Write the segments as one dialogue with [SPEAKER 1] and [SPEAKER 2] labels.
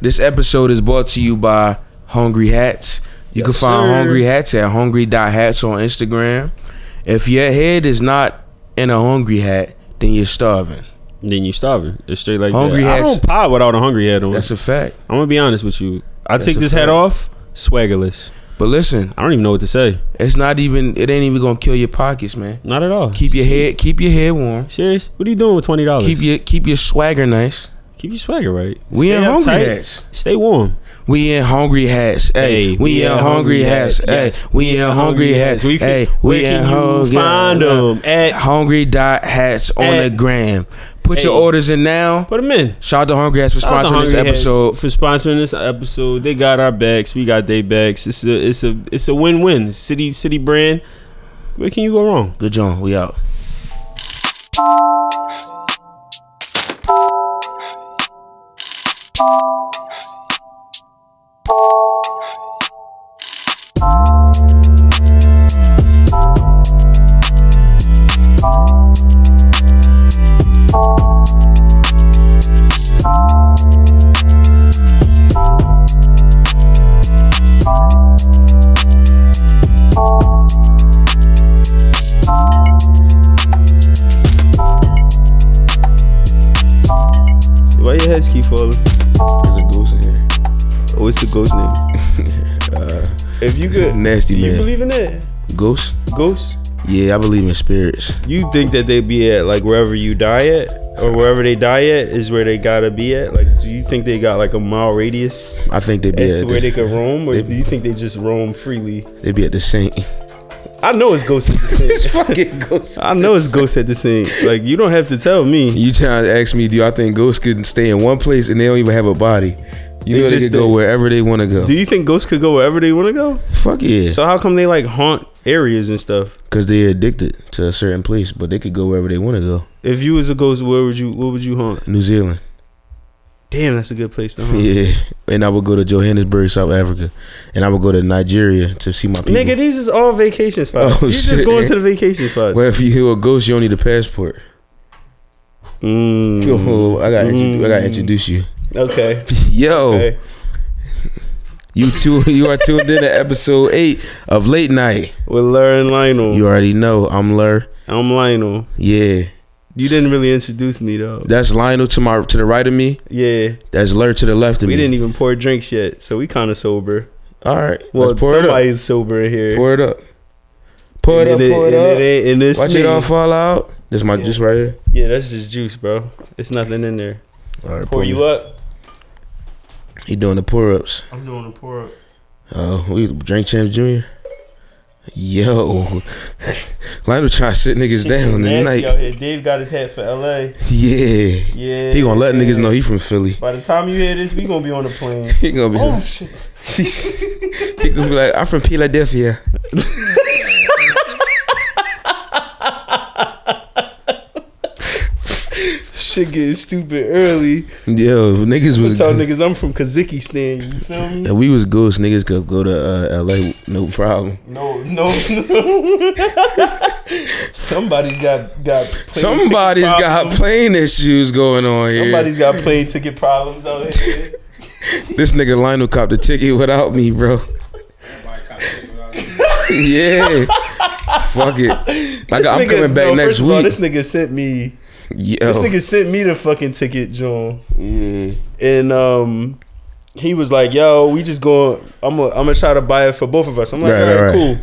[SPEAKER 1] This episode is brought to you by Hungry Hats. You can
[SPEAKER 2] Yes,
[SPEAKER 1] find
[SPEAKER 2] sir.
[SPEAKER 1] Hungry Hats at hungry.hats on Instagram. If your head is not in a hungry hat, then you're starving.
[SPEAKER 2] Then you starving. It's straight like
[SPEAKER 1] Hungry
[SPEAKER 2] that. I
[SPEAKER 1] hats-
[SPEAKER 2] don't pod without a hungry head on.
[SPEAKER 1] That's a fact.
[SPEAKER 2] I'm gonna be honest with you. I take
[SPEAKER 1] a
[SPEAKER 2] this
[SPEAKER 1] fact.
[SPEAKER 2] hat off, swaggerless.
[SPEAKER 1] But listen,
[SPEAKER 2] I don't even know what to say.
[SPEAKER 1] it's not even it ain't even gonna kill your pockets, man.
[SPEAKER 2] Not at all.
[SPEAKER 1] Keep your
[SPEAKER 2] Se-
[SPEAKER 1] head keep your head warm.
[SPEAKER 2] Serious? What are you doing with twenty dollars?
[SPEAKER 1] Keep your keep your swagger nice.
[SPEAKER 2] keep your swagger right.
[SPEAKER 1] We in hungry
[SPEAKER 2] uptight.
[SPEAKER 1] hats.
[SPEAKER 2] Stay warm.
[SPEAKER 1] We in hungry hats, hey. We in hungry hats, hey. We in hungry hats,
[SPEAKER 2] We
[SPEAKER 1] hey.
[SPEAKER 2] can- Where
[SPEAKER 1] We in
[SPEAKER 2] can you
[SPEAKER 1] hungry
[SPEAKER 2] find them? At
[SPEAKER 1] Hungry dot hats on
[SPEAKER 2] Hey.
[SPEAKER 1] the gram. Put your
[SPEAKER 2] Hey.
[SPEAKER 1] orders in now.
[SPEAKER 2] put them in.
[SPEAKER 1] Shout out to Hungry Hats for
[SPEAKER 2] Shout out to
[SPEAKER 1] sponsoring this
[SPEAKER 2] Hungry Hats
[SPEAKER 1] episode.
[SPEAKER 2] For sponsoring this episode, they got our backs. We got their backs. It's a it's a it's a win win. City city brand. Where can you go wrong?
[SPEAKER 1] Good John, we out.
[SPEAKER 2] Why your heads keep falling?
[SPEAKER 1] There's a goose in here.
[SPEAKER 2] Oh, it's the ghost name. if you could,
[SPEAKER 1] Uh, Nasty
[SPEAKER 2] do you
[SPEAKER 1] man.
[SPEAKER 2] believe in that?
[SPEAKER 1] Ghosts?
[SPEAKER 2] Ghosts?
[SPEAKER 1] Yeah, I believe in spirits.
[SPEAKER 2] You think that they be at like wherever you die at, or wherever they die at is where they gotta be at? Like, do you think they got like a mile radius
[SPEAKER 1] I think they be
[SPEAKER 2] as to
[SPEAKER 1] at
[SPEAKER 2] where they
[SPEAKER 1] the,
[SPEAKER 2] could roam, or do you think they just roam freely?
[SPEAKER 1] they be at the Saint.
[SPEAKER 2] I know it's ghosts at the same.
[SPEAKER 1] fucking ghosts.
[SPEAKER 2] I know it's ghosts at the same. Like, you don't have to tell me.
[SPEAKER 1] You trying to ask me, do I think ghosts can stay in one place and they don't even have a body? You
[SPEAKER 2] They
[SPEAKER 1] know they
[SPEAKER 2] just
[SPEAKER 1] can go
[SPEAKER 2] stay-
[SPEAKER 1] wherever they want to go.
[SPEAKER 2] Do you think ghosts could go wherever they want to go?
[SPEAKER 1] Fuck yeah,
[SPEAKER 2] So how come they like haunt areas and stuff?
[SPEAKER 1] because they're addicted to a certain place, but they could go wherever they want to go.
[SPEAKER 2] If you was a ghost, where would you? What would you haunt?
[SPEAKER 1] New Zealand,
[SPEAKER 2] Damn, that's a good place to haunt.
[SPEAKER 1] yeah, and I would go to Johannesburg, South Africa, and I would go to Nigeria to see my people.
[SPEAKER 2] Nigga, these is all vacation spots.
[SPEAKER 1] Oh,
[SPEAKER 2] You're just
[SPEAKER 1] shit.
[SPEAKER 2] going to the vacation spots.
[SPEAKER 1] well, if you hear a ghost, you don't need a passport.
[SPEAKER 2] Mm.
[SPEAKER 1] Oh, I got
[SPEAKER 2] Mm.
[SPEAKER 1] I got to introduce you.
[SPEAKER 2] Okay.
[SPEAKER 1] Yo,
[SPEAKER 2] okay.
[SPEAKER 1] you two, you are tuned in to episode eight of Late Night.
[SPEAKER 2] With Lur and Lionel.
[SPEAKER 1] You already know I'm Lur.
[SPEAKER 2] I'm Lionel.
[SPEAKER 1] Yeah,
[SPEAKER 2] You didn't really introduce me though.
[SPEAKER 1] that's Lionel to my to the right of me.
[SPEAKER 2] Yeah.
[SPEAKER 1] That's Lur to the left of
[SPEAKER 2] We
[SPEAKER 1] me.
[SPEAKER 2] didn't even pour drinks yet, so we kind of sober.
[SPEAKER 1] All right.
[SPEAKER 2] Well,
[SPEAKER 1] let's pour it up.
[SPEAKER 2] somebody's sober in here.
[SPEAKER 1] Pour it up. Pour it
[SPEAKER 2] And
[SPEAKER 1] up.
[SPEAKER 2] it-
[SPEAKER 1] Pour it
[SPEAKER 2] and
[SPEAKER 1] up.
[SPEAKER 2] it ain't- and it's
[SPEAKER 1] Watch
[SPEAKER 2] me.
[SPEAKER 1] it all fall out. This my
[SPEAKER 2] Yeah.
[SPEAKER 1] juice right here.
[SPEAKER 2] Yeah, that's just juice, bro. It's nothing in there.
[SPEAKER 1] All right.
[SPEAKER 2] Pour you up.
[SPEAKER 1] He doing the pour ups.
[SPEAKER 2] I'm doing a pour up.
[SPEAKER 1] Oh, we drink champs junior. Yo, Lionel trying to sit niggas down
[SPEAKER 2] Nasty
[SPEAKER 1] tonight.
[SPEAKER 2] out here. Dave got his hat for LA.
[SPEAKER 1] Yeah,
[SPEAKER 2] Yeah.
[SPEAKER 1] he gonna let niggas know he from Philly.
[SPEAKER 2] By the time you hear this, we gonna be on the plane.
[SPEAKER 1] He gonna be.
[SPEAKER 2] oh shit.
[SPEAKER 1] he gonna be like, I'm from Philadelphia.
[SPEAKER 2] Shit getting stupid early.
[SPEAKER 1] Yo, niggas
[SPEAKER 2] I
[SPEAKER 1] was.
[SPEAKER 2] tell niggas I'm from Kazakhstan. You feel me?
[SPEAKER 1] If we was ghosts, niggas could go to uh, LA, no problem.
[SPEAKER 2] No, no, no. Somebody's got got. plane
[SPEAKER 1] Somebody's
[SPEAKER 2] ticket
[SPEAKER 1] got
[SPEAKER 2] problems.
[SPEAKER 1] plane issues going on here.
[SPEAKER 2] Somebody's got plane ticket problems out here.
[SPEAKER 1] This nigga Lionel copped a ticket without me, bro. yeah. Fuck it. I
[SPEAKER 2] This
[SPEAKER 1] got, I'm
[SPEAKER 2] nigga-
[SPEAKER 1] coming back
[SPEAKER 2] no,
[SPEAKER 1] next
[SPEAKER 2] first of all,
[SPEAKER 1] week.
[SPEAKER 2] this nigga sent me.
[SPEAKER 1] Yo.
[SPEAKER 2] This nigga sent me the fucking ticket, John,
[SPEAKER 1] yeah.
[SPEAKER 2] and um. He was like, "Yo, we just going. I'm gonna, I'm gonna try to buy it for both of us." I'm like,
[SPEAKER 1] Right,
[SPEAKER 2] "All right,
[SPEAKER 1] right, right.
[SPEAKER 2] cool."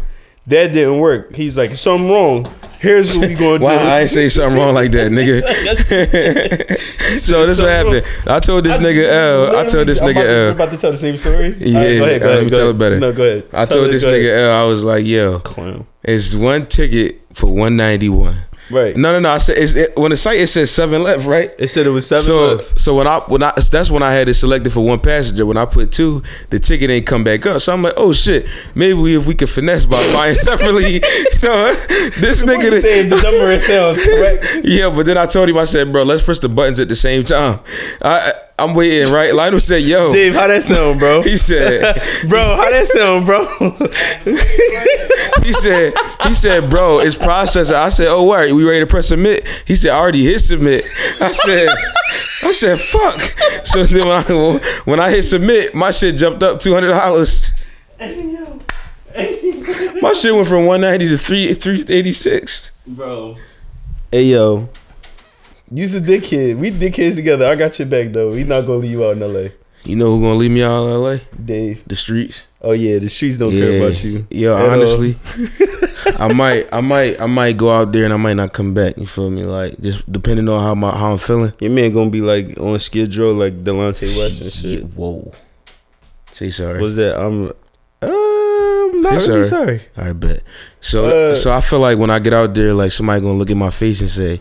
[SPEAKER 2] That didn't work. He's like, "Something wrong. Here's what we gonna
[SPEAKER 1] Why
[SPEAKER 2] do."
[SPEAKER 1] I say something wrong like that, nigga? so this what
[SPEAKER 2] something
[SPEAKER 1] happened. I told this
[SPEAKER 2] I
[SPEAKER 1] nigga
[SPEAKER 2] just-
[SPEAKER 1] L. I
[SPEAKER 2] literally
[SPEAKER 1] told this
[SPEAKER 2] just- I'm
[SPEAKER 1] nigga
[SPEAKER 2] about to- I'm
[SPEAKER 1] L.
[SPEAKER 2] about to tell the same story.
[SPEAKER 1] Yeah,
[SPEAKER 2] All right, go ahead, go
[SPEAKER 1] uh, let
[SPEAKER 2] ahead,
[SPEAKER 1] me
[SPEAKER 2] go
[SPEAKER 1] tell
[SPEAKER 2] ahead.
[SPEAKER 1] it better.
[SPEAKER 2] No, go ahead.
[SPEAKER 1] I
[SPEAKER 2] Tell
[SPEAKER 1] told
[SPEAKER 2] it,
[SPEAKER 1] this
[SPEAKER 2] go ahead.
[SPEAKER 1] nigga L. I was like, yo,
[SPEAKER 2] Clown.
[SPEAKER 1] it's one ticket for one ninety one.
[SPEAKER 2] Right.
[SPEAKER 1] No, no, no. I said it's, it, when the site it says seven left, right?
[SPEAKER 2] It said it was seven
[SPEAKER 1] so
[SPEAKER 2] left.
[SPEAKER 1] so when I when I that's when I had it selected for one passenger. When I put two, the ticket ain't come back up. So I'm like, oh shit, maybe we, if we could finesse by buying separately. so this
[SPEAKER 2] What
[SPEAKER 1] nigga.
[SPEAKER 2] you saying the number it sounds correct.
[SPEAKER 1] yeah, but then I told him I said, bro, let's press the buttons at the same time. I, I I'm waiting, right? Lionel said, yo.
[SPEAKER 2] Dave, how that sound, bro?
[SPEAKER 1] He said,
[SPEAKER 2] bro, how that sound, bro?
[SPEAKER 1] he said, he said, bro, it's processing. I said, oh, what? We ready to press submit? He said, I already hit submit. I said, I said, fuck. So then when I, when I hit submit, my shit jumped up $200. My shit went from 190 to 3 386.
[SPEAKER 3] Bro.
[SPEAKER 2] Hey yo. You's a dickhead. We dickheads together. I got your back though. We not gonna leave you out in LA.
[SPEAKER 1] You know who gonna leave me out of LA?
[SPEAKER 2] Dave.
[SPEAKER 1] The streets.
[SPEAKER 2] Oh yeah, the streets don't care about you.
[SPEAKER 1] Yeah,
[SPEAKER 2] at all.
[SPEAKER 1] honestly. I might I might I might go out there and I might not come back. You feel me? Like just depending on how my how I'm feeling.
[SPEAKER 2] Your man gonna be like on Skid Row like Delonte West and shit.
[SPEAKER 1] Whoa. Say sorry.
[SPEAKER 2] Was that I'm um not
[SPEAKER 1] Yes,
[SPEAKER 2] really
[SPEAKER 1] sir.
[SPEAKER 2] sorry.
[SPEAKER 1] I bet. So
[SPEAKER 2] Uh,
[SPEAKER 1] so I feel like when I get out there, like somebody gonna look at my face and say,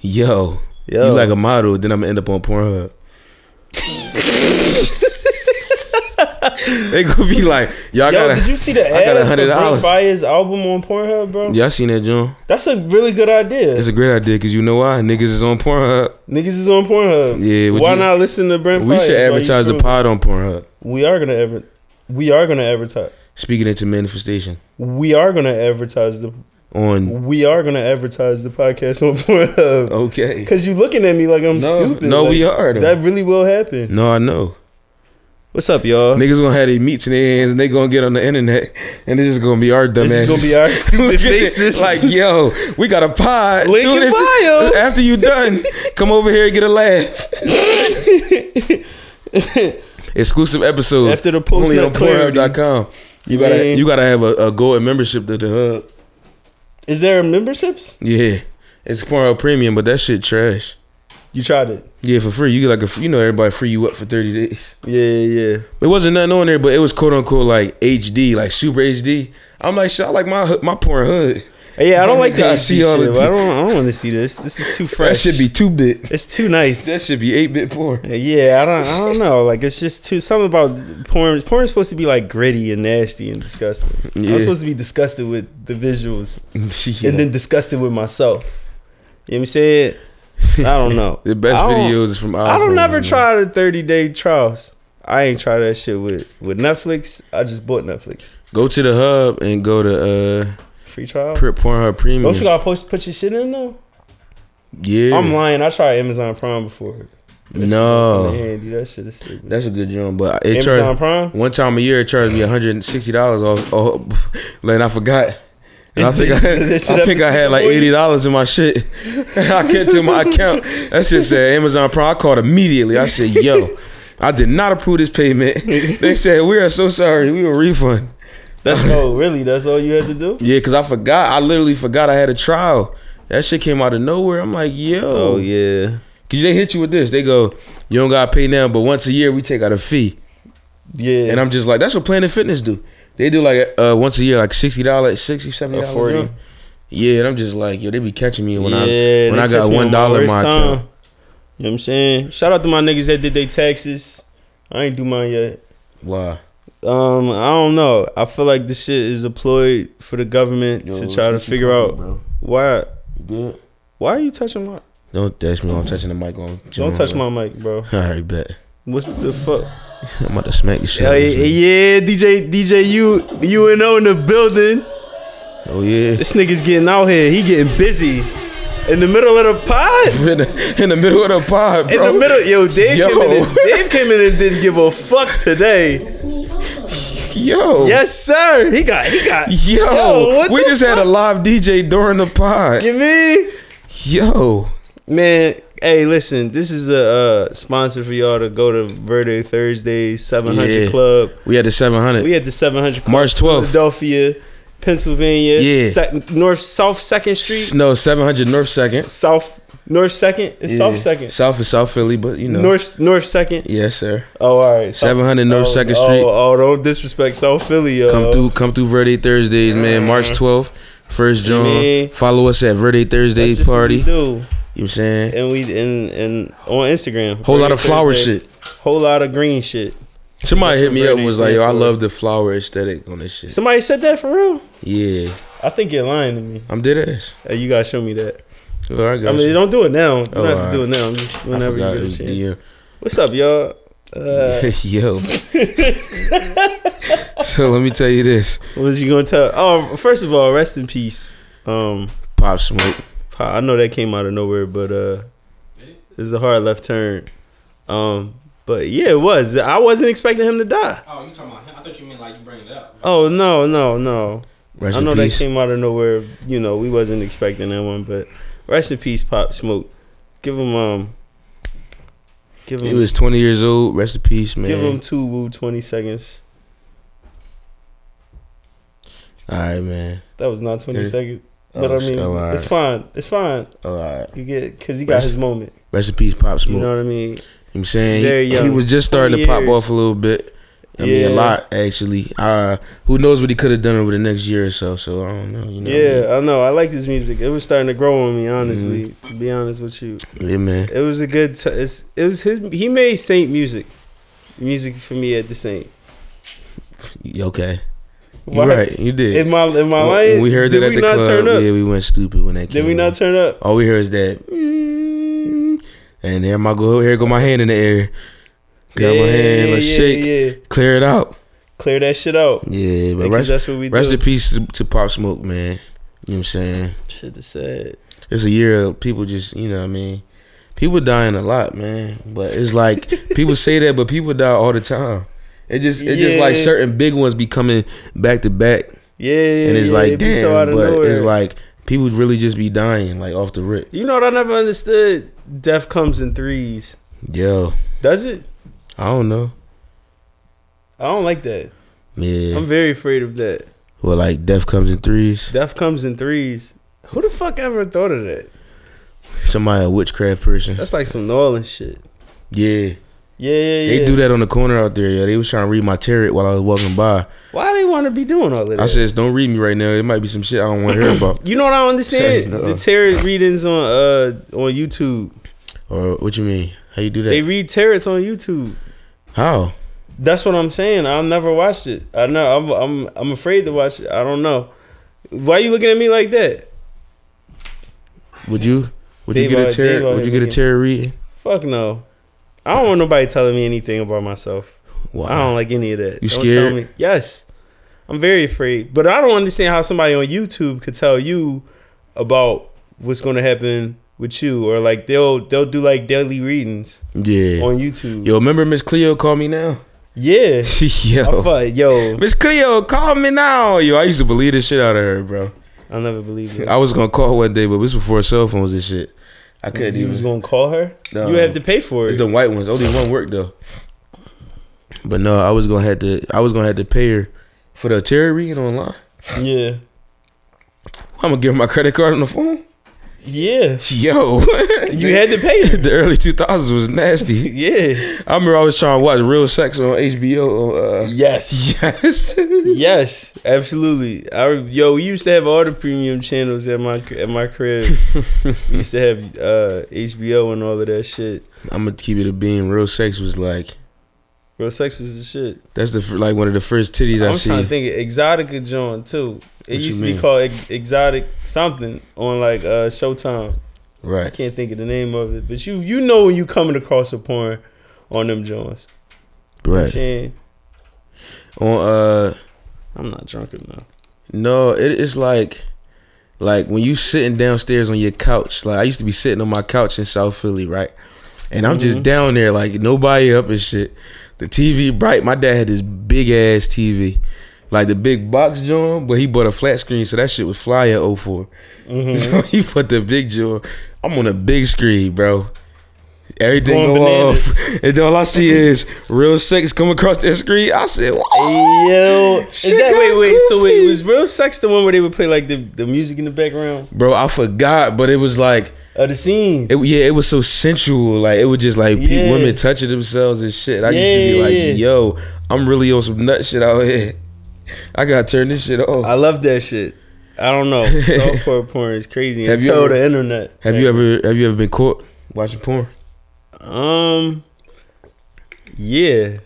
[SPEAKER 1] "Yo,
[SPEAKER 2] Yo.
[SPEAKER 1] you like a model." Then I'm gonna end up on Pornhub. they gonna be like, "Y'all
[SPEAKER 2] Yo,
[SPEAKER 1] gotta."
[SPEAKER 2] did you see the
[SPEAKER 1] I got
[SPEAKER 2] ad for
[SPEAKER 1] $100.
[SPEAKER 2] Brent Fires album on Pornhub, bro?
[SPEAKER 1] yeah, I seen that, John.
[SPEAKER 2] That's a really good idea.
[SPEAKER 1] It's a great idea because you know why niggas is on Pornhub.
[SPEAKER 2] Niggas is on Pornhub.
[SPEAKER 1] Yeah, would
[SPEAKER 2] Why
[SPEAKER 1] you-
[SPEAKER 2] not listen to Brent
[SPEAKER 1] We
[SPEAKER 2] Fires?
[SPEAKER 1] should
[SPEAKER 2] while you
[SPEAKER 1] advertise the
[SPEAKER 2] scroll?
[SPEAKER 1] pod on Pornhub.
[SPEAKER 2] We are gonna ever we are gonna advertise.
[SPEAKER 1] Speaking into manifestation
[SPEAKER 2] We are gonna advertise the
[SPEAKER 1] on.
[SPEAKER 2] we are gonna advertise the podcast on Pornhub.
[SPEAKER 1] Okay.
[SPEAKER 2] Cause you looking at me like I'm
[SPEAKER 1] No,
[SPEAKER 2] stupid.
[SPEAKER 1] no,
[SPEAKER 2] Like,
[SPEAKER 1] we are, though.
[SPEAKER 2] That really will happen.
[SPEAKER 1] No, I know.
[SPEAKER 2] What's up, y'all?
[SPEAKER 1] Niggas gonna have their meats in their hands and they gonna get on the internet and this is gonna be our dumb
[SPEAKER 2] This is
[SPEAKER 1] asses.
[SPEAKER 2] gonna be our stupid
[SPEAKER 1] Look at it,
[SPEAKER 2] faces.
[SPEAKER 1] like, yo, we got a pod.
[SPEAKER 2] Link
[SPEAKER 1] Tune
[SPEAKER 2] in
[SPEAKER 1] in-
[SPEAKER 2] bio.
[SPEAKER 1] After you done, come over here and get a laugh. Exclusive episodes.
[SPEAKER 2] After the post
[SPEAKER 1] only
[SPEAKER 2] nut
[SPEAKER 1] on
[SPEAKER 2] clarity.
[SPEAKER 1] Pornhub.com. You gotta,
[SPEAKER 2] Man.
[SPEAKER 1] you gotta have a, a golden membership to the hub.
[SPEAKER 2] Is there memberships?
[SPEAKER 1] Yeah. It's Pornhub Premium, but that shit trash.
[SPEAKER 2] You tried it.
[SPEAKER 1] Yeah, for free. You get like a, free- you know, everybody free you up for 30 days.
[SPEAKER 2] Yeah, yeah, yeah.
[SPEAKER 1] It wasn't nothing on there, but it was quote unquote like HD, like super HD. I'm like, shit, I like my hood- my porn hood.
[SPEAKER 2] Hey, yeah, I don't
[SPEAKER 1] Oh my
[SPEAKER 2] like the
[SPEAKER 1] God,
[SPEAKER 2] HD
[SPEAKER 1] see all
[SPEAKER 2] shit.
[SPEAKER 1] the
[SPEAKER 2] but I don't. I don't want to see this. This is too fresh.
[SPEAKER 1] That should be two bit.
[SPEAKER 2] It's too nice.
[SPEAKER 1] That should be eight bit porn.
[SPEAKER 2] yeah, I don't. I don't know. Like it's just too something about porn. Porn's supposed to be like gritty and nasty and disgusting.
[SPEAKER 1] Yeah.
[SPEAKER 2] I'm supposed to be disgusted with the visuals
[SPEAKER 1] Yeah.
[SPEAKER 2] and then disgusted with myself. You know what I'm saying? I don't know.
[SPEAKER 1] the best
[SPEAKER 2] I don't-
[SPEAKER 1] videos is from
[SPEAKER 2] I don't
[SPEAKER 1] iPhone,
[SPEAKER 2] never
[SPEAKER 1] man.
[SPEAKER 2] try the 30 day trials. I ain't try that shit with with Netflix. I just bought Netflix
[SPEAKER 1] Go to the hub and go to
[SPEAKER 2] free trial.
[SPEAKER 1] uh Pri- Pornhub Premium.
[SPEAKER 2] Don't you gotta post put your shit in though?
[SPEAKER 1] yeah,
[SPEAKER 2] I'm lying. I tried Amazon Prime before. That shit
[SPEAKER 1] No.
[SPEAKER 2] don't come in handy. That shit is stupid.
[SPEAKER 1] that's a good job. But it
[SPEAKER 2] Amazon
[SPEAKER 1] charged
[SPEAKER 2] Prime.
[SPEAKER 1] one time a year. It charged me 160 dollars off. off and I forgot. And I think I,
[SPEAKER 2] That shit
[SPEAKER 1] I think I had like
[SPEAKER 2] happens to
[SPEAKER 1] eighty dollars in my shit. I kept to my account. That shit said Amazon Prime. I called immediately. I said, "Yo, I did not approve this payment." They said, "We are so sorry. We will refund."
[SPEAKER 2] That's oh really? That's all you had to do?
[SPEAKER 1] Yeah, because I forgot. I literally forgot I had a trial. That shit came out of nowhere. I'm like, "Yo,
[SPEAKER 2] Oh, yeah.
[SPEAKER 1] Cause they hit you with this. They go, "You don't gotta pay now, but once a year we take out a fee."
[SPEAKER 2] Yeah.
[SPEAKER 1] And I'm just like, "That's what Planet Fitness do. They do like uh, once a year, like sixty dollars, sixty, seventy
[SPEAKER 2] Or
[SPEAKER 1] dollars,
[SPEAKER 2] 40.
[SPEAKER 1] forty. Yeah, and I'm just like, yo, they be catching me when
[SPEAKER 2] Yeah,
[SPEAKER 1] I when
[SPEAKER 2] they
[SPEAKER 1] I
[SPEAKER 2] catch
[SPEAKER 1] got
[SPEAKER 2] me on
[SPEAKER 1] one dollar in
[SPEAKER 2] worst
[SPEAKER 1] my
[SPEAKER 2] time.
[SPEAKER 1] account.
[SPEAKER 2] You know what I'm saying? Shout out to my niggas that did their taxes. I ain't do mine yet.
[SPEAKER 1] Why?
[SPEAKER 2] Um, I don't know. I feel like this shit is employed for the government to try to figure out
[SPEAKER 1] Bro?
[SPEAKER 2] why
[SPEAKER 1] You good?
[SPEAKER 2] why are you touching my
[SPEAKER 1] Don't touch me. I'm touching the mic on.
[SPEAKER 2] don't touch my mic, bro.
[SPEAKER 1] All right, bet.
[SPEAKER 2] What's the fuck?
[SPEAKER 1] I'm about to smack the shit.
[SPEAKER 2] Yeah,
[SPEAKER 1] out of this
[SPEAKER 2] yeah, DJ DJ U U and O in the building.
[SPEAKER 1] nigga. Oh yeah.
[SPEAKER 2] This nigga's getting out here. He getting busy in the middle of the pod.
[SPEAKER 1] In the, in the middle of the pod,
[SPEAKER 2] In
[SPEAKER 1] bro.
[SPEAKER 2] the middle, yo, Dave
[SPEAKER 1] Yo.
[SPEAKER 2] came in. And, Dave came in and didn't give a fuck today.
[SPEAKER 1] Yo.
[SPEAKER 2] Yes, sir. He got. He got.
[SPEAKER 1] Yo.
[SPEAKER 2] what
[SPEAKER 1] we
[SPEAKER 2] the
[SPEAKER 1] just had a live DJ during the pod.
[SPEAKER 2] You mean?
[SPEAKER 1] Yo.
[SPEAKER 2] Man, hey, listen, this is a uh, sponsor for y'all to go to Verde Thursday 700
[SPEAKER 1] Yeah.
[SPEAKER 2] Club.
[SPEAKER 1] We had the 700.
[SPEAKER 2] We at the 700 Club,
[SPEAKER 1] March 12th.
[SPEAKER 2] Philadelphia, Pennsylvania,
[SPEAKER 1] Yeah.
[SPEAKER 2] sec- North South Second Street,
[SPEAKER 1] No, 700 North 2nd.
[SPEAKER 2] S- South North Second, it's South Second,
[SPEAKER 1] South is South Philly, but you know.
[SPEAKER 2] North North Second.
[SPEAKER 1] Yes, sir.
[SPEAKER 2] Oh, all right, South-
[SPEAKER 1] 700
[SPEAKER 2] oh,
[SPEAKER 1] North 2nd
[SPEAKER 2] oh,
[SPEAKER 1] Street.
[SPEAKER 2] Oh, don't disrespect South Philly, yo.
[SPEAKER 1] Come through, come through Verde Thursdays, man. March 12th, first June.
[SPEAKER 2] mean?
[SPEAKER 1] Follow us at Verde
[SPEAKER 2] That's
[SPEAKER 1] Thursdays
[SPEAKER 2] just what we
[SPEAKER 1] party. You know
[SPEAKER 2] do.
[SPEAKER 1] what I'm saying?
[SPEAKER 2] and we and and on Instagram.
[SPEAKER 1] Whole lot
[SPEAKER 2] Verde
[SPEAKER 1] of flower
[SPEAKER 2] Thursday.
[SPEAKER 1] shit.
[SPEAKER 2] Whole lot of green shit.
[SPEAKER 1] Somebody
[SPEAKER 2] That's
[SPEAKER 1] hit
[SPEAKER 2] what
[SPEAKER 1] me up
[SPEAKER 2] Verde
[SPEAKER 1] and was like, yo, I
[SPEAKER 2] stands for.
[SPEAKER 1] love the flower aesthetic on this shit.
[SPEAKER 2] Somebody said that for real.
[SPEAKER 1] Yeah.
[SPEAKER 2] I think you're lying to me.
[SPEAKER 1] I'm dead ass.
[SPEAKER 2] Hey, you gotta show me that.
[SPEAKER 1] All right,
[SPEAKER 2] I
[SPEAKER 1] guys.
[SPEAKER 2] mean, don't do it now. You
[SPEAKER 1] Oh,
[SPEAKER 2] don't have
[SPEAKER 1] alright.
[SPEAKER 2] to do it now. I'm just whenever you get a chance.
[SPEAKER 1] DM.
[SPEAKER 2] What's up, y'all? Uh,
[SPEAKER 1] Yo. so let me tell you this.
[SPEAKER 2] what was you gonna tell? Oh, first of all, rest in peace. Um,
[SPEAKER 1] Pop Smoke.
[SPEAKER 2] Pa- I know that came out of nowhere, but uh, It was a hard left turn. Um, but yeah, it was. I wasn't expecting him to die.
[SPEAKER 4] Oh, you talking about him? I thought you meant like you bringing it up.
[SPEAKER 2] Oh no, no, no.
[SPEAKER 1] Rest
[SPEAKER 2] I
[SPEAKER 1] in
[SPEAKER 2] know
[SPEAKER 1] peace.
[SPEAKER 2] that came out of nowhere. You know, we wasn't expecting that one, but rest in peace, Pop Smoke. Give him um, give
[SPEAKER 1] He
[SPEAKER 2] him,
[SPEAKER 1] was 20 years old. Rest in peace, man.
[SPEAKER 2] give him two woo twenty seconds.
[SPEAKER 1] All right, man.
[SPEAKER 2] That was not twenty
[SPEAKER 1] Yeah.
[SPEAKER 2] seconds, but I
[SPEAKER 1] Oh,
[SPEAKER 2] mean, it's,
[SPEAKER 1] oh, all
[SPEAKER 2] it's
[SPEAKER 1] right.
[SPEAKER 2] fine. It's fine.
[SPEAKER 1] All right.
[SPEAKER 2] You get because he got
[SPEAKER 1] Rest-
[SPEAKER 2] his moment.
[SPEAKER 1] Rest in peace, Pop Smoke.
[SPEAKER 2] You know what I mean?
[SPEAKER 1] You know what I'm saying
[SPEAKER 2] Very
[SPEAKER 1] he,
[SPEAKER 2] young.
[SPEAKER 1] he was just starting to pop
[SPEAKER 2] 20 years.
[SPEAKER 1] off a little bit. I mean, a
[SPEAKER 2] Yeah.
[SPEAKER 1] lot actually. Uh, who knows what he could have done over the next year or so? So I don't know. You know
[SPEAKER 2] yeah, I know. I like his music. It was starting to grow on me, honestly.
[SPEAKER 1] Mm-hmm.
[SPEAKER 2] To be honest with you,
[SPEAKER 1] what I mean? yeah, man.
[SPEAKER 2] it was a good. T- it's, it was his. He made Saint music. Music for me at the Saint.
[SPEAKER 1] You- Okay,
[SPEAKER 2] Why-
[SPEAKER 1] you're right. You did.
[SPEAKER 2] Am I am I
[SPEAKER 1] When-
[SPEAKER 2] lying?
[SPEAKER 1] when we heard
[SPEAKER 2] Did
[SPEAKER 1] that at
[SPEAKER 2] we
[SPEAKER 1] the
[SPEAKER 2] not
[SPEAKER 1] club,
[SPEAKER 2] Turn up?
[SPEAKER 1] yeah, we went stupid when that came.
[SPEAKER 2] Did we
[SPEAKER 1] on.
[SPEAKER 2] not turn up?
[SPEAKER 1] All we heard is that, mm, and there my go here go my hand in the air. Got my hand, let's shake,
[SPEAKER 2] yeah.
[SPEAKER 1] clear it out.
[SPEAKER 2] Clear that shit out.
[SPEAKER 1] Yeah, but
[SPEAKER 2] Because
[SPEAKER 1] rest,
[SPEAKER 2] that's what we
[SPEAKER 1] rest
[SPEAKER 2] do.
[SPEAKER 1] in peace to, to Pop Smoke, man. You know what I'm saying?
[SPEAKER 2] Should have said.
[SPEAKER 1] it's a year of people just you know what I mean people dying a lot man but it's like people say that but people die all the time it just it just like
[SPEAKER 2] Yeah.
[SPEAKER 1] certain big ones be coming back to back
[SPEAKER 2] Yeah, yeah.
[SPEAKER 1] and it's
[SPEAKER 2] yeah,
[SPEAKER 1] like
[SPEAKER 2] it'd be
[SPEAKER 1] damn
[SPEAKER 2] so out of
[SPEAKER 1] but
[SPEAKER 2] nowhere.
[SPEAKER 1] it's like people really just be dying like off the rip
[SPEAKER 2] you know what I never understood? Death comes in threes.
[SPEAKER 1] yo
[SPEAKER 2] Does it?
[SPEAKER 1] I don't know
[SPEAKER 2] I don't like that.
[SPEAKER 1] yeah
[SPEAKER 2] I'm very afraid of that.
[SPEAKER 1] well like death comes in threes
[SPEAKER 2] Death comes in threes. Who the fuck ever thought of that?
[SPEAKER 1] somebody a witchcraft person
[SPEAKER 2] That's like some Nolan shit.
[SPEAKER 1] yeah
[SPEAKER 2] Yeah, yeah, yeah.
[SPEAKER 1] they do that on the corner out there yeah they was trying to read my tarot while I was walking by
[SPEAKER 2] Why they want to be doing all of that?
[SPEAKER 1] I says don't read me right now it might be some shit I don't want to hear about
[SPEAKER 2] you know what I don't understand?
[SPEAKER 1] Sorry, no.
[SPEAKER 2] The tarot readings on uh on YouTube.
[SPEAKER 1] or what you mean how you do that
[SPEAKER 2] They read tarots on YouTube.
[SPEAKER 1] how
[SPEAKER 2] That's what I'm saying. I'll never watch it. I know. I'm I'm I'm afraid to watch it. I don't know. Why you looking at me like that?
[SPEAKER 1] Would you? Would you
[SPEAKER 2] Dave
[SPEAKER 1] get a
[SPEAKER 2] out- Dave
[SPEAKER 1] terror?
[SPEAKER 2] out
[SPEAKER 1] Would you
[SPEAKER 2] here
[SPEAKER 1] get a
[SPEAKER 2] making-
[SPEAKER 1] terror reading?
[SPEAKER 2] Fuck no. I don't want nobody telling me anything about myself. I don't like any of that.
[SPEAKER 1] You
[SPEAKER 2] don't
[SPEAKER 1] scared?
[SPEAKER 2] me. Yes. I'm very afraid. But I don't understand how somebody on YouTube could tell you about what's going to happen with you or like they'll they'll do like daily readings
[SPEAKER 1] Yeah.
[SPEAKER 2] on YouTube.
[SPEAKER 1] Yo, remember Miss Cleo called me now?
[SPEAKER 2] Yeah. I
[SPEAKER 1] yo.
[SPEAKER 2] fuck, yo,
[SPEAKER 1] Miss Cleo, call me now. Yo, I used to believe the shit out of her, bro.
[SPEAKER 2] I never believed it.
[SPEAKER 1] I was gonna call one day, but this was before cell phones and shit. I couldn't
[SPEAKER 2] you
[SPEAKER 1] even.
[SPEAKER 2] was gonna call her.
[SPEAKER 1] No.
[SPEAKER 2] You have to pay for
[SPEAKER 1] It's
[SPEAKER 2] it.
[SPEAKER 1] the white ones. Only one worked though. But no, I was gonna have to. I was gonna have to pay her for the terror reading online.
[SPEAKER 2] Yeah,
[SPEAKER 1] I'm gonna give her my credit card on the phone.
[SPEAKER 2] yeah.
[SPEAKER 1] Yo,
[SPEAKER 2] You had to pay her.
[SPEAKER 1] the early 2000s was nasty.
[SPEAKER 2] Yeah.
[SPEAKER 1] I remember I was trying to watch Real Sex on HBO. Uh,
[SPEAKER 2] Yes.
[SPEAKER 1] yes.
[SPEAKER 2] Yes. Absolutely. I yo, we used to have all the premium channels at my at my crib. we used to have uh, HBO and all of that shit.
[SPEAKER 1] I'm gonna keep it a beam. Real sex was like
[SPEAKER 2] Real sex was the shit.
[SPEAKER 1] that's the fir- like one of the first titties
[SPEAKER 2] I'm
[SPEAKER 1] I
[SPEAKER 2] trying
[SPEAKER 1] see.
[SPEAKER 2] to think. of Exotica John too. It
[SPEAKER 1] What you
[SPEAKER 2] used to
[SPEAKER 1] mean?
[SPEAKER 2] be called Ex- Exotic something on like uh, Showtime. I
[SPEAKER 1] Right.
[SPEAKER 2] can't think of the name of it, but you you know when you coming across a porn on them joints. You know what I'm
[SPEAKER 1] Right.
[SPEAKER 2] saying?
[SPEAKER 1] On uh
[SPEAKER 2] I'm not drunk enough.
[SPEAKER 1] no, it is like like when you sitting downstairs on your couch. Like I used to be sitting on my couch in South Philly, right? And I'm just
[SPEAKER 2] Mhm.
[SPEAKER 1] down there like nobody up and shit. The TV bright. My dad had this big ass TV. Like the big box joint, but he bought a flat screen, so that shit was fly at 04.
[SPEAKER 2] Mhm.
[SPEAKER 1] So he put the big jewel. I'm on a big screen, bro. Everything
[SPEAKER 2] Going
[SPEAKER 1] go
[SPEAKER 2] bananas.
[SPEAKER 1] off, and then all I see is real sex come across that screen. I said, "What?"
[SPEAKER 2] Yo,
[SPEAKER 1] Shit
[SPEAKER 2] is that wait
[SPEAKER 1] got
[SPEAKER 2] wait? So wait,
[SPEAKER 1] goofy.
[SPEAKER 2] was real sex the one where they would play like the, the music in the background
[SPEAKER 1] bro, I forgot, but it was like,
[SPEAKER 2] of the scene?
[SPEAKER 1] it, yeah, it was so sensual. Like it was just like pe-
[SPEAKER 2] Yeah.
[SPEAKER 1] women touching themselves and shit. I used to be
[SPEAKER 2] Yeah,
[SPEAKER 1] like,
[SPEAKER 2] yeah, yeah.
[SPEAKER 1] "Yo, I'm really on some nut shit out here. I gotta turn this shit off."
[SPEAKER 2] I love that shit. I don't know. Softcore porn is crazy.
[SPEAKER 1] Have you
[SPEAKER 2] Until
[SPEAKER 1] ever-
[SPEAKER 2] the internet.
[SPEAKER 1] have you ever have you ever been caught watching porn?
[SPEAKER 2] Um. Yeah.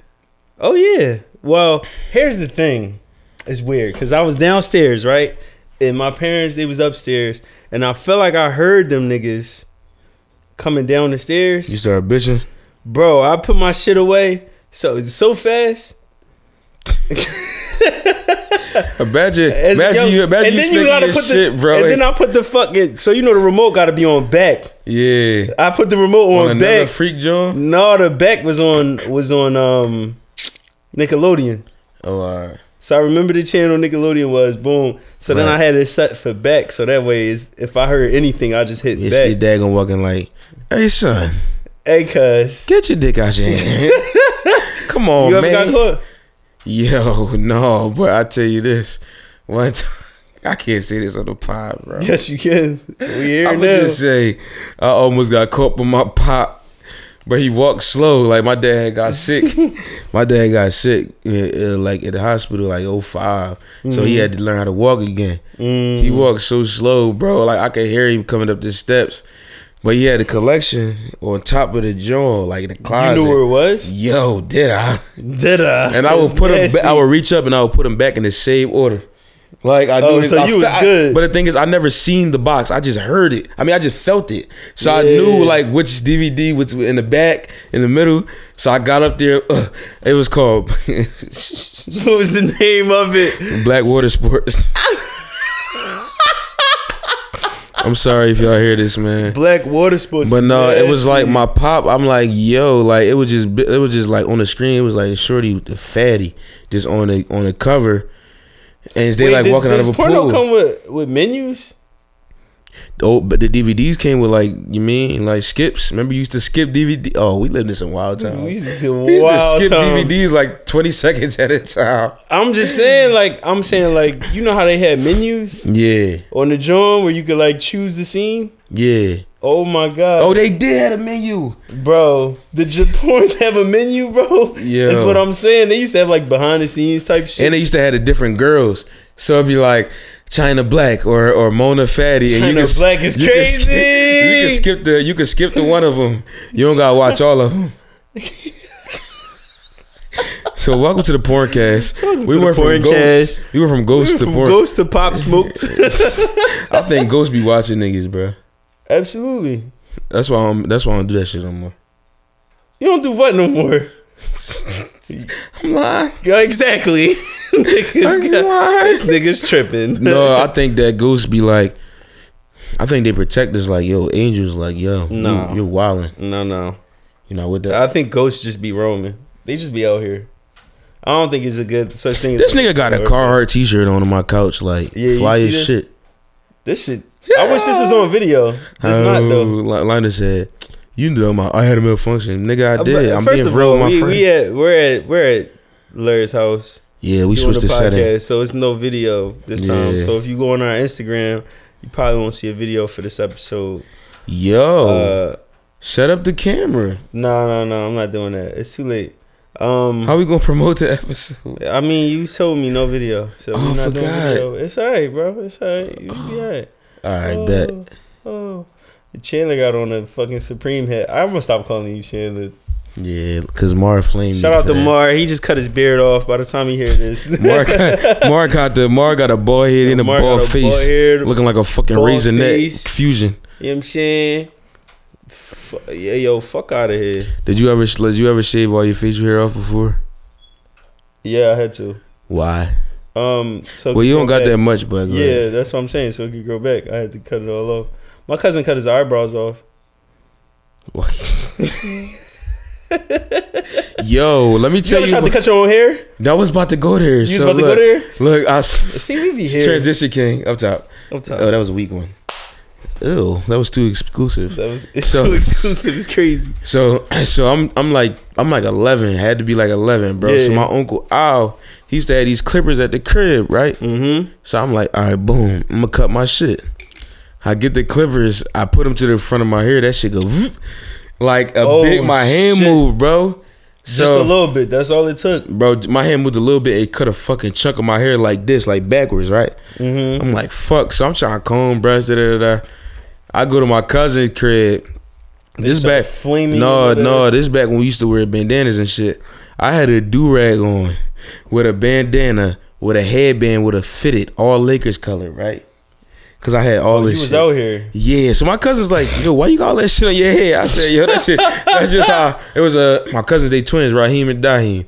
[SPEAKER 2] Oh yeah. Well, here's the thing. It's weird because I was downstairs, right, and my parents they was upstairs, and I felt like I heard them niggas coming down the stairs.
[SPEAKER 1] You started bitching.
[SPEAKER 2] Bro, I put my shit away so so fast.
[SPEAKER 1] Imagine,
[SPEAKER 2] As-
[SPEAKER 1] imagine
[SPEAKER 2] yo,
[SPEAKER 1] you, imagine you speaking your
[SPEAKER 2] put
[SPEAKER 1] shit,
[SPEAKER 2] the,
[SPEAKER 1] bro.
[SPEAKER 2] And then I put the fucking so you know the remote got to be on back.
[SPEAKER 1] yeah,
[SPEAKER 2] I put the remote
[SPEAKER 1] on
[SPEAKER 2] on,
[SPEAKER 1] another
[SPEAKER 2] back.
[SPEAKER 1] freak John.
[SPEAKER 2] no, the back was on was on um Nickelodeon.
[SPEAKER 1] Oh, all right.
[SPEAKER 2] So I remember the channel Nickelodeon was boom. So then
[SPEAKER 1] Right.
[SPEAKER 2] I had it set for back. So that way, is if I heard anything, I just hit
[SPEAKER 1] You see
[SPEAKER 2] back.
[SPEAKER 1] Dagon walking like, "Hey, son,
[SPEAKER 2] Hey, cuz
[SPEAKER 1] get your dick out your hand." Come on,
[SPEAKER 2] you ever got
[SPEAKER 1] man.
[SPEAKER 2] caught?
[SPEAKER 1] Yo, no, but I tell you this, one time, I can't say this on the pod, bro.
[SPEAKER 2] Yes, you can. We here
[SPEAKER 1] I'm
[SPEAKER 2] now.
[SPEAKER 1] gonna just say I almost got caught by my pop, but he walked slow. Like my dad got sick. my dad got sick, uh, uh, like at the hospital, like 5 So he had to learn how to walk again.
[SPEAKER 2] Mm.
[SPEAKER 1] He walked so slow, bro. Like I could hear him coming up the steps, but he had a collection on top of the joint, like the
[SPEAKER 2] you
[SPEAKER 1] closet.
[SPEAKER 2] knew where it was.
[SPEAKER 1] Yo, did I?
[SPEAKER 2] Did I?
[SPEAKER 1] And I
[SPEAKER 2] It's
[SPEAKER 1] would put him.
[SPEAKER 2] nasty.
[SPEAKER 1] Ba- I would reach up and I would put him back in the same order. Like I knew.
[SPEAKER 2] Oh,
[SPEAKER 1] it-
[SPEAKER 2] so
[SPEAKER 1] I
[SPEAKER 2] you was
[SPEAKER 1] I-
[SPEAKER 2] good.
[SPEAKER 1] but the thing is, I never seen the box. I just heard it. I mean, I just felt it. So I knew
[SPEAKER 2] Yeah.
[SPEAKER 1] like which DVD was in the back, in the middle. So I got up there. Uh, it was called
[SPEAKER 2] what was the name of it?
[SPEAKER 1] Black Water Sports. I'm sorry if y'all hear this, man.
[SPEAKER 2] Black water sports.
[SPEAKER 1] But
[SPEAKER 2] is
[SPEAKER 1] no, it was
[SPEAKER 2] nasty.
[SPEAKER 1] like my pop. I'm like, yo, like it was just, bi- it was just like on the screen. It was like shorty with the fatty, just on the on the cover, and they
[SPEAKER 2] Wait,
[SPEAKER 1] like
[SPEAKER 2] did-
[SPEAKER 1] walking out
[SPEAKER 2] does
[SPEAKER 1] of a
[SPEAKER 2] porno
[SPEAKER 1] pool.
[SPEAKER 2] come with with menus?
[SPEAKER 1] oh, but the DVDs came with like you mean like skips. Remember you used to skip DVD. Oh, we lived in some wild time.
[SPEAKER 2] We
[SPEAKER 1] We used
[SPEAKER 2] used to,
[SPEAKER 1] to
[SPEAKER 2] wild
[SPEAKER 1] skip
[SPEAKER 2] time.
[SPEAKER 1] DVDs like 20 seconds at a time.
[SPEAKER 2] I'm just saying, like I'm saying, like you know how they had menus
[SPEAKER 1] Yeah,
[SPEAKER 2] on the joint where you could like choose the scene.
[SPEAKER 1] yeah.
[SPEAKER 2] Oh my god,
[SPEAKER 1] Oh, they did have a menu.
[SPEAKER 2] bro, the Japons have a menu, bro.
[SPEAKER 1] Yeah.
[SPEAKER 2] that's what I'm saying. They used to have like behind the scenes type shit.
[SPEAKER 1] And they used to have the different girls. So it'd be like China Black or or Mona Fatty. and
[SPEAKER 2] China
[SPEAKER 1] you can,
[SPEAKER 2] Black is
[SPEAKER 1] you can skip-
[SPEAKER 2] crazy.
[SPEAKER 1] you can skip the you can skip the one of them. You don't gotta watch all of them. so welcome to the porncast. We
[SPEAKER 2] to the
[SPEAKER 1] went from ghost.
[SPEAKER 2] porncast.
[SPEAKER 1] We went from ghost to
[SPEAKER 2] from
[SPEAKER 1] porn.
[SPEAKER 2] Ghost to Pop Smoke. to-
[SPEAKER 1] I think ghosts be watching niggas, bro.
[SPEAKER 2] Absolutely.
[SPEAKER 1] That's why I'm. That's why I don't do that shit no more.
[SPEAKER 2] You don't do what no more.
[SPEAKER 1] I'm lying.
[SPEAKER 2] Yeah, Exactly. niggas got- this nigga's tripping.
[SPEAKER 1] no, I think that ghosts be like. I think they protect us like yo, angels like yo.
[SPEAKER 2] Nah.
[SPEAKER 1] you, you're wilding.
[SPEAKER 2] no, no.
[SPEAKER 1] You know with that.
[SPEAKER 2] I think ghosts just be roaming. They just be out here. I don't think it's a good such thing. as
[SPEAKER 1] This nigga got a Carhartt t-shirt on my couch, like
[SPEAKER 2] Yeah, you
[SPEAKER 1] fly
[SPEAKER 2] see
[SPEAKER 1] as
[SPEAKER 2] this?
[SPEAKER 1] shit.
[SPEAKER 2] This shit. I wish this was on video. It's not though.
[SPEAKER 1] Oh, Li- Linus said, "You know my I had a malfunction, nigga. I
[SPEAKER 2] Uh, But
[SPEAKER 1] did. I'm
[SPEAKER 2] first
[SPEAKER 1] being
[SPEAKER 2] of
[SPEAKER 1] real,
[SPEAKER 2] all,
[SPEAKER 1] with my
[SPEAKER 2] we,
[SPEAKER 1] friend.
[SPEAKER 2] we at we're at we're at Larry's house.
[SPEAKER 1] yeah, we
[SPEAKER 2] doing
[SPEAKER 1] switched the, setting.
[SPEAKER 2] so it's no video this time.
[SPEAKER 1] Yeah.
[SPEAKER 2] So if you go on our Instagram, you probably won't see a video for this episode.
[SPEAKER 1] Yo,
[SPEAKER 2] Uh,
[SPEAKER 1] set up the camera.
[SPEAKER 2] no, no, no. I'm not doing that. It's too late. Um,
[SPEAKER 1] How we gonna promote the episode?
[SPEAKER 2] I mean, you told me no video, so
[SPEAKER 1] Oh,
[SPEAKER 2] we're not doing
[SPEAKER 1] forgot.
[SPEAKER 2] video. It's alright, bro. It's alright. You be alright.
[SPEAKER 1] All right,
[SPEAKER 2] oh,
[SPEAKER 1] bet.
[SPEAKER 2] Oh, Chandler got on a fucking Supreme head. I'm gonna stop calling you Chandler.
[SPEAKER 1] Yeah, cause Mar flamed.
[SPEAKER 2] Shout
[SPEAKER 1] me
[SPEAKER 2] out
[SPEAKER 1] for
[SPEAKER 2] to
[SPEAKER 1] that.
[SPEAKER 2] Mar. He just cut his beard off. By the time you hear this,
[SPEAKER 1] Mar got, Mar got the Mar got a bald head and a
[SPEAKER 2] Mar got
[SPEAKER 1] bald
[SPEAKER 2] a
[SPEAKER 1] face,
[SPEAKER 2] bald-head,
[SPEAKER 1] looking like a fucking
[SPEAKER 2] bald
[SPEAKER 1] raisin neck
[SPEAKER 2] face.
[SPEAKER 1] fusion.
[SPEAKER 2] You know what I'm saying? Fu- yeah, yo, fuck out of here.
[SPEAKER 1] Did you ever did you ever shave all your facial hair off before?
[SPEAKER 2] Yeah, I had to.
[SPEAKER 1] Why?
[SPEAKER 2] Um, so it
[SPEAKER 1] Well,
[SPEAKER 2] could
[SPEAKER 1] you
[SPEAKER 2] grow
[SPEAKER 1] don't got
[SPEAKER 2] back.
[SPEAKER 1] that much, but go ahead.
[SPEAKER 2] Yeah, that's what I'm saying. So it could grow back. I had to cut it all off. My cousin cut his eyebrows off.
[SPEAKER 1] Yo, let me
[SPEAKER 2] You
[SPEAKER 1] tell
[SPEAKER 2] ever
[SPEAKER 1] you,
[SPEAKER 2] tried to
[SPEAKER 1] what-
[SPEAKER 2] cut your own hair? You
[SPEAKER 1] that was about to go there. You
[SPEAKER 2] was
[SPEAKER 1] so
[SPEAKER 2] about to
[SPEAKER 1] look,
[SPEAKER 2] go there?
[SPEAKER 1] Look, I s-
[SPEAKER 2] See, we be here.
[SPEAKER 1] transition king up top.
[SPEAKER 2] I'm tired.
[SPEAKER 1] Oh, that was a weak one. Ew, that was too exclusive.
[SPEAKER 2] That was it's
[SPEAKER 1] So-
[SPEAKER 2] too exclusive. It's crazy.
[SPEAKER 1] So, so I'm, I'm like, I'm like 11. Had to be like 11, bro. So
[SPEAKER 2] Yeah.
[SPEAKER 1] my uncle Al, he used to have these clippers at the crib, right?
[SPEAKER 2] Mm-hmm.
[SPEAKER 1] So I'm like, all right, boom, I'm gonna cut my shit. I get the clippers, I put them to the front of my hair. That shit go vroom. like a
[SPEAKER 2] Oh,
[SPEAKER 1] big. My hand
[SPEAKER 2] shit.
[SPEAKER 1] moved, bro. So,
[SPEAKER 2] Just a little bit. That's all it took.
[SPEAKER 1] bro. My hand moved a little bit. It cut a fucking chunk of my hair like this, like backwards, right?
[SPEAKER 2] Mm-hmm.
[SPEAKER 1] I'm like, fuck. So I'm trying to comb, brush, da da da. da. I go to my cousin's crib. This
[SPEAKER 2] start
[SPEAKER 1] back,
[SPEAKER 2] flaming
[SPEAKER 1] no,
[SPEAKER 2] you with
[SPEAKER 1] no.
[SPEAKER 2] it.
[SPEAKER 1] This back when we used to wear bandanas and shit. I had a do rag on with a bandana with a headband with a fitted, all Lakers color, right? Cause I had all
[SPEAKER 2] He
[SPEAKER 1] this.
[SPEAKER 2] Oh, was
[SPEAKER 1] shit.
[SPEAKER 2] out here.
[SPEAKER 1] Yeah, so my cousin's like, yo, why you got all that shit on your head? I said, yo, that shit, that's just how it was. Uh, my cousins, they twins, Raheem and Daheem.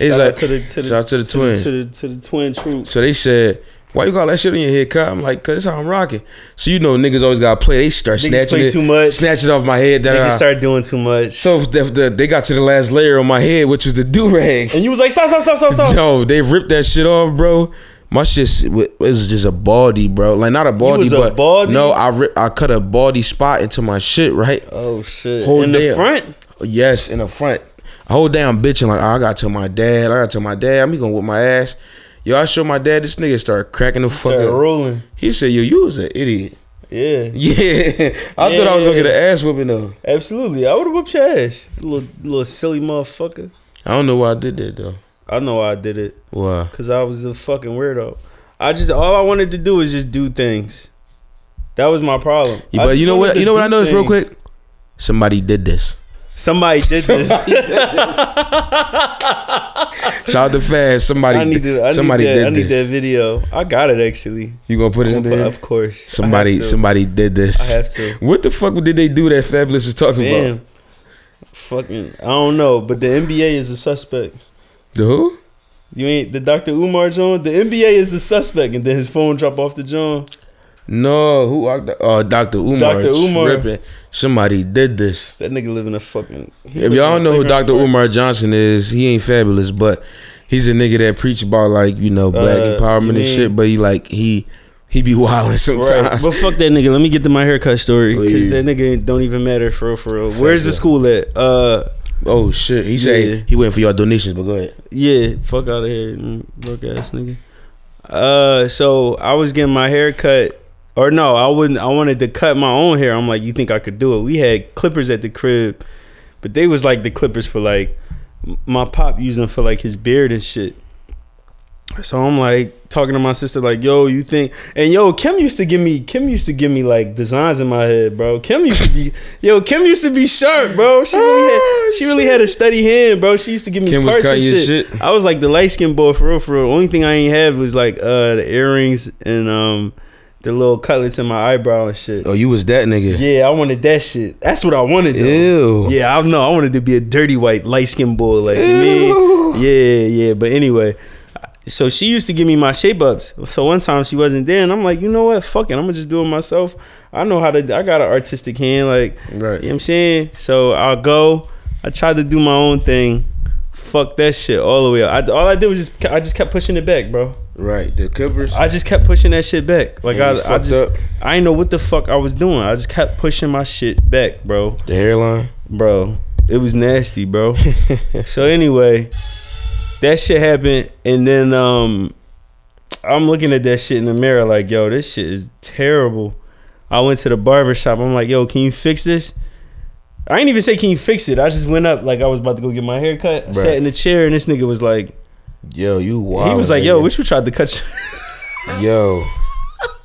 [SPEAKER 1] It's
[SPEAKER 2] Shout out
[SPEAKER 1] like
[SPEAKER 2] to the to the,
[SPEAKER 1] shout out to the twin.
[SPEAKER 2] to the to the twin troops.
[SPEAKER 1] So they said, "Why you got all that shit on your head, cut?" I'm like, "Cause it's how I'm rocking." So you know, niggas always gotta play. They start
[SPEAKER 2] Niggas
[SPEAKER 1] snatching
[SPEAKER 2] play
[SPEAKER 1] it,
[SPEAKER 2] too much.
[SPEAKER 1] snatch it off my head. Da, da, da.
[SPEAKER 2] Niggas start doing too much.
[SPEAKER 1] So the, the, they got to the last layer on my head, which was the do rag.
[SPEAKER 2] and you was like, stop, stop, stop, stop, stop.
[SPEAKER 1] No, they ripped that shit off, bro. My shit s- wa- was just a baldy, bro. Like not a baldy,
[SPEAKER 2] was a
[SPEAKER 1] but
[SPEAKER 2] baldy?
[SPEAKER 1] no, I rip, I cut a baldy spot into my shit, right?
[SPEAKER 2] Oh shit!
[SPEAKER 1] Whole
[SPEAKER 2] in
[SPEAKER 1] damn-
[SPEAKER 2] the front,
[SPEAKER 1] Yes, in the front. I hold down bitching like I got to my dad. I got to my dad. I'm gonna whip my ass. Yo, I show my dad this nigga start cracking the fuck
[SPEAKER 2] started
[SPEAKER 1] up.
[SPEAKER 2] rolling.
[SPEAKER 1] He said, "Yo, you was an idiot."
[SPEAKER 2] Yeah,
[SPEAKER 1] Yeah, I thought I was gonna get an ass whipping though.
[SPEAKER 2] absolutely. I would have whooped your ass, you little little silly motherfucker.
[SPEAKER 1] I don't know why I did that though.
[SPEAKER 2] I know why I did it
[SPEAKER 1] Why?
[SPEAKER 2] because I was a fucking weirdo. I just all I wanted to do was just do things. That was my problem. I
[SPEAKER 1] but
[SPEAKER 2] just
[SPEAKER 1] you know
[SPEAKER 2] wanted
[SPEAKER 1] what?
[SPEAKER 2] to
[SPEAKER 1] You know what
[SPEAKER 2] do
[SPEAKER 1] I noticed real
[SPEAKER 2] things.
[SPEAKER 1] quick. Somebody did this.
[SPEAKER 2] Somebody did this.
[SPEAKER 1] Shout out to Fast. Somebody.
[SPEAKER 2] I need to. I
[SPEAKER 1] somebody
[SPEAKER 2] need that,
[SPEAKER 1] did
[SPEAKER 2] I need
[SPEAKER 1] this.
[SPEAKER 2] that video. I got it actually.
[SPEAKER 1] You gonna put it in there?
[SPEAKER 2] Of course. I have
[SPEAKER 1] Somebody.
[SPEAKER 2] to.
[SPEAKER 1] Somebody did this.
[SPEAKER 2] I have to.
[SPEAKER 1] What the fuck did they do that Fabulous was talking
[SPEAKER 2] Damn.
[SPEAKER 1] about?
[SPEAKER 2] Fucking. I don't know, but the NBA is a suspect.
[SPEAKER 1] The who?
[SPEAKER 2] You ain't the Dr. Umar John. The NBA is the suspect, and then his phone drop off the John.
[SPEAKER 1] No, who? are the- Oh, Dr. Umar.
[SPEAKER 2] Dr. Umar.
[SPEAKER 1] tripping. Somebody did this.
[SPEAKER 2] That nigga live in a fucking. he
[SPEAKER 1] If
[SPEAKER 2] live
[SPEAKER 1] y'all
[SPEAKER 2] in
[SPEAKER 1] don't know
[SPEAKER 2] a
[SPEAKER 1] who
[SPEAKER 2] playground
[SPEAKER 1] Dr.
[SPEAKER 2] park.
[SPEAKER 1] Umar Johnson is, he ain't fabulous, but he's a nigga that preach about like you know black
[SPEAKER 2] Uh,
[SPEAKER 1] empowerment
[SPEAKER 2] you
[SPEAKER 1] and shit.
[SPEAKER 2] mean-
[SPEAKER 1] But he like he he be wilding
[SPEAKER 2] Right,
[SPEAKER 1] sometimes.
[SPEAKER 2] but fuck that nigga. Let me get to my haircut story because
[SPEAKER 1] Please.
[SPEAKER 2] that nigga ain't- don't even matter for real. For real. Where's the
[SPEAKER 1] that.
[SPEAKER 2] school at? Uh,
[SPEAKER 1] oh shit, he said
[SPEAKER 2] Yeah.
[SPEAKER 1] he waiting for y'all donations. But go ahead.
[SPEAKER 2] yeah. Fuck out of here, mm, broke ass nigga. Uh, so I was getting my hair cut, or no, I wouldn't. I wanted to cut my own hair. I'm like, you think I could do it? We had clippers at the crib, but they was like the clippers for like m- my pop using for like his beard and shit. So I'm like talking to my sister, like, yo, you think? And yo, Kim used to give me, Kim used to give me like designs in my head, bro. Kim used to be, yo, Kim used to be sharp, bro. She really had, she really had a steady hand, bro. She used to give me
[SPEAKER 1] Kim was
[SPEAKER 2] parts and
[SPEAKER 1] cutting your
[SPEAKER 2] shit.
[SPEAKER 1] shit?
[SPEAKER 2] I was like the light skinned boy for real, for real. Only thing I ain't have was like uh the earrings and um the little cutlets in my eyebrow and shit.
[SPEAKER 1] Oh, you was that nigga.
[SPEAKER 2] Yeah, I wanted that shit. That's what I wanted.
[SPEAKER 1] Ew.
[SPEAKER 2] Though. Yeah, I know. I wanted to be a dirty white light skinned boy, like you mean? Yeah, yeah. But anyway, so she used to give me my shape ups. So one time she wasn't there, and I'm like, you know what? Fuck it, I'm gonna just do it myself. I know how to. I got an artistic hand, like
[SPEAKER 1] Right.
[SPEAKER 2] you know what I'm saying. So I'll go. I tried to do my own thing. Fuck that shit all the way up. I, all I did was just I just kept pushing it back, bro.
[SPEAKER 1] Right. The Clippers.
[SPEAKER 2] I just kept pushing that shit back. Like
[SPEAKER 1] And you
[SPEAKER 2] I, I
[SPEAKER 1] fucked
[SPEAKER 2] just
[SPEAKER 1] up.
[SPEAKER 2] I didn't know what the fuck I was doing. I just kept pushing my shit back, bro.
[SPEAKER 1] The hairline.
[SPEAKER 2] Bro, it was nasty, bro. so anyway, that shit happened, and then um, I'm looking at that shit in the mirror, like, yo, this shit is terrible. I went to the barber shop. I'm like, yo, can you fix this? I ain't even say can you fix it. I just went up like I was about to go get my hair cut. I sat in the chair and this nigga was like,
[SPEAKER 1] Yo, you wild.
[SPEAKER 2] he was like, yo, what you tried to cut? your-
[SPEAKER 1] Yo.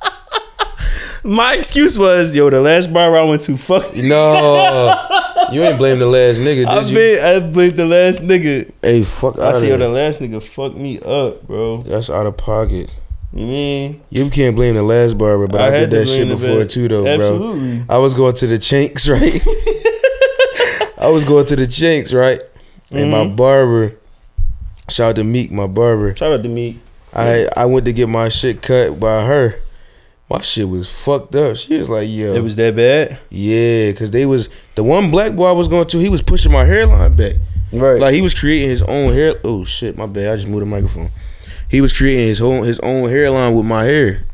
[SPEAKER 2] My excuse was, yo, the last barber I went to, fuck.
[SPEAKER 1] No. you ain't blame the last nigga, did
[SPEAKER 2] I
[SPEAKER 1] you?
[SPEAKER 2] been, I blamed the last nigga.
[SPEAKER 1] hey, fuck
[SPEAKER 2] I
[SPEAKER 1] out of
[SPEAKER 2] said, yo, the
[SPEAKER 1] here.
[SPEAKER 2] last nigga fucked me up, bro.
[SPEAKER 1] That's out of pocket.
[SPEAKER 2] You mean?
[SPEAKER 1] You can't blame the last barber, but I, did
[SPEAKER 2] had to
[SPEAKER 1] that
[SPEAKER 2] blame
[SPEAKER 1] shit
[SPEAKER 2] the
[SPEAKER 1] before
[SPEAKER 2] vet.
[SPEAKER 1] too, though, bro.
[SPEAKER 2] Absolutely.
[SPEAKER 1] I was going to the chinks, right? I was going to the chinks, right? And my
[SPEAKER 2] Mm-hmm.
[SPEAKER 1] barber, shout out to Meek, my barber.
[SPEAKER 2] Shout out to me.
[SPEAKER 1] I I went to get my shit cut by her. My shit was fucked up. She was like, yo,
[SPEAKER 2] It was that bad?
[SPEAKER 1] yeah, because they was the one black boy I was going to. He was pushing my hairline back.
[SPEAKER 2] Right.
[SPEAKER 1] Like he was creating his own hair. Oh shit, my bad. I just moved the microphone. He was creating his own his own hairline with my hair.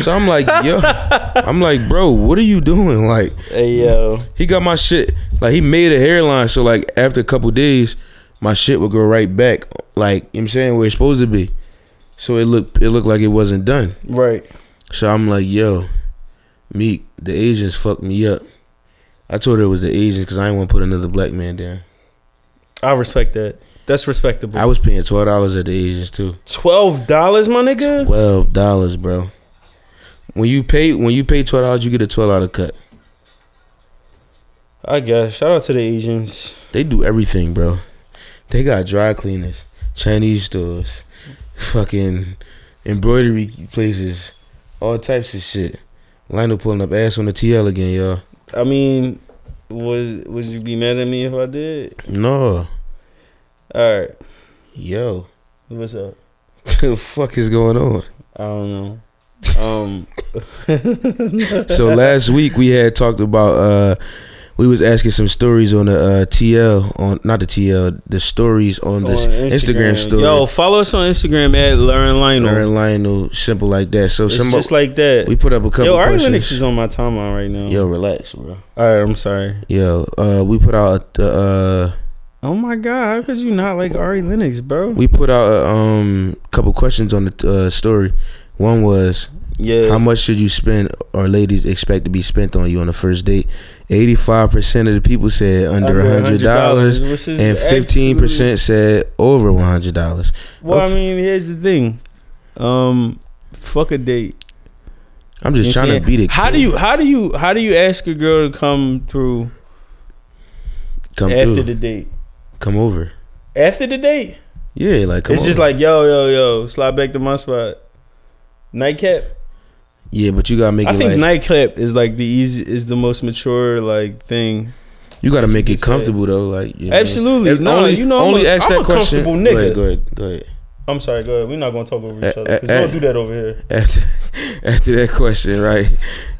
[SPEAKER 1] So I'm like, yo, I'm like, bro, what are you doing? Like
[SPEAKER 2] hey, yo.
[SPEAKER 1] he got my shit. Like he made a hairline. So like after a couple days, my shit would go right back. Like you know what I'm saying where it's supposed to be. So it looked it looked like it wasn't done.
[SPEAKER 2] Right.
[SPEAKER 1] So I'm like, yo, Meek, the Asians fucked me up. I told her it was the Asians because I didn't want to put another black man down.
[SPEAKER 2] I respect that. That's respectable.
[SPEAKER 1] I was paying twelve dollars at the Asians too.
[SPEAKER 2] $12, my nigga?
[SPEAKER 1] Twelve dollars, bro. When you pay when you pay twelve dollars, you get a twelve dollar cut.
[SPEAKER 2] I guess. Shout out to the Asians.
[SPEAKER 1] They do everything, bro. They got dry cleaners, Chinese stores, fucking embroidery places, all types of shit. Lionel pulling up ass on the TL again, y'all.
[SPEAKER 2] I mean, would, would you be mad at me if I did?
[SPEAKER 1] No,
[SPEAKER 2] All right.
[SPEAKER 1] Yo,
[SPEAKER 2] What's up?
[SPEAKER 1] the fuck is going on?
[SPEAKER 2] I don't know. Um,
[SPEAKER 1] So last week we had talked about uh we was asking some stories on the uh, TL on not the TL the stories on the
[SPEAKER 2] On
[SPEAKER 1] Instagram,
[SPEAKER 2] Instagram.
[SPEAKER 1] story.
[SPEAKER 3] Yo, follow us on Instagram at Lauren Lionel.
[SPEAKER 1] Aaron Lionel, simple like that. So
[SPEAKER 2] it's
[SPEAKER 1] some
[SPEAKER 2] just like that.
[SPEAKER 1] we put up a couple
[SPEAKER 2] Yo, Ari
[SPEAKER 1] questions.
[SPEAKER 2] Lennox is on my timeline right now.
[SPEAKER 1] Yo, relax, bro.
[SPEAKER 2] All right, I'm sorry.
[SPEAKER 1] Yo, uh, we put out the
[SPEAKER 2] Oh my god, how could you not like Ari Lennox,
[SPEAKER 1] uh,
[SPEAKER 2] bro?
[SPEAKER 1] we put out a um couple questions on the uh, story. One was
[SPEAKER 2] Yeah.
[SPEAKER 1] How much should you spend or ladies expect to be spent on you on the first date? 85% of the people said under a $100,
[SPEAKER 2] which is
[SPEAKER 1] and 15% said over $100.
[SPEAKER 2] absolute- Well,
[SPEAKER 1] Okay.
[SPEAKER 2] I mean, here's the thing. Um, fuck a date.
[SPEAKER 1] I'm just
[SPEAKER 2] You
[SPEAKER 1] trying
[SPEAKER 2] understand?
[SPEAKER 1] to beat it.
[SPEAKER 2] How do you? How do you? How do you ask a girl to come through
[SPEAKER 1] come
[SPEAKER 2] after
[SPEAKER 1] through,
[SPEAKER 2] the date?
[SPEAKER 1] Come over.
[SPEAKER 2] After the date,
[SPEAKER 1] Yeah, like come
[SPEAKER 2] it's just
[SPEAKER 1] over.
[SPEAKER 2] like yo, yo, yo, slide back to my spot. Nightcap.
[SPEAKER 1] Yeah, but you got to make
[SPEAKER 2] I
[SPEAKER 1] it
[SPEAKER 2] think
[SPEAKER 1] like
[SPEAKER 2] nightcap is like the easy, is the most mature like thing.
[SPEAKER 1] you got to make
[SPEAKER 2] should
[SPEAKER 1] it
[SPEAKER 2] be
[SPEAKER 1] comfortable though, like you know.
[SPEAKER 2] Absolutely.
[SPEAKER 1] And
[SPEAKER 2] no,
[SPEAKER 1] only,
[SPEAKER 2] you know,
[SPEAKER 1] only
[SPEAKER 2] I'm a,
[SPEAKER 1] ask
[SPEAKER 2] I'm
[SPEAKER 1] that
[SPEAKER 2] a
[SPEAKER 1] question.
[SPEAKER 2] comfortable
[SPEAKER 1] Go ahead,
[SPEAKER 2] nigga.
[SPEAKER 1] go ahead, go ahead.
[SPEAKER 2] I'm sorry, go ahead. We're not gonna talk over each
[SPEAKER 1] Eh,
[SPEAKER 2] other. Cause
[SPEAKER 1] eh,
[SPEAKER 2] we don't
[SPEAKER 1] eh.
[SPEAKER 2] do that over here.
[SPEAKER 1] After, after that question, right?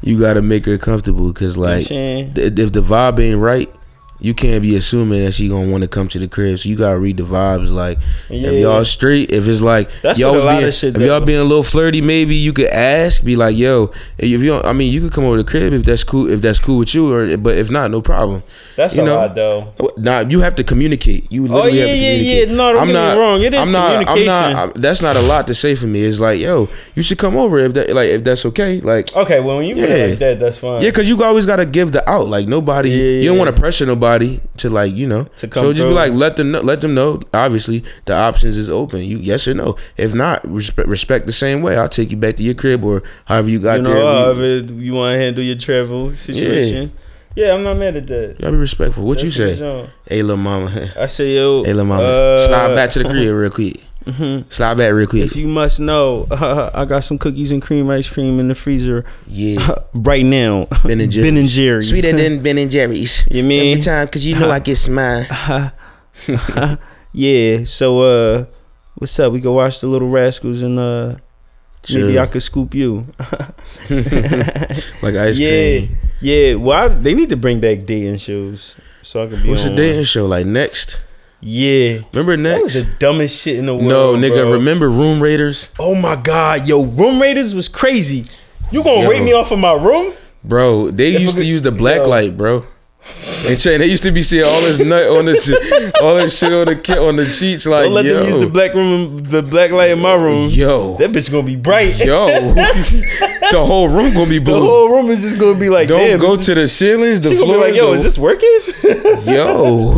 [SPEAKER 1] You got to make her comfortable cuz like
[SPEAKER 2] Shane.
[SPEAKER 1] th- if the vibe ain't right, you can't be assuming that she gonna want to come to the crib. So you gotta read the vibes. Like
[SPEAKER 2] yeah.
[SPEAKER 1] if y'all straight, if it's like
[SPEAKER 2] That's
[SPEAKER 1] y'all
[SPEAKER 2] what a
[SPEAKER 1] was
[SPEAKER 2] lot
[SPEAKER 1] being,
[SPEAKER 2] of shit
[SPEAKER 1] if
[SPEAKER 2] that-
[SPEAKER 1] y'all being a little flirty, maybe you could ask, be like, "Yo, if you, don't, I mean, you could come over to the crib if that's cool, if that's cool with you, or but if not, no problem.
[SPEAKER 2] that's
[SPEAKER 1] you
[SPEAKER 2] a
[SPEAKER 1] know,
[SPEAKER 2] lot though.
[SPEAKER 1] Nah, you have to communicate. You
[SPEAKER 2] Oh
[SPEAKER 1] literally
[SPEAKER 2] yeah,
[SPEAKER 1] have to
[SPEAKER 2] yeah, yeah.
[SPEAKER 1] communicate.
[SPEAKER 2] No, don't
[SPEAKER 1] I'm
[SPEAKER 2] get
[SPEAKER 1] not-
[SPEAKER 2] me wrong. It is
[SPEAKER 1] I'm not. I'm
[SPEAKER 2] communication.
[SPEAKER 1] not. I'm- that's not a lot to say for me. It's like, yo, you should come over if that, like, if that's okay. Like,
[SPEAKER 2] okay, well when you put
[SPEAKER 1] Yeah.
[SPEAKER 2] it like that, that's fine.
[SPEAKER 1] yeah, because you always gotta give the out. Like nobody,
[SPEAKER 2] Yeah, yeah,
[SPEAKER 1] you don't
[SPEAKER 2] yeah.
[SPEAKER 1] want to pressure nobody to like you know.
[SPEAKER 2] To come
[SPEAKER 1] so just be
[SPEAKER 2] through.
[SPEAKER 1] like, let them know, let them know. Obviously, the options is open. You yes or no. If not, respect, respect the same way. I'll take you back to your crib or however you got
[SPEAKER 2] you know,
[SPEAKER 1] there. We-
[SPEAKER 2] however you want to handle your travel situation. Yeah, I'm not mad at that.
[SPEAKER 1] Y'all be respectful. What you
[SPEAKER 2] That's good,
[SPEAKER 1] say?
[SPEAKER 2] John.
[SPEAKER 1] Hey, little mama. Hey,
[SPEAKER 2] I say yo.
[SPEAKER 1] little mama.
[SPEAKER 2] uh,
[SPEAKER 1] Slide back to the crib real quick.
[SPEAKER 2] mhm.
[SPEAKER 1] Slide back real quick.
[SPEAKER 2] If you must know, I got some cookies and cream ice cream in the freezer
[SPEAKER 1] Yeah,
[SPEAKER 2] right now.
[SPEAKER 1] Ben and Jerry's.
[SPEAKER 2] Ben and Jerry's.
[SPEAKER 1] Ben and Jerry's.
[SPEAKER 2] You mean?
[SPEAKER 1] time, cause you know I get mine.
[SPEAKER 2] yeah. So uh, what's up? We go watch the Little Rascals and uh, maybe I could scoop you.
[SPEAKER 1] like ice
[SPEAKER 2] yeah,
[SPEAKER 1] cream.
[SPEAKER 2] yeah. Well, I, they need to bring back dating shows so I can be.
[SPEAKER 1] What's the
[SPEAKER 2] on
[SPEAKER 1] dating
[SPEAKER 2] one.
[SPEAKER 1] show like next?
[SPEAKER 2] Yeah,
[SPEAKER 1] Remember
[SPEAKER 2] that
[SPEAKER 1] next?
[SPEAKER 2] was the dumbest shit in the world.
[SPEAKER 1] No, nigga,
[SPEAKER 2] bro.
[SPEAKER 1] remember Room Raiders?
[SPEAKER 2] Oh my god, yo, Room Raiders was crazy. You gonna
[SPEAKER 1] Yo.
[SPEAKER 2] rate me off of my room?
[SPEAKER 1] Bro, they
[SPEAKER 2] Yeah,
[SPEAKER 1] used to
[SPEAKER 2] because-
[SPEAKER 1] use the black
[SPEAKER 2] yo.
[SPEAKER 1] light, bro. And Shane, they used to be seeing all this nut on the shit, all this shit on the ki- on the sheets, like
[SPEAKER 2] Don't let
[SPEAKER 1] yo,
[SPEAKER 2] them use the black room, the black light in my room.
[SPEAKER 1] yo,
[SPEAKER 2] That bitch gonna be bright.
[SPEAKER 1] yo, the whole room gonna be
[SPEAKER 2] The
[SPEAKER 1] blue.
[SPEAKER 2] whole room is just gonna be like,
[SPEAKER 1] Don't
[SPEAKER 2] damn,
[SPEAKER 1] go
[SPEAKER 2] is
[SPEAKER 1] to the ceilings, the
[SPEAKER 2] this, she gonna
[SPEAKER 1] floor.
[SPEAKER 2] be like, yo, is this working?
[SPEAKER 1] yo?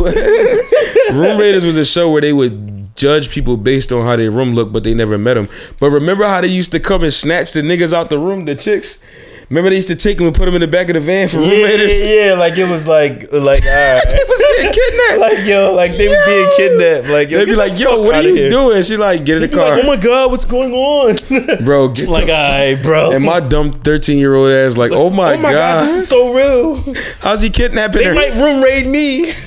[SPEAKER 1] room Raiders was a show where they would judge people based on how their room looked, but they never met them. But remember how they used to come and snatch the niggas out the room, the chicks. Remember they used to take them and put them in the back of the van for room
[SPEAKER 2] yeah,
[SPEAKER 1] raiders.
[SPEAKER 2] yeah, yeah, like it was like like all
[SPEAKER 1] They
[SPEAKER 2] right.
[SPEAKER 1] was getting kidnapped.
[SPEAKER 2] like yo, like they was being kidnapped. Like yo,
[SPEAKER 1] They be
[SPEAKER 2] get
[SPEAKER 1] like,
[SPEAKER 2] the
[SPEAKER 1] "Yo,
[SPEAKER 2] fuck
[SPEAKER 1] what are
[SPEAKER 2] outta
[SPEAKER 1] you
[SPEAKER 2] here."
[SPEAKER 1] doing?" She like, "Get in the
[SPEAKER 2] Be like,
[SPEAKER 1] car,
[SPEAKER 2] oh my god, what's going on?
[SPEAKER 1] bro." Get
[SPEAKER 2] like,
[SPEAKER 1] the
[SPEAKER 2] all right, bro.
[SPEAKER 1] f- and my dumb thirteen year old ass like, "Oh my,
[SPEAKER 2] oh my god.
[SPEAKER 1] god.
[SPEAKER 2] this is so real.
[SPEAKER 1] how's he kidnapping
[SPEAKER 2] They
[SPEAKER 1] her?"
[SPEAKER 2] might room raid me.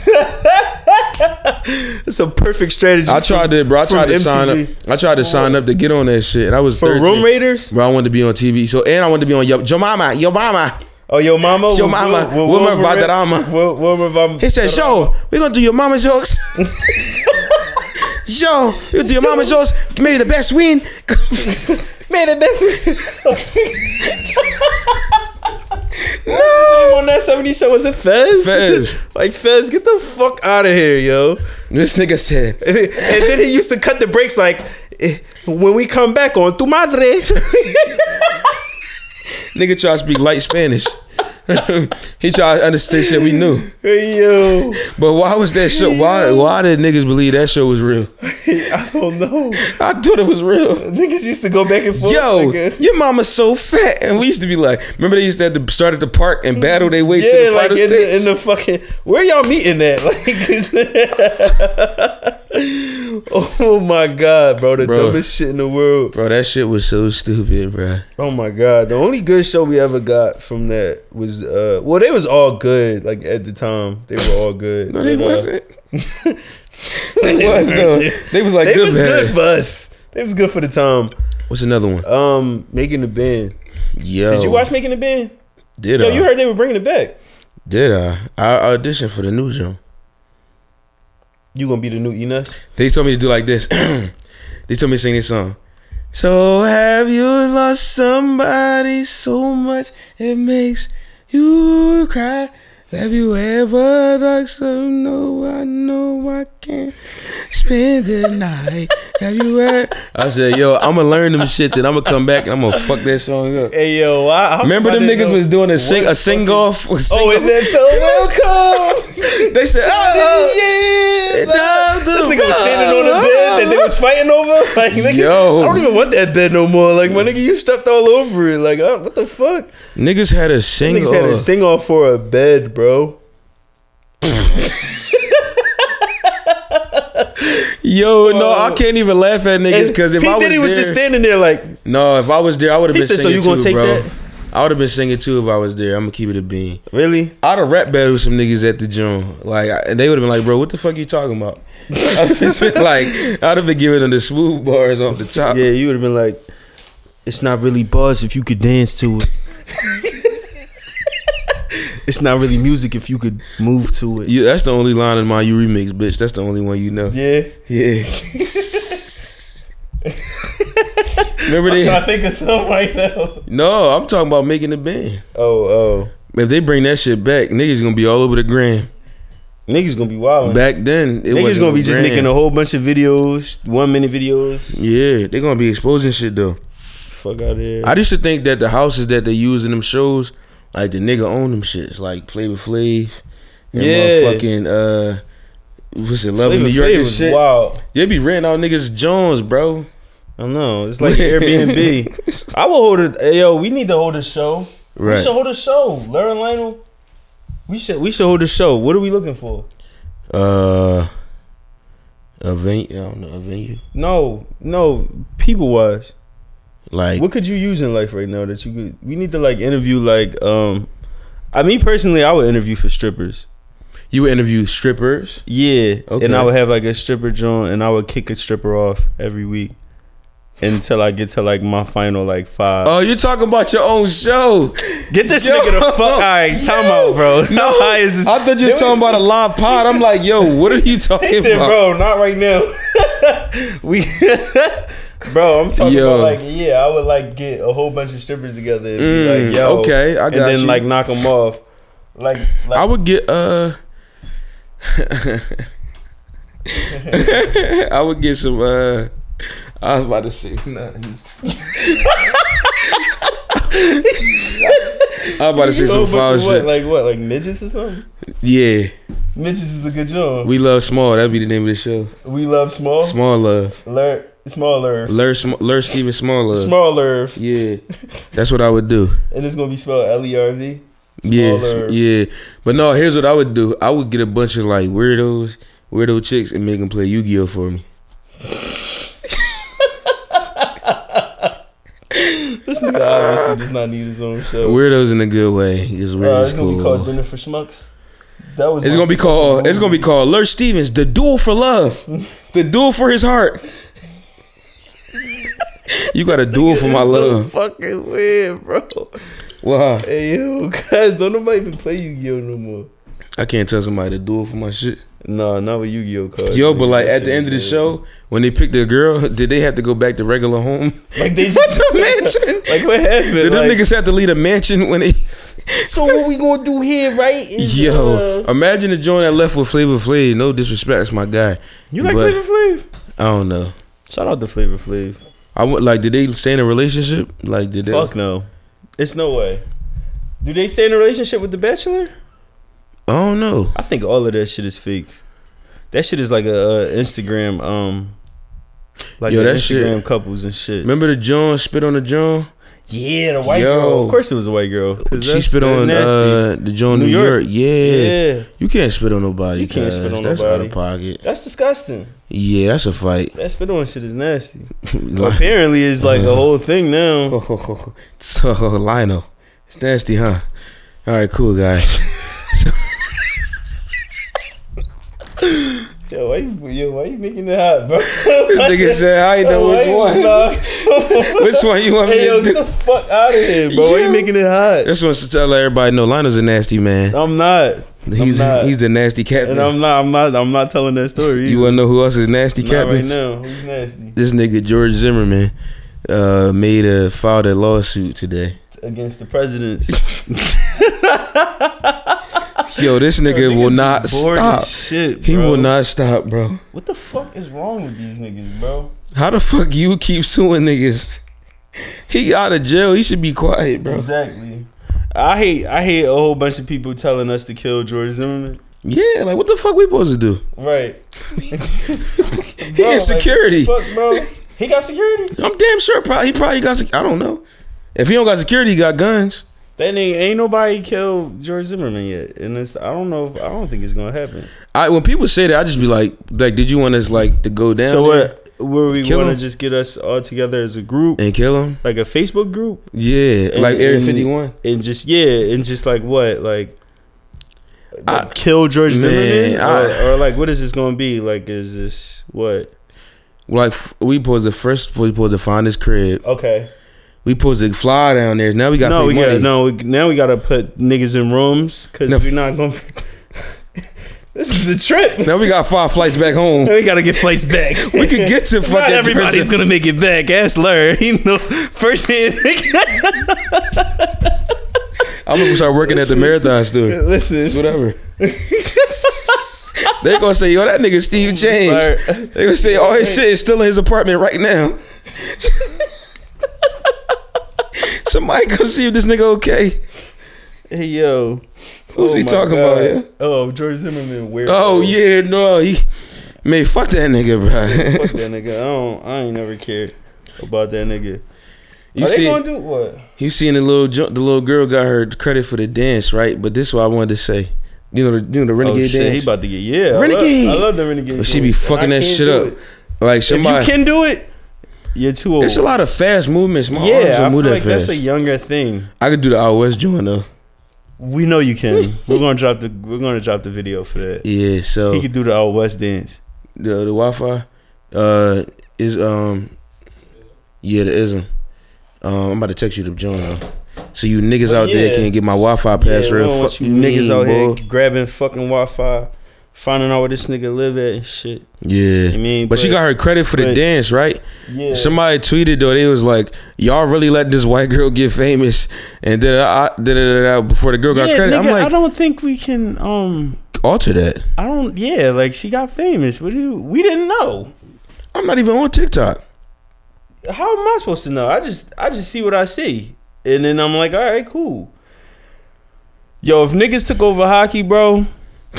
[SPEAKER 2] It's a perfect strategy.
[SPEAKER 1] I tried to, bro. I
[SPEAKER 2] from
[SPEAKER 1] tried to sign
[SPEAKER 2] MTV.
[SPEAKER 1] up. I tried to sign up to get on that shit, and I was
[SPEAKER 2] for
[SPEAKER 1] 13.
[SPEAKER 2] room raiders.
[SPEAKER 1] Bro, I wanted to be on TV, so and I wanted to be on Yo, Yo Mama, Yo Mama.
[SPEAKER 2] Oh, your mama,
[SPEAKER 1] Yo
[SPEAKER 2] was-
[SPEAKER 1] mama,
[SPEAKER 2] wa- wa-
[SPEAKER 1] Wilmer
[SPEAKER 2] Wilmer-
[SPEAKER 1] Valderrama.
[SPEAKER 2] Wil- Wilmer Valderrama.
[SPEAKER 1] He said, "Yo, we gonna do your mama jokes." Yo, you do your mama jokes. Maybe the best win.
[SPEAKER 2] man, the best. no, on that seventy show was it Fez?
[SPEAKER 1] Fez.
[SPEAKER 2] like Fez, get the fuck out of here, yo.
[SPEAKER 1] this nigga said,
[SPEAKER 2] and then he used to cut the brakes like eh, when we come back on tu madre
[SPEAKER 1] "Nigga try to speak light Spanish." he tried to understand shit we knew.
[SPEAKER 2] Hey, yo
[SPEAKER 1] But why was that show? Why why did niggas believe that show was real?
[SPEAKER 2] i don't know
[SPEAKER 1] I thought it was real.
[SPEAKER 2] niggas used to go back and forth
[SPEAKER 1] Yo,
[SPEAKER 2] nigga.
[SPEAKER 1] your mama's so fat, and we used to be like, remember they used to have to start at the park and battle their way to
[SPEAKER 2] yeah
[SPEAKER 1] the
[SPEAKER 2] like
[SPEAKER 1] final
[SPEAKER 2] in the,
[SPEAKER 1] stage.
[SPEAKER 2] in the fucking where y'all meeting at like is oh my god bro the
[SPEAKER 1] Bro.
[SPEAKER 2] dumbest shit in the world
[SPEAKER 1] bro, that shit was so stupid, bro.
[SPEAKER 2] oh my god the only good show we ever got from that was uh well they was all good like at the time they were all good
[SPEAKER 1] No, they
[SPEAKER 2] But, uh,
[SPEAKER 1] wasn't. They was though. They was like
[SPEAKER 2] They
[SPEAKER 1] good
[SPEAKER 2] was
[SPEAKER 1] bad.
[SPEAKER 2] good for us. They was good for the time.
[SPEAKER 1] What's another one?
[SPEAKER 2] Um, making the band.
[SPEAKER 1] Yo,
[SPEAKER 2] Did you watch Making the Band?
[SPEAKER 1] Did
[SPEAKER 2] Yo,
[SPEAKER 1] I?
[SPEAKER 2] you heard they were bringing it back.
[SPEAKER 1] Did I? I auditioned for the new joint.
[SPEAKER 2] You gonna be the new Enos?
[SPEAKER 1] They told me to do like this. they told me to sing this song. So have you lost somebody so much it makes you cry? Have you ever lost some? No, I know I can't spend the night. Have you ever? I said, yo, I'm gonna learn them shits and I'm gonna come back and I'm gonna fuck that song up.
[SPEAKER 2] Hey yo, I, I
[SPEAKER 1] Remember them niggas was doing a sing a
[SPEAKER 2] What
[SPEAKER 1] sing off.
[SPEAKER 2] Oh, is that so welcome?
[SPEAKER 1] They said, oh,
[SPEAKER 2] yeah,
[SPEAKER 1] love the
[SPEAKER 2] this nigga was standing on the
[SPEAKER 1] world.
[SPEAKER 2] bed that they was fighting over. Like, nigga,
[SPEAKER 1] Yo.
[SPEAKER 2] I don't even want that bed no more. Like, my nigga, you stepped all over it. Like, uh, what the fuck?
[SPEAKER 1] niggas had a sing
[SPEAKER 2] Niggas had a
[SPEAKER 1] off.
[SPEAKER 2] sing off for a bed, bro.
[SPEAKER 1] Yo, no, I can't even laugh at niggas
[SPEAKER 2] uh, And
[SPEAKER 1] because if
[SPEAKER 2] P
[SPEAKER 1] I was
[SPEAKER 2] Diddy
[SPEAKER 1] there,
[SPEAKER 2] was just standing there, like,
[SPEAKER 1] no, if I was there, I would have
[SPEAKER 2] He
[SPEAKER 1] been
[SPEAKER 2] said, "So
[SPEAKER 1] singing
[SPEAKER 2] you gonna
[SPEAKER 1] too,
[SPEAKER 2] take
[SPEAKER 1] bro.
[SPEAKER 2] that?"
[SPEAKER 1] I would have been singing too if I was there. I'm gonna keep it a bean.
[SPEAKER 2] really?
[SPEAKER 1] I'd have rap battled some niggas at the gym, like, I- and they would have been like, "Bro, what the fuck you talking about?" I'd have been like, I'd have been giving them the smooth bars off the top.
[SPEAKER 2] Yeah, you would have been like, it's not really buzz if you could dance to it. it's not really music if you could move to it.
[SPEAKER 1] You, that's the only line in my you remix, bitch. That's the only one you know.
[SPEAKER 2] Yeah.
[SPEAKER 1] Yeah. Remember they?
[SPEAKER 2] to think of something right now.
[SPEAKER 1] No, I'm talking about making the band.
[SPEAKER 2] Oh, oh.
[SPEAKER 1] If they bring that shit back, niggas gonna be all over the gram.
[SPEAKER 2] Niggas gonna be wildin'.
[SPEAKER 1] Back then, it
[SPEAKER 2] Oh. Niggas
[SPEAKER 1] wasn't
[SPEAKER 2] gonna be just
[SPEAKER 1] grand.
[SPEAKER 2] making a whole bunch of videos, one minute videos.
[SPEAKER 1] Yeah, they gonna be exposing shit though.
[SPEAKER 2] Fuck out of here.
[SPEAKER 1] I used to think that the houses that they use in them shows, like the nigga own them shits, like Flavor Flav, and
[SPEAKER 2] Yeah.
[SPEAKER 1] motherfucking uh, what's it, Love in
[SPEAKER 2] Flavor
[SPEAKER 1] New York
[SPEAKER 2] Flav
[SPEAKER 1] and
[SPEAKER 2] was
[SPEAKER 1] shit.
[SPEAKER 2] wild.
[SPEAKER 1] They be renting out niggas Jones, bro.
[SPEAKER 2] I don't know. It's like Airbnb. I will hold it. hey, Yo, we need to hold a show. We
[SPEAKER 1] Right.
[SPEAKER 2] should hold a show. Larry Lionel. We should we should hold a show. What are we looking for?
[SPEAKER 1] Uh, a venue, I don't know, a venue.
[SPEAKER 2] No, no, people wise.
[SPEAKER 1] Like
[SPEAKER 2] What could you use in life right now that you could we need to like interview like um I mean personally I would interview for strippers.
[SPEAKER 1] you interview strippers.
[SPEAKER 2] Yeah.
[SPEAKER 1] Okay.
[SPEAKER 2] And I would have like a stripper joint and I would kick a stripper off every week until I get to like my final like five.
[SPEAKER 1] Oh, you're talking about your own show.
[SPEAKER 2] get this
[SPEAKER 1] yo.
[SPEAKER 2] nigga the fuck all right, time out, bro. No, How high is this?
[SPEAKER 1] I thought you was talking about a live pod. I'm like, yo, what are you talking
[SPEAKER 2] He said,
[SPEAKER 1] about?
[SPEAKER 2] bro, not right now. we, bro, I'm talking
[SPEAKER 1] Yo.
[SPEAKER 2] about like, yeah, I would like get a whole bunch of strippers together and be
[SPEAKER 1] Mm,
[SPEAKER 2] like, yo,
[SPEAKER 1] okay, I
[SPEAKER 2] and
[SPEAKER 1] got
[SPEAKER 2] then
[SPEAKER 1] you.
[SPEAKER 2] like knock them off, like, like
[SPEAKER 1] I would get uh I would get some uh I was about to say nothing. I was about to say
[SPEAKER 2] A whole
[SPEAKER 1] some
[SPEAKER 2] bunch
[SPEAKER 1] foul
[SPEAKER 2] of what,
[SPEAKER 1] shit.
[SPEAKER 2] like what, like midgets or something?
[SPEAKER 1] yeah.
[SPEAKER 2] Midgets is a good job. We,
[SPEAKER 1] We love small. That'd be the name of the show.
[SPEAKER 2] love small,
[SPEAKER 1] Small love.
[SPEAKER 2] Ler, smaller,
[SPEAKER 1] Lur, sm- Lur Steven Small love.
[SPEAKER 2] smaller,
[SPEAKER 1] Yeah. That's what I would do.
[SPEAKER 2] and it's gonna be spelled L E R V.
[SPEAKER 1] Yeah.
[SPEAKER 2] Smaller.
[SPEAKER 1] Yeah. But no, here's what I would do. I would get a bunch of like weirdos, weirdo chicks and make them play Yu-Gi-Oh for me.
[SPEAKER 2] This nigga obviously does not need his own show.
[SPEAKER 1] Weirdos in a good way. It's weird.
[SPEAKER 2] Uh,
[SPEAKER 1] it's
[SPEAKER 2] it's gonna be
[SPEAKER 1] cool.
[SPEAKER 2] called dinner for schmucks. That was
[SPEAKER 1] It's
[SPEAKER 2] my
[SPEAKER 1] gonna be called. It's gonna be called Lur Stevens, the duel for love, the duel for his heart. You got a duel for my
[SPEAKER 2] It's so
[SPEAKER 1] love.
[SPEAKER 2] fucking weird, bro.
[SPEAKER 1] Wow,
[SPEAKER 2] Hey yo, guys, don't nobody even play Yu-Gi-Oh no more.
[SPEAKER 1] I can't tell somebody to duel for my shit.
[SPEAKER 2] No, not with Yu-Gi-Oh cards.
[SPEAKER 1] Yo,
[SPEAKER 2] nigga.
[SPEAKER 1] but like
[SPEAKER 2] That
[SPEAKER 1] at the
[SPEAKER 2] shit
[SPEAKER 1] end of the
[SPEAKER 2] is
[SPEAKER 1] show, when they picked their girl, did they have to go back to regular home?
[SPEAKER 2] dead. like they just
[SPEAKER 1] What the mansion?
[SPEAKER 2] like what happened?
[SPEAKER 1] Did them
[SPEAKER 2] Like,
[SPEAKER 1] niggas have to leave a mansion when they?
[SPEAKER 2] so what we gonna do here, right? Is,
[SPEAKER 1] Yo,
[SPEAKER 2] uh,
[SPEAKER 1] imagine the joint that left with Flavor Flav. No disrespect, it's my guy.
[SPEAKER 2] you like
[SPEAKER 1] but-
[SPEAKER 2] Flavor Flav?
[SPEAKER 1] I don't know.
[SPEAKER 2] Shout out to Flavor Flav.
[SPEAKER 1] I would like. Did they stay in a relationship? Like, did they?
[SPEAKER 2] Fuck no, it's no way. Do they stay in a relationship with The Bachelor?
[SPEAKER 1] I don't know.
[SPEAKER 2] I think all of that shit is fake. That shit is like a uh, Instagram, um, like
[SPEAKER 1] Yo,
[SPEAKER 2] the
[SPEAKER 1] that shit-
[SPEAKER 2] Instagram couples and shit.
[SPEAKER 1] Remember the John spit on the John?
[SPEAKER 2] Yeah, the white
[SPEAKER 1] Yo.
[SPEAKER 2] girl. Of course, it was a white girl. 'cause
[SPEAKER 1] She
[SPEAKER 2] that's
[SPEAKER 1] spit
[SPEAKER 2] that
[SPEAKER 1] on
[SPEAKER 2] nasty.
[SPEAKER 1] uh, the John
[SPEAKER 2] New
[SPEAKER 1] New, York.
[SPEAKER 2] York.
[SPEAKER 1] Yeah.
[SPEAKER 2] yeah,
[SPEAKER 1] you can't spit on nobody.
[SPEAKER 2] You can't
[SPEAKER 1] cuz.
[SPEAKER 2] spit on
[SPEAKER 1] that's out
[SPEAKER 2] nobody.
[SPEAKER 1] of pocket.
[SPEAKER 2] that's disgusting.
[SPEAKER 1] Yeah, that's a fight.
[SPEAKER 2] That spit on shit is nasty. Apparently, it's like Uh-huh. a whole thing now.
[SPEAKER 1] so Lionel, it's nasty, huh? All right, cool guys.
[SPEAKER 2] Yo, why you, yo, why you making it hot, bro?
[SPEAKER 1] This nigga said, I ain't know which one. Which one you want me
[SPEAKER 2] Hey, yo,
[SPEAKER 1] to
[SPEAKER 2] get the
[SPEAKER 1] do?
[SPEAKER 2] fuck out of here, bro. Why
[SPEAKER 1] Yeah.
[SPEAKER 2] you making it hot?
[SPEAKER 1] This one's to tell everybody no, Lionel's a nasty man.
[SPEAKER 2] I'm not.
[SPEAKER 1] He's
[SPEAKER 2] I'm not.
[SPEAKER 1] he's the nasty captain.
[SPEAKER 2] and I'm not. I'm not. I'm not telling that story.
[SPEAKER 1] you
[SPEAKER 2] either.
[SPEAKER 1] wanna know who else is nasty
[SPEAKER 2] not right
[SPEAKER 1] captain?
[SPEAKER 2] now. Who's nasty
[SPEAKER 1] This nigga George Zimmerman uh, made a filed a lawsuit today.
[SPEAKER 2] against the presidents?
[SPEAKER 1] Yo, this nigga will
[SPEAKER 2] Niggas
[SPEAKER 1] not
[SPEAKER 2] bored
[SPEAKER 1] stop.
[SPEAKER 2] as Shit,
[SPEAKER 1] He
[SPEAKER 2] bro.
[SPEAKER 1] will not stop, bro.
[SPEAKER 2] What the fuck is wrong with these niggas, bro?
[SPEAKER 1] How the fuck you keep suing niggas? He out of jail. He should be quiet, bro.
[SPEAKER 2] Exactly. I hate. I hate a whole bunch of people telling us to kill George Zimmerman.
[SPEAKER 1] Yeah, like what the fuck we supposed to do?
[SPEAKER 2] Right.
[SPEAKER 1] He in security.
[SPEAKER 2] Like, fuck, bro. He got security.
[SPEAKER 1] I'm damn sure. Probably he probably got. sec- I don't know. If he don't got security, he got guns.
[SPEAKER 2] That nigga ain't nobody killed George Zimmerman yet, and it's. I don't know. If, I don't think it's gonna happen.
[SPEAKER 1] I when people say that, I just be like, like, did you want us like to go down?
[SPEAKER 2] so
[SPEAKER 1] there
[SPEAKER 2] what? Were we
[SPEAKER 1] Kill
[SPEAKER 2] want to
[SPEAKER 1] him.
[SPEAKER 2] just get us all together as a group,
[SPEAKER 1] And kill him?
[SPEAKER 2] like a Facebook group,
[SPEAKER 1] Yeah,
[SPEAKER 2] And-
[SPEAKER 1] like Area
[SPEAKER 2] and-
[SPEAKER 1] Fifty One.
[SPEAKER 2] and just yeah, and just like what, like,
[SPEAKER 1] I-
[SPEAKER 2] like, kill George
[SPEAKER 1] Man,
[SPEAKER 2] Zimmerman,
[SPEAKER 1] I-
[SPEAKER 2] or, or like what is this gonna be? Like, is this what?
[SPEAKER 1] Like f- we supposed to first, we supposed to find his crib.
[SPEAKER 2] Okay,
[SPEAKER 1] We supposed to fly down there. Now we got
[SPEAKER 2] no,
[SPEAKER 1] pay
[SPEAKER 2] we
[SPEAKER 1] money.
[SPEAKER 2] gotta no. We, now we gotta put niggas in rooms because
[SPEAKER 1] No.
[SPEAKER 2] we're not gonna. this is a trip.
[SPEAKER 1] Now we got five flights back home.
[SPEAKER 2] Now we gotta get placed back.
[SPEAKER 1] We could get to fucking.
[SPEAKER 2] Not everybody's
[SPEAKER 1] Jersey.
[SPEAKER 2] gonna make it back. Ask Larry. He know first hand.
[SPEAKER 1] I'm gonna start working at the marathon store. It's
[SPEAKER 2] Listen,
[SPEAKER 1] whatever. they gonna say, yo, that nigga Steve James.
[SPEAKER 2] Larry,
[SPEAKER 1] They gonna say all his shit is still in his apartment right now. Somebody come see if this nigga okay.
[SPEAKER 2] hey yo,
[SPEAKER 1] Who's he
[SPEAKER 2] my
[SPEAKER 1] talking
[SPEAKER 2] God.
[SPEAKER 1] about, yeah?
[SPEAKER 2] Oh, George Zimmerman. Weird.
[SPEAKER 1] Oh yeah, no, he man, fuck that nigga, bro.
[SPEAKER 2] Fuck that nigga. I don't. I ain't never cared about that nigga.
[SPEAKER 1] You
[SPEAKER 2] Are
[SPEAKER 1] see,
[SPEAKER 2] they gonna do what?
[SPEAKER 1] you seen the little jo- the little girl got her credit for the dance, right? But this is what I wanted to say. You know, the, you know the renegade
[SPEAKER 2] oh shit,
[SPEAKER 1] dance.
[SPEAKER 2] he about to get yeah. I
[SPEAKER 1] Renegade.
[SPEAKER 2] love- I love, the renegade.
[SPEAKER 1] But she be
[SPEAKER 2] dance, and
[SPEAKER 1] fucking
[SPEAKER 2] I
[SPEAKER 1] that
[SPEAKER 2] can't
[SPEAKER 1] shit
[SPEAKER 2] do
[SPEAKER 1] up.
[SPEAKER 2] it.
[SPEAKER 1] like somebody,
[SPEAKER 2] If you can do it, you're too old.
[SPEAKER 1] it's a lot of fast movements. My arms
[SPEAKER 2] Yeah,
[SPEAKER 1] don't
[SPEAKER 2] I feel
[SPEAKER 1] move that
[SPEAKER 2] like
[SPEAKER 1] fast.
[SPEAKER 2] that's a younger thing.
[SPEAKER 1] I could do the out west joint though.
[SPEAKER 2] We know you can. we're gonna drop the. We're gonna drop the video for that.
[SPEAKER 1] Yeah, so
[SPEAKER 2] He could do the out west dance.
[SPEAKER 1] the the Wi-Fi uh, is um yeah the ism. Um, I'm about to text you to join though. So you niggas out there
[SPEAKER 2] Yeah.
[SPEAKER 1] can get my Wi-Fi pass
[SPEAKER 2] Yeah, we
[SPEAKER 1] real.
[SPEAKER 2] don't want
[SPEAKER 1] Fuck
[SPEAKER 2] you
[SPEAKER 1] you niggas
[SPEAKER 2] mean,
[SPEAKER 1] out
[SPEAKER 2] boy.
[SPEAKER 1] here.
[SPEAKER 2] grabbing fucking Wi-Fi, finding out where this nigga live at and shit.
[SPEAKER 1] Yeah.
[SPEAKER 2] I mean,
[SPEAKER 1] But, she got her credit for the
[SPEAKER 2] but-
[SPEAKER 1] dance, right?
[SPEAKER 2] yeah.
[SPEAKER 1] Somebody tweeted though, they was like, "Y'all really let this white girl get famous," and then I, da, da, da, da, before the girl got
[SPEAKER 2] Yeah,
[SPEAKER 1] credit,
[SPEAKER 2] nigga, I
[SPEAKER 1] I'm like,
[SPEAKER 2] don't think we can. Um,
[SPEAKER 1] alter that.
[SPEAKER 2] I don't. Yeah, like she got famous. What do you, we didn't know?
[SPEAKER 1] I'm not even on TikTok.
[SPEAKER 2] How am I supposed to know? I just I just see what I see, and then I'm like, all right, cool. Yo, if niggas took over hockey, bro,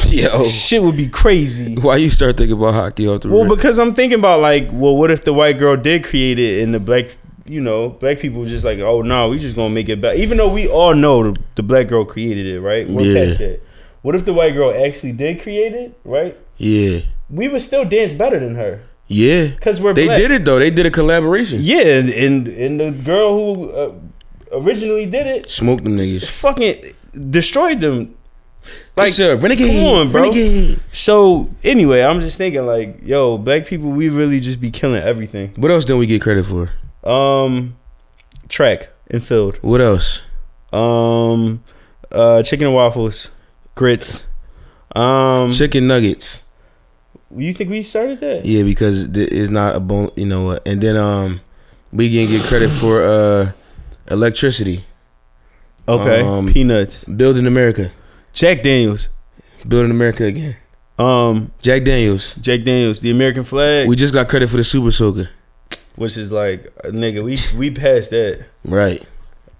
[SPEAKER 1] Yo,
[SPEAKER 2] shit would be crazy.
[SPEAKER 1] why you start thinking about hockey off the
[SPEAKER 2] Well,
[SPEAKER 1] rip?
[SPEAKER 2] because I'm thinking about like, well, what if the white girl did create it and the black, you know, black people just like, oh no, we just gonna make it back. Even though we all know the, the black girl created it, right? We're
[SPEAKER 1] Yeah.
[SPEAKER 2] past that. What if the white girl actually did create it, right?
[SPEAKER 1] yeah,
[SPEAKER 2] We would still dance better than her
[SPEAKER 1] yeah.
[SPEAKER 2] because we're
[SPEAKER 1] They
[SPEAKER 2] black.
[SPEAKER 1] did it though. They did a collaboration.
[SPEAKER 2] Yeah, and and, and the girl who uh, originally did it
[SPEAKER 1] Smoke them niggas.
[SPEAKER 2] fucking destroyed them.
[SPEAKER 1] Like sir, renegade,
[SPEAKER 2] come on, bro.
[SPEAKER 1] renegade.
[SPEAKER 2] So anyway, I'm just thinking like, yo, black people, we really just be killing everything.
[SPEAKER 1] What else don't we get credit for?
[SPEAKER 2] Um, track and field.
[SPEAKER 1] What else?
[SPEAKER 2] Mm-hmm. Um, uh, chicken and waffles, grits. Um,
[SPEAKER 1] Chicken nuggets.
[SPEAKER 2] you think we started that?
[SPEAKER 1] Yeah, because th- it's not a bone. You know what? And then um, we can get credit for uh, electricity.
[SPEAKER 2] Okay,
[SPEAKER 1] Um,
[SPEAKER 2] peanuts,
[SPEAKER 1] Building America.
[SPEAKER 2] Jack Daniels.
[SPEAKER 1] Building America again.
[SPEAKER 2] Um,
[SPEAKER 1] Jack Daniels.
[SPEAKER 2] Jack Daniels, the American flag,
[SPEAKER 1] We just got credit for the Super Soaker.
[SPEAKER 2] which is like, uh, nigga, we we passed that.
[SPEAKER 1] Right.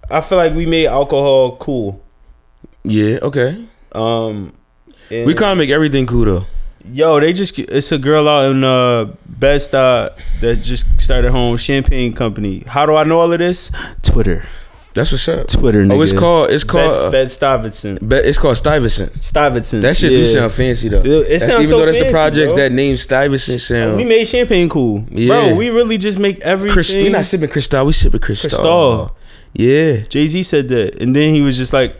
[SPEAKER 2] I feel like we made alcohol cool.
[SPEAKER 1] Yeah. Okay.
[SPEAKER 2] Um, and-
[SPEAKER 1] We kind of make everything cool though.
[SPEAKER 2] yo, they just it's a girl out in uh Bed Stuy that just started her own champagne company. How do I know all of this? Twitter,
[SPEAKER 1] That's what's up.
[SPEAKER 2] Twitter. Nigga.
[SPEAKER 1] Oh, it's called. It's
[SPEAKER 2] Bed,
[SPEAKER 1] called.
[SPEAKER 2] Bed Stuyvesant.
[SPEAKER 1] Be- it's called Stuyvesant.
[SPEAKER 2] Stuyvesant.
[SPEAKER 1] That shit
[SPEAKER 2] yeah.
[SPEAKER 1] do sound fancy though.
[SPEAKER 2] It- it
[SPEAKER 1] That's-
[SPEAKER 2] sounds
[SPEAKER 1] even
[SPEAKER 2] so
[SPEAKER 1] though that's
[SPEAKER 2] fancy,
[SPEAKER 1] the project
[SPEAKER 2] bro.
[SPEAKER 1] that named Stuyvesant sound.
[SPEAKER 2] We made champagne cool,
[SPEAKER 1] Yeah.
[SPEAKER 2] bro. We really just make everything.
[SPEAKER 1] Chris, we not sipping Cristal, we sipping Cristal.
[SPEAKER 2] Cristal.
[SPEAKER 1] Yeah.
[SPEAKER 2] Jay Z said that, and then he was just like,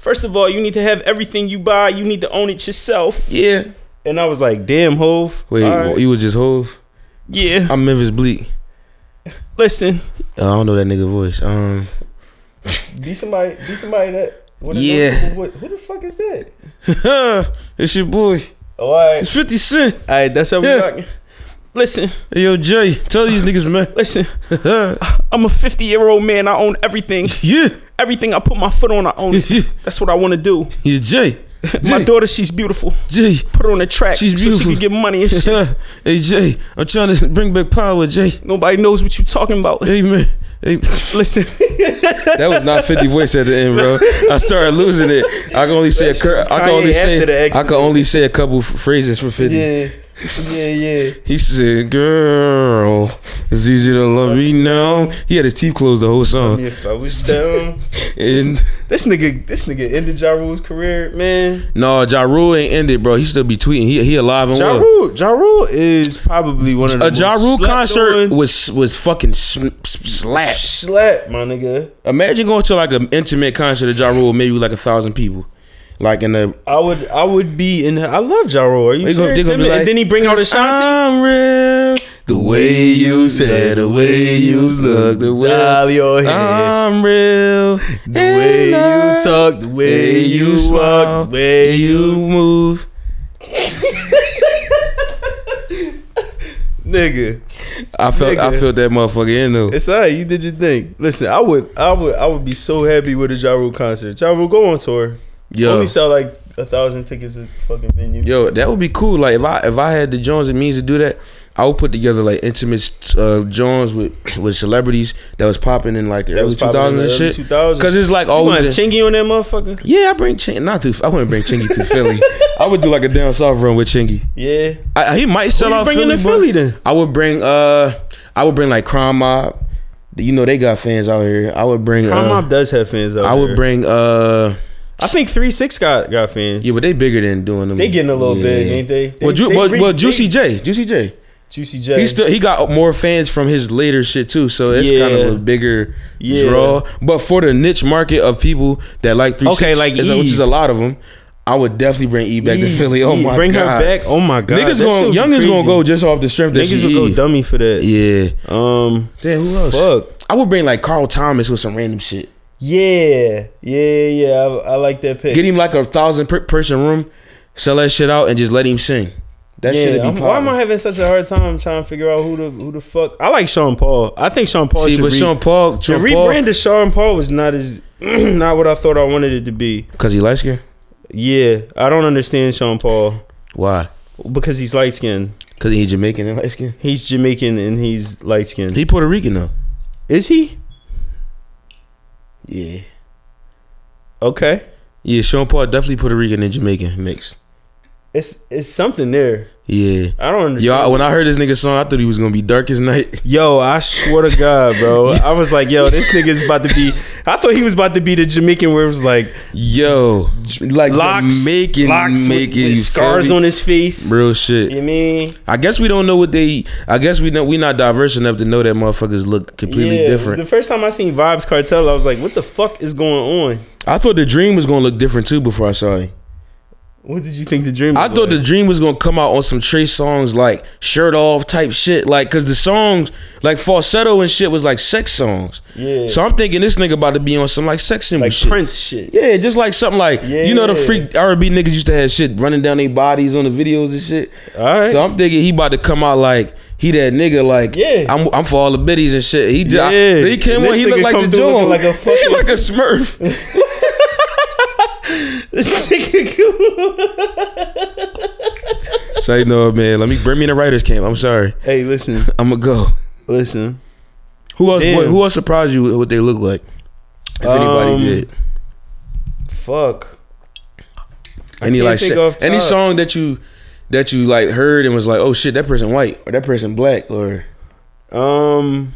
[SPEAKER 2] first of all, you need to have everything you buy. You need to own it yourself."
[SPEAKER 1] Yeah.
[SPEAKER 2] And I was like, damn, Hove.
[SPEAKER 1] Wait,
[SPEAKER 2] all right.
[SPEAKER 1] you was just Hove?
[SPEAKER 3] Yeah.
[SPEAKER 1] I'm Memphis Bleak.
[SPEAKER 3] Listen.
[SPEAKER 1] Uh, I don't know that nigga voice. Um,
[SPEAKER 2] do somebody, do somebody that. What
[SPEAKER 1] Yeah.
[SPEAKER 2] What, who the fuck is that?
[SPEAKER 1] it's your boy.
[SPEAKER 2] Oh, all right,
[SPEAKER 1] It's 50 Cent.
[SPEAKER 2] all right. That's how we
[SPEAKER 1] Yeah.
[SPEAKER 2] rocking.
[SPEAKER 3] Listen.
[SPEAKER 1] Hey, yo, Jay, tell these niggas, man.
[SPEAKER 3] Listen. I'm a 50 year old man. I own everything.
[SPEAKER 1] yeah,
[SPEAKER 3] Everything I put my foot on, I own it. That's what I want to do.
[SPEAKER 1] yeah, Jay.
[SPEAKER 3] My daughter, she's beautiful.
[SPEAKER 1] Jay.
[SPEAKER 3] Put her on the track
[SPEAKER 1] She's
[SPEAKER 3] so she
[SPEAKER 1] beautiful.
[SPEAKER 3] can get money and shit.
[SPEAKER 1] hey, Jay, I'm trying to bring back power, Jay.
[SPEAKER 3] Nobody knows what you talking about.
[SPEAKER 1] Hey, man. Hey.
[SPEAKER 3] Listen.
[SPEAKER 1] That was not 50 voice at the end, bro. I started losing it. I can only say a cur- I can
[SPEAKER 2] Kanye
[SPEAKER 1] only
[SPEAKER 2] after the
[SPEAKER 1] say I
[SPEAKER 2] accident.
[SPEAKER 1] can only say a couple f- phrases from 50.
[SPEAKER 2] Yeah, yeah, yeah.
[SPEAKER 1] He said, "Girl, it's easy to love me now." He had his teeth closed the whole song.
[SPEAKER 2] If I was down,
[SPEAKER 1] And
[SPEAKER 2] this nigga, this nigga ended Ja Rule's career, man.
[SPEAKER 1] no, Ja Rule ain't ended, bro. He still be tweeting. He he alive and
[SPEAKER 2] Ja
[SPEAKER 1] well.
[SPEAKER 2] Rule, ja Rule is probably one of the
[SPEAKER 1] A Ja
[SPEAKER 2] most
[SPEAKER 1] Rule
[SPEAKER 2] slept
[SPEAKER 1] concert
[SPEAKER 2] on-
[SPEAKER 1] was was fucking sm- s- slaps.
[SPEAKER 2] slap, my nigga.
[SPEAKER 1] Imagine going to like an intimate concert of Ja Rule, maybe with like a thousand people, like in the.
[SPEAKER 2] I would, I would be in. I love Ja Rule. Are you
[SPEAKER 1] They gonna-
[SPEAKER 2] serious?
[SPEAKER 1] they gonna
[SPEAKER 2] Him
[SPEAKER 1] be
[SPEAKER 2] and-
[SPEAKER 1] like,
[SPEAKER 2] and then he bring out
[SPEAKER 1] "'Cause
[SPEAKER 2] Ashanti.
[SPEAKER 1] I'm real. The way you said, the way you look, the way
[SPEAKER 2] Dial your head.
[SPEAKER 1] I'm real.
[SPEAKER 2] The way you
[SPEAKER 1] talk.
[SPEAKER 2] talk, the way you walk, the way you
[SPEAKER 1] move.
[SPEAKER 2] nigga.
[SPEAKER 1] I felt I
[SPEAKER 2] Nigga.
[SPEAKER 1] felt that motherfucker in though.
[SPEAKER 2] It's alright. You did your thing. Listen, I would, I would, I would be so happy with a Ja Rule concert. Ja Rule go on tour.
[SPEAKER 1] Yo,
[SPEAKER 2] Only sell like a thousand tickets at fucking venue.
[SPEAKER 1] yo, that would be cool. Like if I if I had the Jones and means to do that, I would put together like intimate uh, Jones with with celebrities that was popping in like the
[SPEAKER 2] That
[SPEAKER 1] early
[SPEAKER 2] was
[SPEAKER 1] two
[SPEAKER 2] popping in
[SPEAKER 1] thousands
[SPEAKER 2] the
[SPEAKER 1] and
[SPEAKER 2] early
[SPEAKER 1] shit.
[SPEAKER 2] 2000s.
[SPEAKER 1] Cause it's like
[SPEAKER 2] You want
[SPEAKER 1] always.
[SPEAKER 2] Chingy on that motherfucker?
[SPEAKER 1] yeah, I bring Chingy. Not to. I wouldn't bring Chingy to Philly. I would do like a down south run with Chingy.
[SPEAKER 2] Yeah.
[SPEAKER 1] I, I- he might sell
[SPEAKER 2] you
[SPEAKER 1] out
[SPEAKER 2] bringing
[SPEAKER 1] Philly,
[SPEAKER 2] to
[SPEAKER 1] but
[SPEAKER 2] Philly then?
[SPEAKER 1] I would bring uh, I would bring like Crime Mob. You know they got fans out here. I would bring.
[SPEAKER 2] Crime
[SPEAKER 1] uh,
[SPEAKER 2] Mob does have fans out
[SPEAKER 1] I would
[SPEAKER 2] there.
[SPEAKER 1] bring uh
[SPEAKER 2] I think Three Six got got fans.
[SPEAKER 1] yeah, but they bigger than doing them.
[SPEAKER 2] they getting a little
[SPEAKER 1] yeah.
[SPEAKER 2] big, ain't they? they
[SPEAKER 1] well, Ju-
[SPEAKER 2] they
[SPEAKER 1] well,
[SPEAKER 2] re-
[SPEAKER 1] well,
[SPEAKER 2] they-
[SPEAKER 1] Juicy J, Juicy J,
[SPEAKER 2] Juicy J.
[SPEAKER 1] he still he got more fans from his later shit too, so it's
[SPEAKER 2] Yeah.
[SPEAKER 1] kind of a bigger
[SPEAKER 2] Yeah.
[SPEAKER 1] draw. But for the niche market of people that like three,
[SPEAKER 2] Okay, like
[SPEAKER 1] is, which is
[SPEAKER 2] Eve.
[SPEAKER 1] a lot of them, I would definitely bring E back to
[SPEAKER 2] Yee,
[SPEAKER 1] Philly. Oh
[SPEAKER 2] Yee,
[SPEAKER 1] my
[SPEAKER 2] bring
[SPEAKER 1] god,
[SPEAKER 2] her back. Oh my god,
[SPEAKER 1] niggas
[SPEAKER 2] that shit
[SPEAKER 1] going
[SPEAKER 2] would be
[SPEAKER 1] young is
[SPEAKER 2] crazy.
[SPEAKER 1] gonna go just off the strength that
[SPEAKER 2] Niggas
[SPEAKER 1] she
[SPEAKER 2] would go
[SPEAKER 1] is.
[SPEAKER 2] dummy for that.
[SPEAKER 1] Yeah,
[SPEAKER 2] Um.
[SPEAKER 1] damn, who else?
[SPEAKER 2] Fuck.
[SPEAKER 1] I would bring like Carl Thomas with some random shit.
[SPEAKER 2] Yeah. Yeah. Yeah. I, I like that pick.
[SPEAKER 1] Get him like a thousand per- person room, sell that shit out, and just let him sing. That
[SPEAKER 2] yeah,
[SPEAKER 1] shit would be
[SPEAKER 2] I'm-
[SPEAKER 1] popping.
[SPEAKER 2] why am I having such a hard time trying to figure out who the who the fuck? I like Sean Paul. I think Sean Paul
[SPEAKER 1] See,
[SPEAKER 2] should
[SPEAKER 1] but
[SPEAKER 2] re-
[SPEAKER 1] Sean Paul,
[SPEAKER 2] The
[SPEAKER 1] Sean Paul,
[SPEAKER 2] rebrand of Sean Paul was not as not what I thought I wanted it to be.
[SPEAKER 1] because he light skin.
[SPEAKER 2] Yeah, I don't understand Sean Paul
[SPEAKER 1] Why?
[SPEAKER 2] because he's light skinned.
[SPEAKER 1] Because he Jamaican and light skin.
[SPEAKER 2] He's Jamaican and he's light skinned.
[SPEAKER 1] He Puerto Rican though.
[SPEAKER 2] Is he?
[SPEAKER 1] Yeah.
[SPEAKER 2] Okay.
[SPEAKER 1] Yeah, Sean Paul definitely Puerto Rican and Jamaican mix.
[SPEAKER 2] It's it's something there.
[SPEAKER 1] Yeah.
[SPEAKER 2] I don't
[SPEAKER 1] Yo, I,
[SPEAKER 2] understand.
[SPEAKER 1] when I heard this nigga song, I thought he was gonna be dark as night.
[SPEAKER 2] Yo, I swear to God, bro. I was like, yo, this nigga's about to be. I thought he was about to be the Jamaican where it was like
[SPEAKER 1] Yo, like
[SPEAKER 2] locks,
[SPEAKER 1] Jamaican,
[SPEAKER 2] locks with,
[SPEAKER 1] making
[SPEAKER 2] with scars on his face.
[SPEAKER 1] real shit.
[SPEAKER 2] You mean?
[SPEAKER 1] I guess we don't know what they. I guess we know we not diverse enough to know that motherfuckers look completely
[SPEAKER 2] yeah.
[SPEAKER 1] different.
[SPEAKER 2] The first time I seen Vibes Cartel, I was like, what the fuck is going on?
[SPEAKER 1] I thought the dream was gonna look different too before I saw him.
[SPEAKER 2] What did you think the dream?
[SPEAKER 1] I
[SPEAKER 2] was
[SPEAKER 1] thought
[SPEAKER 2] like?
[SPEAKER 1] the dream was gonna come out on some Trey songs like shirt off type shit, like cause the songs like falsetto and shit was like sex songs.
[SPEAKER 2] Yeah.
[SPEAKER 1] So I'm thinking this nigga about to be on some like sex symbol
[SPEAKER 2] like
[SPEAKER 1] shit.
[SPEAKER 2] Prince shit.
[SPEAKER 1] Yeah, just like something like you know the
[SPEAKER 2] Yeah.
[SPEAKER 1] freak R&B niggas used to have shit running down their bodies on the videos and shit.
[SPEAKER 2] All right.
[SPEAKER 1] So I'm thinking he about to come out like he that nigga like
[SPEAKER 2] Yeah.
[SPEAKER 1] I'm I'm for all the biddies and shit. He just,
[SPEAKER 2] Yeah.
[SPEAKER 1] he came on
[SPEAKER 2] This
[SPEAKER 1] he
[SPEAKER 2] nigga
[SPEAKER 1] looked like the
[SPEAKER 2] come through
[SPEAKER 1] John
[SPEAKER 2] looking like a
[SPEAKER 1] he
[SPEAKER 2] fucking-
[SPEAKER 1] like a Smurf.
[SPEAKER 2] This nigga-
[SPEAKER 1] Say no man, let me bring me in the writers camp. I'm sorry,
[SPEAKER 2] hey, listen,
[SPEAKER 1] I'm gonna go.
[SPEAKER 2] listen.
[SPEAKER 1] Who else?
[SPEAKER 2] Damn.
[SPEAKER 1] What, who else surprised you with what they look like? If
[SPEAKER 2] Um,
[SPEAKER 1] anybody did,
[SPEAKER 2] Fuck.
[SPEAKER 1] any
[SPEAKER 2] can't
[SPEAKER 1] like
[SPEAKER 2] think
[SPEAKER 1] shit-
[SPEAKER 2] off
[SPEAKER 1] any
[SPEAKER 2] top.
[SPEAKER 1] song that you that you like heard and was like, oh shit, that person white or that person black or
[SPEAKER 2] Um,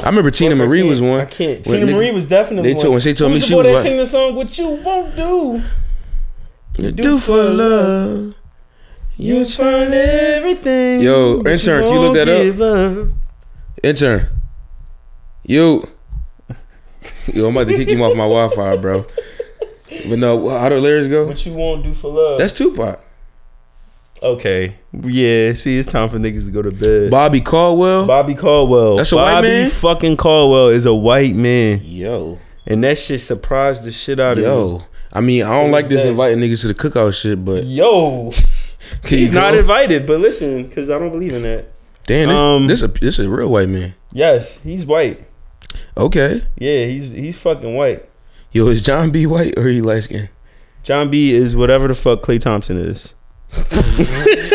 [SPEAKER 1] I remember Tina
[SPEAKER 2] fuck, I
[SPEAKER 1] Marie
[SPEAKER 2] can't-
[SPEAKER 1] was one.
[SPEAKER 2] I can't.
[SPEAKER 1] When
[SPEAKER 2] Tina
[SPEAKER 1] nigga-
[SPEAKER 2] Marie was definitely.
[SPEAKER 1] they told-
[SPEAKER 2] one.
[SPEAKER 1] when she told
[SPEAKER 2] Who's
[SPEAKER 1] me
[SPEAKER 2] the
[SPEAKER 1] she
[SPEAKER 2] boy
[SPEAKER 1] was
[SPEAKER 2] that
[SPEAKER 1] like-
[SPEAKER 2] sing the song "What You Won't Do."
[SPEAKER 1] You do for love.
[SPEAKER 2] You turn everything.
[SPEAKER 1] Yo,
[SPEAKER 2] but
[SPEAKER 1] intern, can you look
[SPEAKER 2] won't
[SPEAKER 1] that up?
[SPEAKER 2] give
[SPEAKER 1] Intern. You. Yo, I'm about to kick him off my Wi-Fi, bro. But no, how do lyrics go?
[SPEAKER 2] What you won't do for love?
[SPEAKER 1] That's Tupac.
[SPEAKER 2] Okay. Yeah. See, it's time for niggas to go to bed.
[SPEAKER 1] Bobby Caldwell.
[SPEAKER 2] Bobby Caldwell.
[SPEAKER 1] That's a
[SPEAKER 2] Bobby
[SPEAKER 1] white man?
[SPEAKER 2] fucking Caldwell is a white man,
[SPEAKER 1] Yo,
[SPEAKER 2] and that shit surprised the shit out of
[SPEAKER 1] yo. I mean, I don't
[SPEAKER 2] Who's
[SPEAKER 1] like this
[SPEAKER 2] that?
[SPEAKER 1] inviting niggas to the cookout shit, but
[SPEAKER 2] me. Yo.
[SPEAKER 1] can
[SPEAKER 2] He's
[SPEAKER 1] you go?
[SPEAKER 2] not invited, but listen, because I don't believe in that.
[SPEAKER 1] Damn, this,
[SPEAKER 2] um,
[SPEAKER 1] this a this a real white man.
[SPEAKER 2] Yes, he's white.
[SPEAKER 1] Okay,
[SPEAKER 2] Yeah, he's he's fucking white.
[SPEAKER 1] yo, is John B. White or he light skin?
[SPEAKER 2] John B is whatever the fuck Clay Thompson is.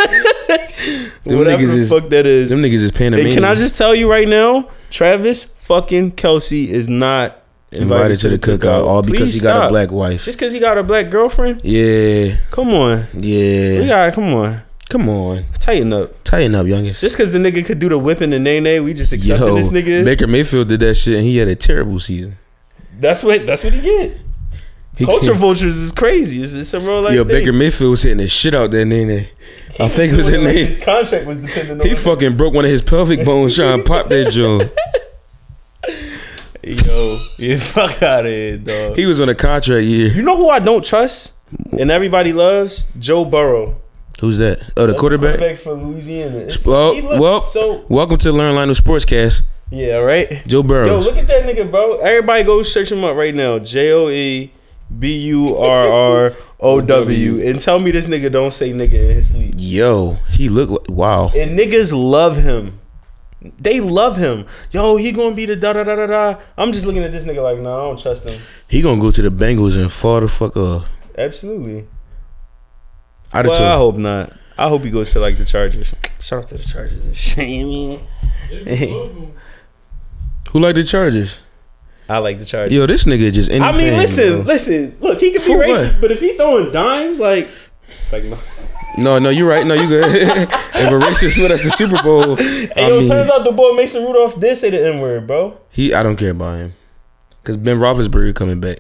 [SPEAKER 1] Them
[SPEAKER 2] whatever
[SPEAKER 1] niggas
[SPEAKER 2] the
[SPEAKER 1] is-
[SPEAKER 2] fuck that is.
[SPEAKER 1] Them niggas is
[SPEAKER 2] and
[SPEAKER 1] Panamanian.
[SPEAKER 2] can I just tell you right now, Travis fucking Kelsey is not
[SPEAKER 1] invited, to the cookout, all because
[SPEAKER 2] Please
[SPEAKER 1] he got
[SPEAKER 2] stop.
[SPEAKER 1] a black wife?
[SPEAKER 2] Just because he got a black girlfriend?
[SPEAKER 1] Yeah,
[SPEAKER 2] Come on, we
[SPEAKER 1] yeah.
[SPEAKER 2] got come on,
[SPEAKER 1] Come on,
[SPEAKER 2] tighten up.
[SPEAKER 1] tighten up, youngest.
[SPEAKER 2] Just because the nigga could do the whipping and nay nay, we just accepting
[SPEAKER 1] Yo,
[SPEAKER 2] this nigga.
[SPEAKER 1] Baker Mayfield did that shit, and he had a terrible season.
[SPEAKER 2] that's what that's what he get.
[SPEAKER 1] He
[SPEAKER 2] Culture
[SPEAKER 1] can't-
[SPEAKER 2] vultures is crazy. It's, it's a real life.
[SPEAKER 1] Yo,
[SPEAKER 2] thing.
[SPEAKER 1] Baker Mayfield was hitting the shit out there, name. I think it was his name.
[SPEAKER 2] His contract was dependent on.
[SPEAKER 1] He fucking broke one of his pelvic bones trying to pop that joint.
[SPEAKER 2] Yo, yeah, fuck out of here, dog.
[SPEAKER 1] He was on a contract year.
[SPEAKER 2] You know who I don't trust and everybody loves? Joe Burrow.
[SPEAKER 1] Who's that? Oh, the
[SPEAKER 2] That's
[SPEAKER 1] quarterback.
[SPEAKER 2] for Louisiana. It's-
[SPEAKER 1] Well,
[SPEAKER 2] he looks
[SPEAKER 1] well.
[SPEAKER 2] so
[SPEAKER 1] Welcome to Learn Lionel Sportscast.
[SPEAKER 2] yeah, right.
[SPEAKER 1] Joe
[SPEAKER 2] Yo,
[SPEAKER 1] Burrows.
[SPEAKER 2] look at that nigga, bro. Everybody go search him up right now. J O E B U R R O W, and tell me this nigga don't say nigga in his sleep.
[SPEAKER 1] Yo, he looked like wow.
[SPEAKER 2] And niggas love him. They love him. Yo, he gonna be the da da da da da. I'm just looking at this nigga like, nah, I don't trust him.
[SPEAKER 1] He gonna go to the Bengals and fall the fuck off.
[SPEAKER 2] Absolutely.
[SPEAKER 1] I'd have
[SPEAKER 2] Well, I
[SPEAKER 1] told
[SPEAKER 2] hope not. I hope he goes to like the Chargers. Shout out to the Chargers. and shit, you know what I mean?
[SPEAKER 1] who like the Chargers.
[SPEAKER 2] I like the Chargers.
[SPEAKER 1] Yo, this nigga just. Any
[SPEAKER 2] I mean,
[SPEAKER 1] fan,
[SPEAKER 2] listen,
[SPEAKER 1] bro.
[SPEAKER 2] listen. Look, he can be
[SPEAKER 1] For what?
[SPEAKER 2] racist, but if he throwing dimes, like, it's like, no.
[SPEAKER 1] No, no, you're right. No, you good. if a racist with us the Super Bowl,
[SPEAKER 2] Hey,
[SPEAKER 1] I
[SPEAKER 2] yo,
[SPEAKER 1] mean,
[SPEAKER 2] turns out the boy Mason Rudolph did say the N word, bro.
[SPEAKER 1] he. I don't care about him because Ben Roethlisberger coming back.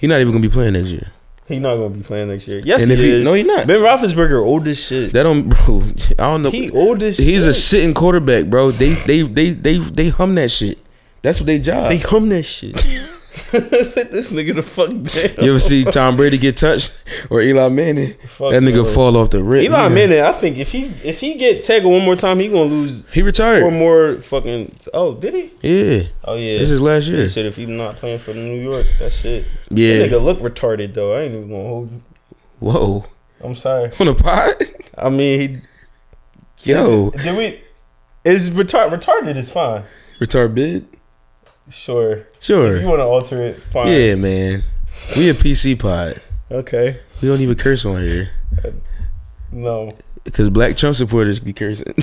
[SPEAKER 1] He not even gonna be playing next year.
[SPEAKER 2] He not gonna be playing next year. Yes,
[SPEAKER 1] And if
[SPEAKER 2] he
[SPEAKER 1] he-
[SPEAKER 2] is.
[SPEAKER 1] no, he not.
[SPEAKER 2] Ben Roethlisberger old as shit.
[SPEAKER 1] That don't, bro. I don't know.
[SPEAKER 2] he old as shit.
[SPEAKER 1] He's a sitting quarterback, bro. They they they they they hum that shit. That's what they job.
[SPEAKER 2] They hum that shit. Sit this nigga the fuck down.
[SPEAKER 1] you ever see Tom Brady get touched or Eli Manning?
[SPEAKER 2] Fuck
[SPEAKER 1] that nigga
[SPEAKER 2] no.
[SPEAKER 1] fall off the rip.
[SPEAKER 2] Eli
[SPEAKER 1] nigga.
[SPEAKER 2] Manning, I think if he if he get tackled one more time, he gonna lose
[SPEAKER 1] He retired.
[SPEAKER 2] four more fucking. Oh, did he?
[SPEAKER 1] yeah.
[SPEAKER 2] Oh yeah.
[SPEAKER 1] This is last
[SPEAKER 2] He
[SPEAKER 1] year.
[SPEAKER 2] said if he not playing for New York, that shit. That
[SPEAKER 1] Yeah.
[SPEAKER 2] nigga look retarded though. I ain't even gonna hold you.
[SPEAKER 1] Whoa.
[SPEAKER 2] I'm sorry.
[SPEAKER 1] On the pod?
[SPEAKER 2] I mean, he.
[SPEAKER 1] Yo.
[SPEAKER 2] did we? Is retard retarded is fine.
[SPEAKER 1] Retard bid?
[SPEAKER 2] Sure. If you
[SPEAKER 1] Sure.
[SPEAKER 2] want to alter it, fine.
[SPEAKER 1] Yeah, man. We a PC pod.
[SPEAKER 2] Okay.
[SPEAKER 1] We don't even curse on here.
[SPEAKER 2] No.
[SPEAKER 1] Because black Trump supporters be cursing.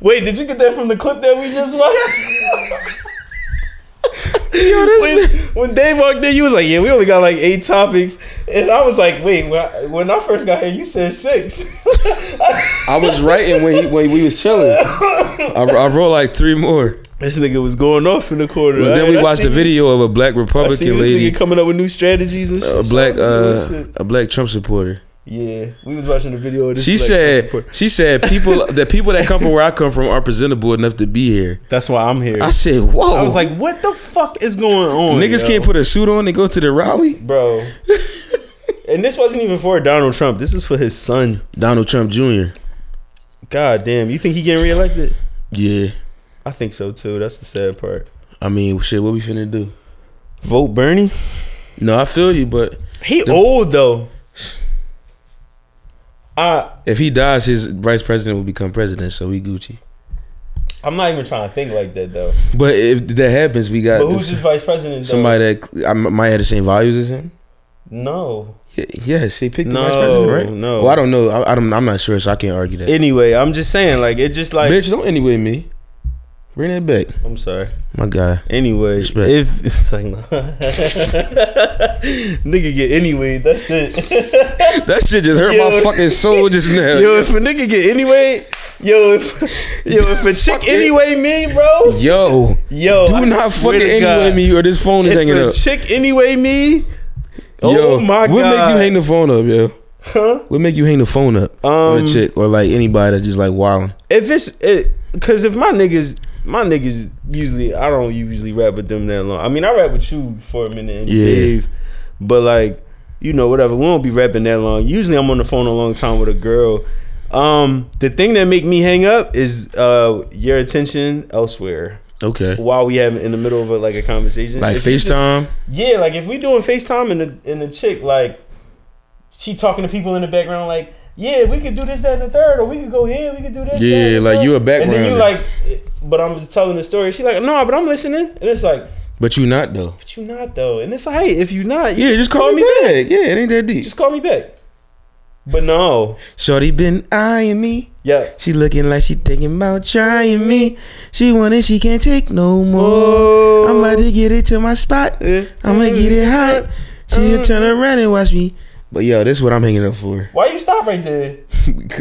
[SPEAKER 2] Wait, did you get that from the clip that we just watched? when, when Dave walked in, you was like, "Yeah, we only got like eight topics," and I was like, "Wait, when I, when I first got here, you said six.
[SPEAKER 1] I was writing when he, when we was chilling. I, I wrote like three more.
[SPEAKER 2] this nigga was going off in the corner.
[SPEAKER 1] But then
[SPEAKER 2] I-
[SPEAKER 1] we
[SPEAKER 2] I
[SPEAKER 1] watched a
[SPEAKER 2] seen-
[SPEAKER 1] video of a black
[SPEAKER 2] I seen
[SPEAKER 1] Republican
[SPEAKER 2] this
[SPEAKER 1] lady
[SPEAKER 2] nigga coming up with new strategies and shit.
[SPEAKER 1] a black uh,
[SPEAKER 2] Shit.
[SPEAKER 1] a black Trump supporter.
[SPEAKER 2] yeah, we was watching a video of this.
[SPEAKER 1] She
[SPEAKER 2] black
[SPEAKER 1] said
[SPEAKER 2] support.
[SPEAKER 1] she said people the people that come from where I come from are presentable enough to be here.
[SPEAKER 2] "That's why I'm here."
[SPEAKER 1] I
[SPEAKER 2] I,
[SPEAKER 1] said, whoa.
[SPEAKER 2] was like, "What the fuck is going on?
[SPEAKER 1] niggas
[SPEAKER 2] yo?"
[SPEAKER 1] can't put a suit on and go to the rally.
[SPEAKER 2] bro." and this wasn't even for Donald Trump. This is for his son.
[SPEAKER 1] Donald Trump Jr.
[SPEAKER 2] God damn, you think he getting reelected?
[SPEAKER 1] Yeah,
[SPEAKER 2] I think so too. That's the sad part.
[SPEAKER 1] I mean, shit, what we finna do?
[SPEAKER 2] Vote Bernie.
[SPEAKER 1] No, I feel you, but
[SPEAKER 2] He old though. I
[SPEAKER 1] if he dies, his vice president will become president, so we Gucci.
[SPEAKER 2] I'm not even trying to think like that though.
[SPEAKER 1] But if that happens, we got
[SPEAKER 2] But who's his vice president? Though?
[SPEAKER 1] somebody that I might have the same values as him.
[SPEAKER 2] No.
[SPEAKER 1] Yeah, yes, he picked the
[SPEAKER 2] No,
[SPEAKER 1] vice president, right?
[SPEAKER 2] no.
[SPEAKER 1] Well, I don't know. I, I don't. I'm not sure, so I can't argue that.
[SPEAKER 2] Anyway, I'm just saying like it just like
[SPEAKER 1] Bitch, don't anyway me. Bring that back,
[SPEAKER 2] I'm sorry.
[SPEAKER 1] my guy.
[SPEAKER 2] Anyway,
[SPEAKER 1] Respect.
[SPEAKER 2] if it's like no. nigga get anyway, that's it.
[SPEAKER 1] That shit just hurt my
[SPEAKER 2] Yo.
[SPEAKER 1] fucking soul just now.
[SPEAKER 2] yo,
[SPEAKER 1] Yo,
[SPEAKER 2] if a nigga get anyway, yo, if, yo, if a chick anyway me, bro, yo,
[SPEAKER 1] do
[SPEAKER 2] I
[SPEAKER 1] not
[SPEAKER 2] swear
[SPEAKER 1] fucking
[SPEAKER 2] to God.
[SPEAKER 1] anyway me or this phone is
[SPEAKER 2] If
[SPEAKER 1] hanging
[SPEAKER 2] a
[SPEAKER 1] up.
[SPEAKER 2] chick anyway me.
[SPEAKER 1] yo,
[SPEAKER 2] oh my
[SPEAKER 1] what
[SPEAKER 2] god.
[SPEAKER 1] makes you hang the phone up, yo?
[SPEAKER 2] Huh?
[SPEAKER 1] What make you hang the phone up? or a
[SPEAKER 2] Um,
[SPEAKER 1] chick or like anybody that's just like wilding.
[SPEAKER 2] If it's it, cause if my niggas, my niggas usually I don't usually rap with them that long. I mean I rap with you for a minute, and
[SPEAKER 1] Yeah.
[SPEAKER 2] Dave, but like you know, whatever. We won't be rapping that long. Usually, I'm on the phone a long time with a girl. Um, the thing that make me hang up is uh your attention elsewhere
[SPEAKER 1] Okay.
[SPEAKER 2] while we have in the middle of a, like a conversation.
[SPEAKER 1] Like
[SPEAKER 2] If you just-
[SPEAKER 1] FaceTime.
[SPEAKER 2] yeah, like if we doing FaceTime and the and the chick like she talking to people in the background like, yeah, we could do this, that, and the third, or we could go here, we could do this. that,
[SPEAKER 1] Yeah,
[SPEAKER 2] and the
[SPEAKER 1] like,
[SPEAKER 2] third."
[SPEAKER 1] you a
[SPEAKER 2] And then
[SPEAKER 1] backgrounder.
[SPEAKER 2] you like, eh, but I'm just telling the story. She like, no, but I'm listening, and it's like,
[SPEAKER 1] But you not though.
[SPEAKER 2] but you not though, and it's like, hey, if you not, you
[SPEAKER 1] Yeah, just call, me back. Yeah, it ain't that deep.
[SPEAKER 2] just call me back. But no,
[SPEAKER 1] Shorty been eyeing me.
[SPEAKER 2] yeah.
[SPEAKER 1] She looking like she thinking about trying me. She wanted she can't take no more.
[SPEAKER 2] Oh.
[SPEAKER 1] I'm about to get it to my spot. I'ma get it
[SPEAKER 2] Uh,
[SPEAKER 1] hot. She'll turn around and watch me. But yo, this is what I'm hanging up for.
[SPEAKER 2] Why you stop right there?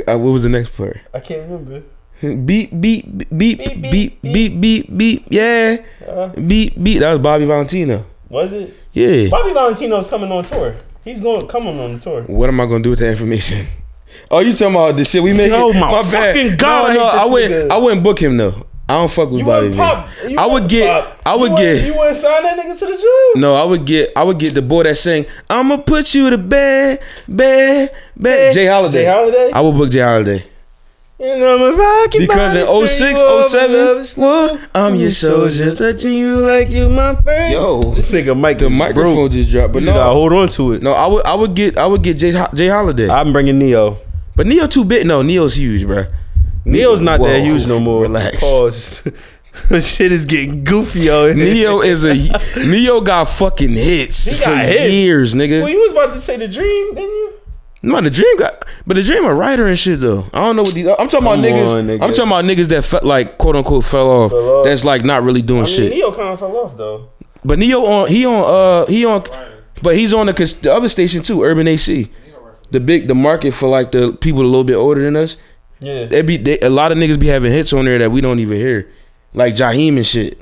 [SPEAKER 1] Uh, what was the next part?
[SPEAKER 2] I can't remember.
[SPEAKER 1] Beep beep beep
[SPEAKER 2] Beep, beep,
[SPEAKER 1] beep beep beep beep. Yeah,
[SPEAKER 2] Uh,
[SPEAKER 1] beep beep. That was Bobby Valentino.
[SPEAKER 2] was it?
[SPEAKER 1] Yeah.
[SPEAKER 2] Bobby Valentino's coming on tour. He's going coming on tour.
[SPEAKER 1] What am I gonna do with that information? Oh, you talking about the shit we made?
[SPEAKER 2] Oh, my fucking God, I
[SPEAKER 1] No, no,
[SPEAKER 2] hate
[SPEAKER 1] I,
[SPEAKER 2] this
[SPEAKER 1] wouldn't.
[SPEAKER 2] nigga.
[SPEAKER 1] I wouldn't book him though. I don't fuck with
[SPEAKER 2] You
[SPEAKER 1] Bobby.
[SPEAKER 2] wouldn't
[SPEAKER 1] Van.
[SPEAKER 2] pop. you
[SPEAKER 1] I would
[SPEAKER 2] wouldn't
[SPEAKER 1] get.
[SPEAKER 2] pop.
[SPEAKER 1] I would
[SPEAKER 2] you
[SPEAKER 1] get.
[SPEAKER 2] Wouldn't, you wouldn't sign that nigga to the Jew.
[SPEAKER 1] no, I would get. I would get the boy that sing. I'ma put you to bed, bed, bed. Jay Holiday.
[SPEAKER 2] Jay Holiday?
[SPEAKER 1] I would book Jay Holiday
[SPEAKER 2] And I'm a rocky
[SPEAKER 1] because
[SPEAKER 2] oh
[SPEAKER 1] in 06, 07, what? I'm your soldier, touching you like you my friend. Yo,
[SPEAKER 2] This nigga Mike
[SPEAKER 1] the microphone just dropped. But
[SPEAKER 2] You just gotta
[SPEAKER 1] no,
[SPEAKER 2] hold on to it.
[SPEAKER 1] no, I would. I would get. I would get Jay, Ho- Jay Holiday.
[SPEAKER 2] I'm bringing Neo.
[SPEAKER 1] But Neo too big. No, Neo's huge, bro.
[SPEAKER 2] Neo's not that huge no more.
[SPEAKER 1] Relax.
[SPEAKER 2] Pause. Shit is getting goofy out here.
[SPEAKER 1] Neo is a Neo got fucking hits
[SPEAKER 2] He
[SPEAKER 1] for
[SPEAKER 2] got hits.
[SPEAKER 1] years, nigga.
[SPEAKER 2] Well, you was about to say the dream, didn't you?
[SPEAKER 1] no, the dream got, but the dream a writer and shit though. I don't know what these. I'm talking about
[SPEAKER 2] Come
[SPEAKER 1] niggas.
[SPEAKER 2] on, nigga.
[SPEAKER 1] I'm talking about niggas that felt like quote unquote fell off.
[SPEAKER 2] Fell off.
[SPEAKER 1] That's like not really doing
[SPEAKER 2] I mean,
[SPEAKER 1] shit.
[SPEAKER 2] Neo kind of fell off though.
[SPEAKER 1] but Neo on he on uh he on, but he's on the cons- the other station too, Urban AC. The big the market for like the people a little bit older than us.
[SPEAKER 2] Yeah.
[SPEAKER 1] They be they, a lot of niggas be having hits on there that we don't even hear, like Jaheim and shit.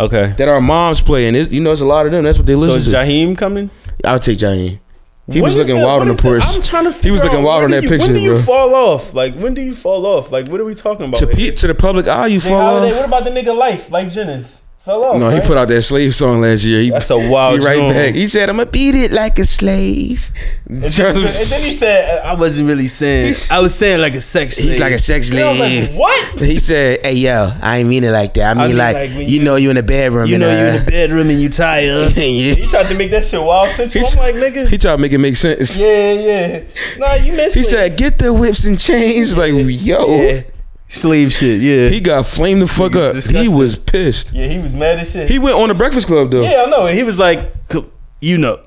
[SPEAKER 2] Okay.
[SPEAKER 1] that our moms play, and it, you know, it's a lot of them. That's what they
[SPEAKER 2] So
[SPEAKER 1] listen
[SPEAKER 2] is
[SPEAKER 1] to.
[SPEAKER 2] Jaheim coming?
[SPEAKER 1] I'll take Jaheim. He
[SPEAKER 2] When
[SPEAKER 1] was
[SPEAKER 2] is
[SPEAKER 1] looking wild
[SPEAKER 2] when
[SPEAKER 1] on the
[SPEAKER 2] is
[SPEAKER 1] porch.
[SPEAKER 2] I'm trying to.
[SPEAKER 1] He was
[SPEAKER 2] figure
[SPEAKER 1] looking
[SPEAKER 2] out
[SPEAKER 1] wild
[SPEAKER 2] when
[SPEAKER 1] on that
[SPEAKER 2] do you-
[SPEAKER 1] picture,
[SPEAKER 2] When do you
[SPEAKER 1] bro.
[SPEAKER 2] fall off? Like when do you fall off? Like what are we talking about?
[SPEAKER 1] To
[SPEAKER 2] here?
[SPEAKER 1] pe- to the public eye, you
[SPEAKER 2] Jay
[SPEAKER 1] fall
[SPEAKER 2] Holiday, what
[SPEAKER 1] off.
[SPEAKER 2] about the nigga Life? Life Jennings fell off.
[SPEAKER 1] No, he
[SPEAKER 2] right?
[SPEAKER 1] put out that slave song last year. He,
[SPEAKER 2] That's a wild
[SPEAKER 1] he right
[SPEAKER 2] joint.
[SPEAKER 1] back. He said, "I'm gonna beat it like a slave."
[SPEAKER 2] And then, and then he said, "I wasn't really saying. I was saying like a sex.
[SPEAKER 1] He's like a sex
[SPEAKER 2] And I was
[SPEAKER 1] slave.
[SPEAKER 2] like, what?
[SPEAKER 1] He said, "Hey yo, I ain't mean it like that. I mean,
[SPEAKER 2] mean,
[SPEAKER 1] like,
[SPEAKER 2] like, when
[SPEAKER 1] you
[SPEAKER 2] you-
[SPEAKER 1] know, you in the bedroom.
[SPEAKER 2] You
[SPEAKER 1] and,
[SPEAKER 2] know,
[SPEAKER 1] uh,
[SPEAKER 2] you in the bedroom and you tired.
[SPEAKER 1] yeah.
[SPEAKER 2] he tried to make that shit wild sensual. I'm like, nigga,
[SPEAKER 1] He tried to make it make sense.
[SPEAKER 2] yeah, yeah. Nah, you missed
[SPEAKER 1] He
[SPEAKER 2] it.
[SPEAKER 1] said, "Get the whips and chains." Like, yo,
[SPEAKER 2] yeah. slave shit. Yeah,
[SPEAKER 1] he got flamed the fuck
[SPEAKER 2] was
[SPEAKER 1] up. He
[SPEAKER 2] disgusted.
[SPEAKER 1] was pissed.
[SPEAKER 2] yeah. He was mad as shit.
[SPEAKER 1] He went on the Breakfast Club though.
[SPEAKER 2] yeah, I know. And he was like, "Co- you know,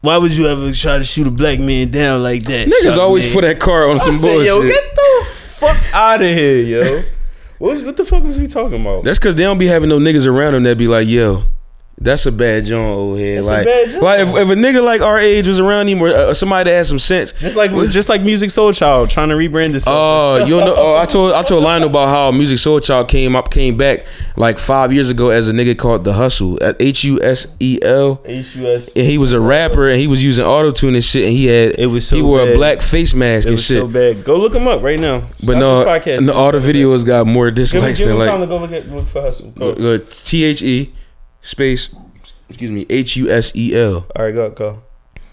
[SPEAKER 2] why would you ever try to shoot a black man down like that?
[SPEAKER 1] Niggas always
[SPEAKER 2] Charlamagne?"
[SPEAKER 1] put that car on
[SPEAKER 2] I
[SPEAKER 1] some
[SPEAKER 2] said,
[SPEAKER 1] bullshit.
[SPEAKER 2] Yo, get the fuck out of here, yo. What, was, what the fuck was we talking about?
[SPEAKER 1] That's because they don't be having no niggas around them that be like, yo, that's a bad joint, old head.
[SPEAKER 2] That's a
[SPEAKER 1] like,
[SPEAKER 2] bad joint.
[SPEAKER 1] like if, if a nigga like our age was around him or uh, somebody that had some sense.
[SPEAKER 2] Just like just like Music Soul Child trying to rebrand itself.
[SPEAKER 1] Oh, you know. Oh, I told I told Lionel about how Music Soul Child came up, came back like five years ago as a nigga called The Hustle at H U S E L,
[SPEAKER 2] H U S.
[SPEAKER 1] and he was a rapper and he was using auto tune and shit, and he had
[SPEAKER 2] It was so
[SPEAKER 1] he wore a
[SPEAKER 2] bad.
[SPEAKER 1] black face mask
[SPEAKER 2] It
[SPEAKER 1] and
[SPEAKER 2] was
[SPEAKER 1] shit.
[SPEAKER 2] so bad. Go look him up right now.
[SPEAKER 1] but
[SPEAKER 2] Stop
[SPEAKER 1] no,
[SPEAKER 2] this podcast.
[SPEAKER 1] no, all the
[SPEAKER 2] Give him-
[SPEAKER 1] videos got more
[SPEAKER 2] Give him,
[SPEAKER 1] dislikes than like
[SPEAKER 2] time to go look at look for hustle. Go.
[SPEAKER 1] T H E space excuse me H U S E L.
[SPEAKER 2] All right, go go.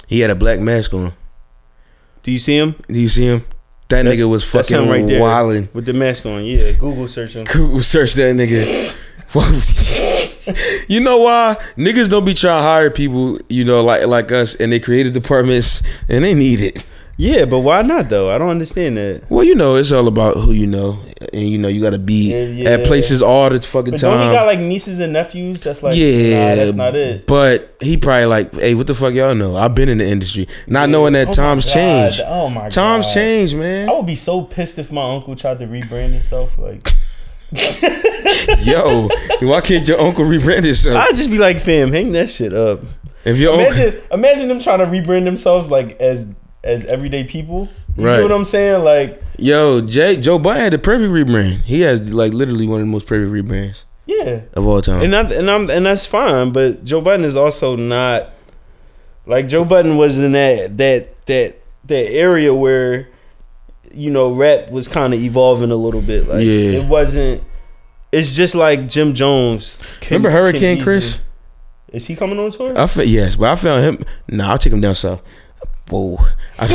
[SPEAKER 1] He had a black mask on.
[SPEAKER 2] Do you see him?
[SPEAKER 1] Do you see him? That
[SPEAKER 2] That's-
[SPEAKER 1] nigga was
[SPEAKER 2] that's
[SPEAKER 1] fucking
[SPEAKER 2] him right there.
[SPEAKER 1] wilding.
[SPEAKER 2] With the mask on, yeah. Google search him.
[SPEAKER 1] Google search that nigga. you know why niggas don't be trying to hire people, you know, like like us, and they created departments and they need it.
[SPEAKER 2] Yeah, but why not though? I don't understand that.
[SPEAKER 1] Well, you know, it's all about who you know, and you know you gotta be
[SPEAKER 2] Yeah,
[SPEAKER 1] at
[SPEAKER 2] yeah.
[SPEAKER 1] places all the fucking
[SPEAKER 2] But
[SPEAKER 1] time.
[SPEAKER 2] don't he got like nieces and nephews? That's like,
[SPEAKER 1] yeah,
[SPEAKER 2] nah, that's not it.
[SPEAKER 1] But he probably like, hey, what the fuck y'all know? I've been in the industry, not knowing that
[SPEAKER 2] Oh my
[SPEAKER 1] times
[SPEAKER 2] God.
[SPEAKER 1] change.
[SPEAKER 2] Oh my
[SPEAKER 1] Times
[SPEAKER 2] God.
[SPEAKER 1] change, man.
[SPEAKER 2] I would be so pissed if my uncle tried to rebrand himself. Like,
[SPEAKER 1] Yo, why can't your uncle rebrand himself?
[SPEAKER 2] I'd just be like, fam, hang that shit up.
[SPEAKER 1] If your uncle,
[SPEAKER 2] Imagine, imagine them trying to rebrand themselves like as as everyday people. You
[SPEAKER 1] Right.
[SPEAKER 2] know what I'm saying? Like,
[SPEAKER 1] yo, Jay, Joe Biden had the perfect rebrand. He has like literally one of the most perfect rebrands
[SPEAKER 2] yeah,
[SPEAKER 1] of all time.
[SPEAKER 2] and uh, I, and I'm and that's fine. But Joe Button is also not like Joe Button was in that that that that area where you know rap was kind of evolving a little bit. Like,
[SPEAKER 1] Yeah.
[SPEAKER 2] it wasn't. It's just like Jim Jones. Can-
[SPEAKER 1] Remember Hurricane
[SPEAKER 2] can easily-
[SPEAKER 1] Chris?
[SPEAKER 2] Is he coming on tour?
[SPEAKER 1] I fe- yes, but I found him. Nah, I'll take him down south. Whoa. I-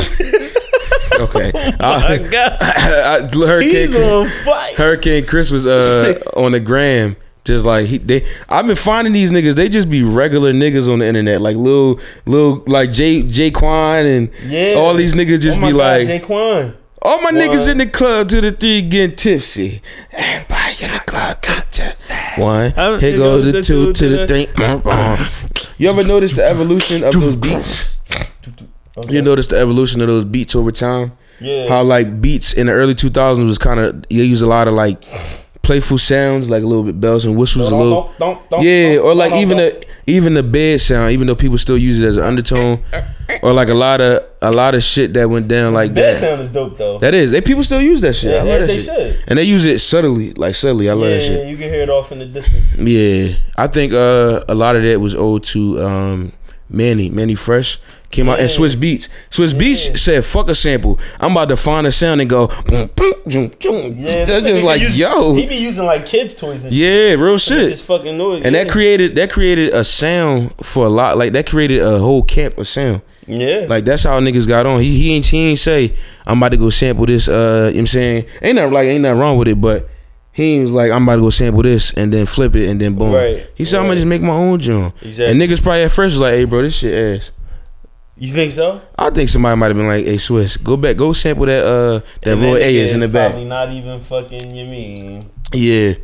[SPEAKER 1] okay. I,
[SPEAKER 2] God.
[SPEAKER 1] I, Hurricane
[SPEAKER 2] He's
[SPEAKER 1] Chris-
[SPEAKER 2] on fire.
[SPEAKER 1] Hurricane Chris was uh on the gram. Just like he, they, I've been finding these niggas. They just be regular niggas on the internet, like little, little, like Jay, Jay Quan and all these niggas just
[SPEAKER 2] Oh my
[SPEAKER 1] be
[SPEAKER 2] God,
[SPEAKER 1] like,
[SPEAKER 2] Jaquan.
[SPEAKER 1] all my niggas
[SPEAKER 2] One.
[SPEAKER 1] in the club to the three getting tipsy. Everybody in the club to tipsy. One,
[SPEAKER 3] Um,
[SPEAKER 1] here
[SPEAKER 3] you
[SPEAKER 1] go
[SPEAKER 3] know,
[SPEAKER 1] the
[SPEAKER 3] the two
[SPEAKER 1] two
[SPEAKER 3] to
[SPEAKER 1] to the three. Uh, You ever notice the evolution of those beats? You notice the evolution of those beats over time?
[SPEAKER 2] Yeah.
[SPEAKER 1] How like beats in the early 2000s was kind of they use a lot of like playful sounds, like a little bit bells and whistles, a little yeah, or like even the even the bed sound, even though people still use it as an undertone, or like a lot of a lot of shit that went down like
[SPEAKER 2] That
[SPEAKER 1] that.
[SPEAKER 2] sound is dope though.
[SPEAKER 1] That is. They people still use that shit. I
[SPEAKER 2] Yeah,
[SPEAKER 1] love
[SPEAKER 2] yes,
[SPEAKER 1] that
[SPEAKER 2] they
[SPEAKER 1] shit.
[SPEAKER 2] should.
[SPEAKER 1] And they use it subtly, like subtly. I love
[SPEAKER 2] yeah,
[SPEAKER 1] that shit.
[SPEAKER 2] you can hear it off in the distance.
[SPEAKER 1] Yeah. I think uh a lot of that was owed to um Manny, Manny Fresh came out and Swiss Beats. Swiss Beats said, "Fuck a sample. I'm about to find a sound and go." Boom, boom, boom, boom.
[SPEAKER 2] Yeah,
[SPEAKER 1] That's
[SPEAKER 2] this
[SPEAKER 1] just
[SPEAKER 2] nigga
[SPEAKER 1] like
[SPEAKER 2] use- He
[SPEAKER 1] yo.
[SPEAKER 2] be using like kids' toys and
[SPEAKER 1] Yeah, real
[SPEAKER 2] shit. It's
[SPEAKER 1] shit.
[SPEAKER 2] fucking noise.
[SPEAKER 1] And
[SPEAKER 2] yeah.
[SPEAKER 1] that created that created a sound for a lot. Like that created a whole camp of sound.
[SPEAKER 2] yeah,
[SPEAKER 1] Like that's how niggas got on. He he ain't he ain't say I'm about to go sample this. Uh, you know what I'm saying ain't nothing like ain't nothing wrong with it, but he was like I'm about to go sample this and then flip it and then boom.
[SPEAKER 2] Right,
[SPEAKER 1] He said I'm gonna
[SPEAKER 2] right.
[SPEAKER 1] just make my own joint.
[SPEAKER 2] Exactly.
[SPEAKER 1] And niggas probably at first was like, hey bro, this shit ass.
[SPEAKER 2] you think so?
[SPEAKER 1] I think somebody might have been like, hey Swiss, go back, go sample that uh that
[SPEAKER 2] And
[SPEAKER 1] Roy
[SPEAKER 2] then
[SPEAKER 1] A is in the
[SPEAKER 2] it's
[SPEAKER 1] back.
[SPEAKER 2] Probably not even fucking you mean
[SPEAKER 1] Yeah,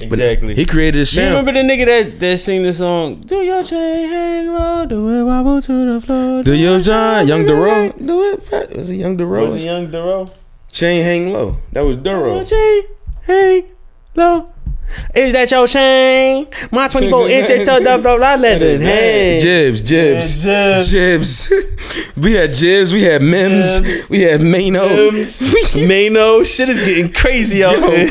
[SPEAKER 1] but
[SPEAKER 2] exactly.
[SPEAKER 1] He created a
[SPEAKER 3] You
[SPEAKER 1] sound.
[SPEAKER 3] remember the nigga that that sing the song? Do your chain hang low? Do it wobble to the floor?
[SPEAKER 1] Do your John, Young
[SPEAKER 3] the
[SPEAKER 1] Duro, do it. Pat. Was it Young Duro?
[SPEAKER 2] was it Young Duro?
[SPEAKER 1] Chain hang low. That was Duro.
[SPEAKER 3] Your chain hang low. Is that your chain? My 24 inches tucked up the lot leather. Hey.
[SPEAKER 1] Jibs, jibs,
[SPEAKER 2] Yeah,
[SPEAKER 1] jibs. we had jibs, we had mims,
[SPEAKER 2] Jibs.
[SPEAKER 1] we had Mano,
[SPEAKER 2] Mano, shit is getting crazy out
[SPEAKER 1] Yo.
[SPEAKER 2] here.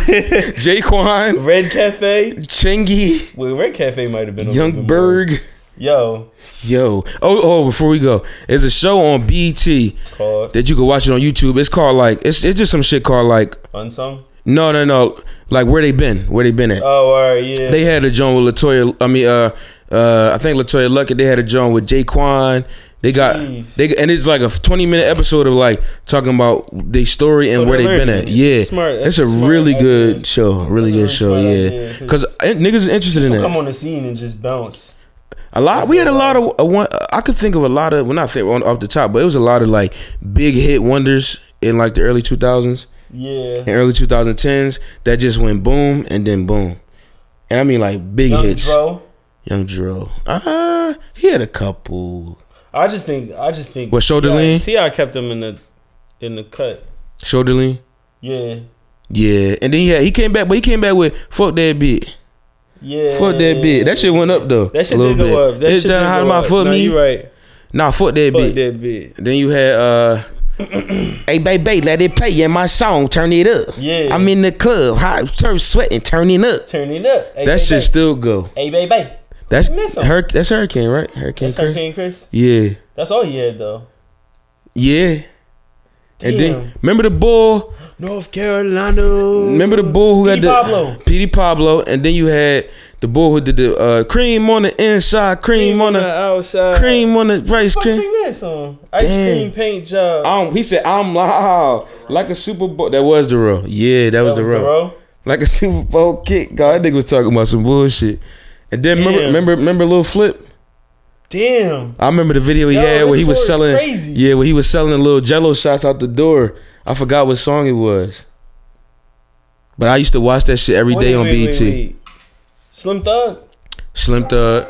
[SPEAKER 1] Jaquan,
[SPEAKER 2] Red Cafe.
[SPEAKER 1] Chingy,
[SPEAKER 2] Well, Red Cafe might have been a little bit
[SPEAKER 1] Young
[SPEAKER 2] more.
[SPEAKER 1] Berg.
[SPEAKER 2] Yo,
[SPEAKER 1] Yo, oh, oh! Before we go, there's a show on BT
[SPEAKER 2] called
[SPEAKER 1] that you can watch it on YouTube. It's called like it's it's just some shit called like
[SPEAKER 2] unsung.
[SPEAKER 1] no no no like where they been where they been at.
[SPEAKER 2] Oh, all right, yeah.
[SPEAKER 1] They had a joint with Latoya. I mean, uh, uh, I think Latoya Luckett. They had a joint with Jaquan. They got
[SPEAKER 2] Jeez.
[SPEAKER 1] they and it's like a twenty minute episode of like talking about their story and
[SPEAKER 2] So
[SPEAKER 1] where
[SPEAKER 2] they're
[SPEAKER 1] they've been at.
[SPEAKER 2] learning.
[SPEAKER 1] Yeah,
[SPEAKER 2] Smart.
[SPEAKER 1] It's
[SPEAKER 2] That's
[SPEAKER 1] a
[SPEAKER 2] a smart
[SPEAKER 1] really good
[SPEAKER 2] idea.
[SPEAKER 1] show. Really
[SPEAKER 2] That's a
[SPEAKER 1] good show.
[SPEAKER 2] really smart
[SPEAKER 1] Yeah,
[SPEAKER 2] idea, 'cause-
[SPEAKER 1] because niggas is interested in that.
[SPEAKER 2] come on the scene and just bounce.
[SPEAKER 1] A lot. We had a lot of a one. I could think of a lot of. Well, not think on- off the top, but it was a lot of like big hit wonders in like the early two thousands
[SPEAKER 2] Yeah.
[SPEAKER 1] and early two thousand tens that just went boom and then boom, and I mean like big
[SPEAKER 2] Young
[SPEAKER 1] hits.
[SPEAKER 2] Dro.
[SPEAKER 1] Young Dro. Uh, he had a couple.
[SPEAKER 2] I just think I just think
[SPEAKER 1] What, shoulder
[SPEAKER 2] T.I.
[SPEAKER 1] lean?
[SPEAKER 2] T.I. kept him in the in the cut.
[SPEAKER 1] Shoulder lean.
[SPEAKER 2] Yeah.
[SPEAKER 1] Yeah, and then he had, he came back, but he came back with fuck that bit,
[SPEAKER 2] Yeah.
[SPEAKER 1] fuck that bit. That shit went up though.
[SPEAKER 2] That shit
[SPEAKER 1] a little
[SPEAKER 2] did go
[SPEAKER 1] bit.
[SPEAKER 2] up. That
[SPEAKER 1] it's
[SPEAKER 2] shit
[SPEAKER 1] done
[SPEAKER 2] did
[SPEAKER 1] hiding
[SPEAKER 2] go
[SPEAKER 1] my
[SPEAKER 2] up.
[SPEAKER 1] foot
[SPEAKER 2] no,
[SPEAKER 1] me.
[SPEAKER 2] You right.
[SPEAKER 1] Nah, fuck that
[SPEAKER 2] Fuck
[SPEAKER 1] bit.
[SPEAKER 2] that bit.
[SPEAKER 1] Then you had uh Hey baby, let it play in my song, turn it up.
[SPEAKER 2] Yeah.
[SPEAKER 1] I'm in the club, hot turn sweating, turning up.
[SPEAKER 2] Turn it up. Hey,
[SPEAKER 1] That
[SPEAKER 2] baby.
[SPEAKER 1] shit still go.
[SPEAKER 2] Hey baby.
[SPEAKER 1] That's
[SPEAKER 2] Miss 'em.
[SPEAKER 1] her that's Hurricane, right? Hurricane Chris?
[SPEAKER 2] That's Hurricane Chris.
[SPEAKER 1] Yeah.
[SPEAKER 2] That's all he had though.
[SPEAKER 1] Yeah. And
[SPEAKER 2] Damn.
[SPEAKER 1] then remember the bull,
[SPEAKER 2] North Carolina.
[SPEAKER 1] remember the bull who
[SPEAKER 2] P.D.
[SPEAKER 1] got the
[SPEAKER 2] Pablo.
[SPEAKER 1] Petey Pablo, and then you had the bull who did the uh, cream on the inside, cream, on the
[SPEAKER 2] outside.
[SPEAKER 1] cream on the rice
[SPEAKER 2] uh, Fuck
[SPEAKER 1] cream.
[SPEAKER 2] sing that song. Ice
[SPEAKER 1] Damn.
[SPEAKER 2] cream paint job.
[SPEAKER 1] Um, he said, "I'm loud like a Super Bowl." That was the row. Yeah, that, was, the row. like a Super Bowl kick. God, that nigga was talking about some bullshit. And then remember,
[SPEAKER 2] Damn.
[SPEAKER 1] remember, remember, little flip.
[SPEAKER 2] Damn.
[SPEAKER 1] I remember the video he
[SPEAKER 2] Yo,
[SPEAKER 1] had where
[SPEAKER 2] this
[SPEAKER 1] he was
[SPEAKER 2] story's
[SPEAKER 1] selling,
[SPEAKER 2] crazy.
[SPEAKER 1] yeah, where he was selling the little Jello shots out the door. I forgot what song it was, but I used to watch that shit every
[SPEAKER 2] Wait,
[SPEAKER 1] day on
[SPEAKER 2] wait, wait,
[SPEAKER 1] BET.
[SPEAKER 2] wait. Slim Thug,
[SPEAKER 1] Slim Thug,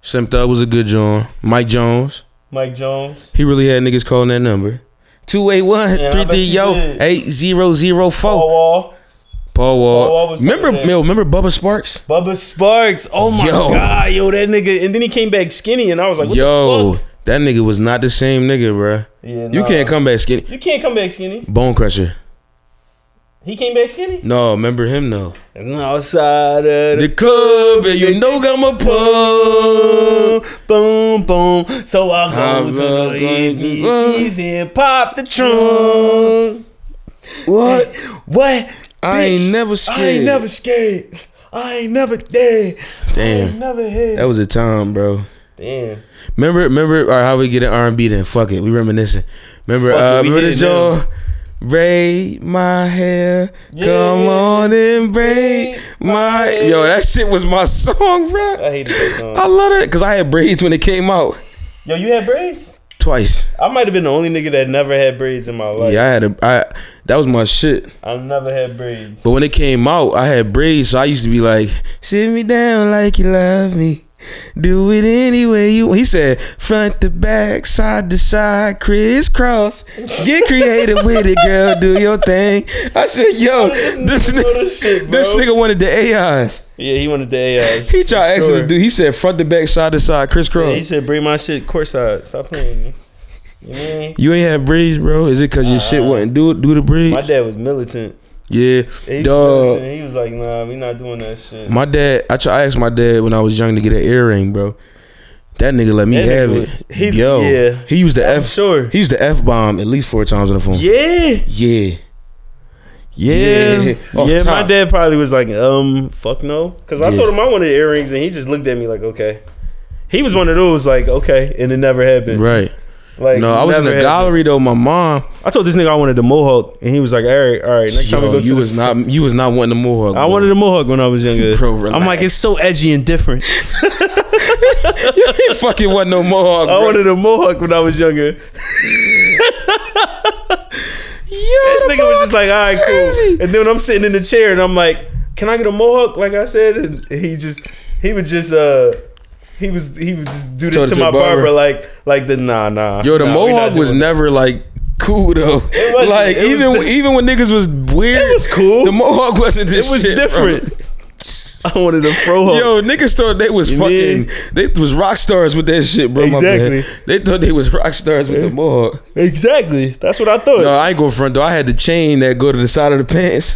[SPEAKER 1] Slim Thug was a good John. Mike Jones,
[SPEAKER 2] Mike Jones.
[SPEAKER 1] he really had niggas calling that number. 281
[SPEAKER 2] Yeah, I bet you
[SPEAKER 1] 3D yo
[SPEAKER 2] did.
[SPEAKER 1] 8004 Oh.
[SPEAKER 2] Paul Wall,
[SPEAKER 1] Paul
[SPEAKER 2] Paul Wall
[SPEAKER 1] Wall.
[SPEAKER 2] was
[SPEAKER 1] Remember,
[SPEAKER 2] fucking big.
[SPEAKER 1] yo, remember Bubba Sparks?
[SPEAKER 2] Bubba Sparks. Oh my
[SPEAKER 1] Yo.
[SPEAKER 2] god, yo, that nigga. And then he came back skinny, and I was like, what
[SPEAKER 1] Yo,
[SPEAKER 2] the fuck?
[SPEAKER 1] that nigga was not the same nigga, bruh.
[SPEAKER 2] Yeah,
[SPEAKER 1] You
[SPEAKER 2] nah.
[SPEAKER 1] can't come back skinny.
[SPEAKER 2] You can't come back skinny.
[SPEAKER 1] Bone Crusher.
[SPEAKER 2] He came back skinny.
[SPEAKER 1] No, remember him though.
[SPEAKER 2] And outside of
[SPEAKER 1] The
[SPEAKER 2] the
[SPEAKER 1] club, and you know I'm a pub.
[SPEAKER 2] boom, boom, boom. So I
[SPEAKER 1] I'm
[SPEAKER 2] go to
[SPEAKER 1] gonna-
[SPEAKER 2] the evening
[SPEAKER 1] uh,
[SPEAKER 2] easy and pop the trunk.
[SPEAKER 1] What?
[SPEAKER 2] What?
[SPEAKER 1] I ain't
[SPEAKER 2] Bitch,
[SPEAKER 1] never
[SPEAKER 2] I
[SPEAKER 1] scared.
[SPEAKER 2] ain't never scared. I ain't never dead. I
[SPEAKER 1] Damn.
[SPEAKER 2] ain't never here.
[SPEAKER 1] That was a time, bro.
[SPEAKER 2] Damn.
[SPEAKER 1] Remember, remember, or how we get an R and B? Then fuck it, we reminiscing. Remember,
[SPEAKER 2] Fuck it,
[SPEAKER 1] uh,
[SPEAKER 2] we
[SPEAKER 1] remember
[SPEAKER 2] hit
[SPEAKER 1] this
[SPEAKER 2] it now.
[SPEAKER 1] joint. Braid my hair,
[SPEAKER 2] Yeah.
[SPEAKER 1] come on and braid my. Yo, that shit was my song, bro.
[SPEAKER 2] I hated that song.
[SPEAKER 1] I love it because I had braids when it came out
[SPEAKER 2] Yo, you had braids?
[SPEAKER 1] twice.
[SPEAKER 2] I might have been the only nigga that never had braids in my life.
[SPEAKER 1] Yeah, I had a. I that was my shit.
[SPEAKER 2] I never had braids.
[SPEAKER 1] But when it came out, I had braids, so I used to be like, "Sit me down like you love me, do it any way you." He said, "Front to back, side to side, crisscross, get creative with it, girl, do your thing." I said, "Yo,
[SPEAKER 2] This
[SPEAKER 1] this
[SPEAKER 2] nigga know
[SPEAKER 1] nigga,
[SPEAKER 2] this shit,
[SPEAKER 1] this
[SPEAKER 2] bro.
[SPEAKER 1] nigga wanted the AIs.
[SPEAKER 2] Yeah, he wanted the AI.
[SPEAKER 1] He tried
[SPEAKER 2] for
[SPEAKER 1] asking
[SPEAKER 2] sure.
[SPEAKER 1] the dude. He said, "Front to back, side to side,
[SPEAKER 2] Yeah, he
[SPEAKER 1] crisscross."
[SPEAKER 2] said, "Bring my shit courtside. Stop playing." me." You mean?
[SPEAKER 1] You ain't had braids, bro. Is it cause your shit wouldn't do do the
[SPEAKER 2] My
[SPEAKER 1] braids?
[SPEAKER 2] dad was militant.
[SPEAKER 1] Yeah,
[SPEAKER 2] He, was
[SPEAKER 1] dog.
[SPEAKER 2] militant. he was like, "Nah, we not doing that shit."
[SPEAKER 1] My dad, I try, I asked my dad when I was young to get an earring, bro. That nigga let me
[SPEAKER 2] That
[SPEAKER 1] have
[SPEAKER 2] nigga
[SPEAKER 1] it.
[SPEAKER 2] was- he-
[SPEAKER 1] Yo,
[SPEAKER 2] yeah.
[SPEAKER 1] he used the
[SPEAKER 2] I'm
[SPEAKER 1] f.
[SPEAKER 2] sure.
[SPEAKER 1] He used the f bomb at least four times on the phone.
[SPEAKER 2] yeah,
[SPEAKER 1] yeah,
[SPEAKER 2] yeah,
[SPEAKER 1] yeah. Off
[SPEAKER 2] yeah. My
[SPEAKER 1] top.
[SPEAKER 2] dad probably was like, "Um, fuck no," because I
[SPEAKER 1] Yeah.
[SPEAKER 2] told him I wanted earrings, and he just looked at me like, "Okay." He was one of those like, "Okay," and it never happened.
[SPEAKER 1] Right.
[SPEAKER 2] Like,
[SPEAKER 1] no, I was in
[SPEAKER 2] never
[SPEAKER 1] the
[SPEAKER 2] happened.
[SPEAKER 1] gallery though. My mom.
[SPEAKER 2] I told this nigga I wanted the mohawk, and he was like, "All right, all right." Next time we
[SPEAKER 1] Yo,
[SPEAKER 2] go
[SPEAKER 1] you
[SPEAKER 2] to
[SPEAKER 1] was not. You was not wanting the mohawk.
[SPEAKER 2] I
[SPEAKER 1] bro.
[SPEAKER 2] wanted a mohawk when I was younger.
[SPEAKER 1] Bro,
[SPEAKER 2] I'm like,
[SPEAKER 1] relax.
[SPEAKER 2] it's so edgy and different.
[SPEAKER 1] He fucking wasn't no mohawk.
[SPEAKER 2] I
[SPEAKER 1] bro.
[SPEAKER 2] wanted a mohawk when I was younger. This nigga was just like, all right, cool. And then when I'm sitting in the chair and I'm like, can I get a mohawk? Like I said, and he just, he would just, uh, he was, he would just do
[SPEAKER 1] Told
[SPEAKER 2] this
[SPEAKER 1] it
[SPEAKER 2] to
[SPEAKER 1] to
[SPEAKER 2] my barber,
[SPEAKER 1] barber.
[SPEAKER 2] like, like the nah, nah.
[SPEAKER 1] Yo, the
[SPEAKER 2] nah, we not
[SPEAKER 1] mohawk was
[SPEAKER 2] doing
[SPEAKER 1] never like cool though.
[SPEAKER 2] wasn't.
[SPEAKER 1] Like
[SPEAKER 2] It was
[SPEAKER 1] even
[SPEAKER 2] di-
[SPEAKER 1] even when niggas was weird,
[SPEAKER 2] It was cool.
[SPEAKER 1] The mohawk wasn't
[SPEAKER 2] that.
[SPEAKER 1] this.
[SPEAKER 2] it was
[SPEAKER 1] shit, bro.
[SPEAKER 2] different. I wanted a frohawk.
[SPEAKER 1] Yo, niggas thought they was
[SPEAKER 2] You
[SPEAKER 1] fucking.
[SPEAKER 2] dig?
[SPEAKER 1] They was rock stars with that shit, bro. my bad.
[SPEAKER 2] Exactly.
[SPEAKER 1] They thought they was rock stars with the mohawk.
[SPEAKER 2] exactly. That's what I thought.
[SPEAKER 1] No, I ain't going front though. I had the chain that go to the side of the pants.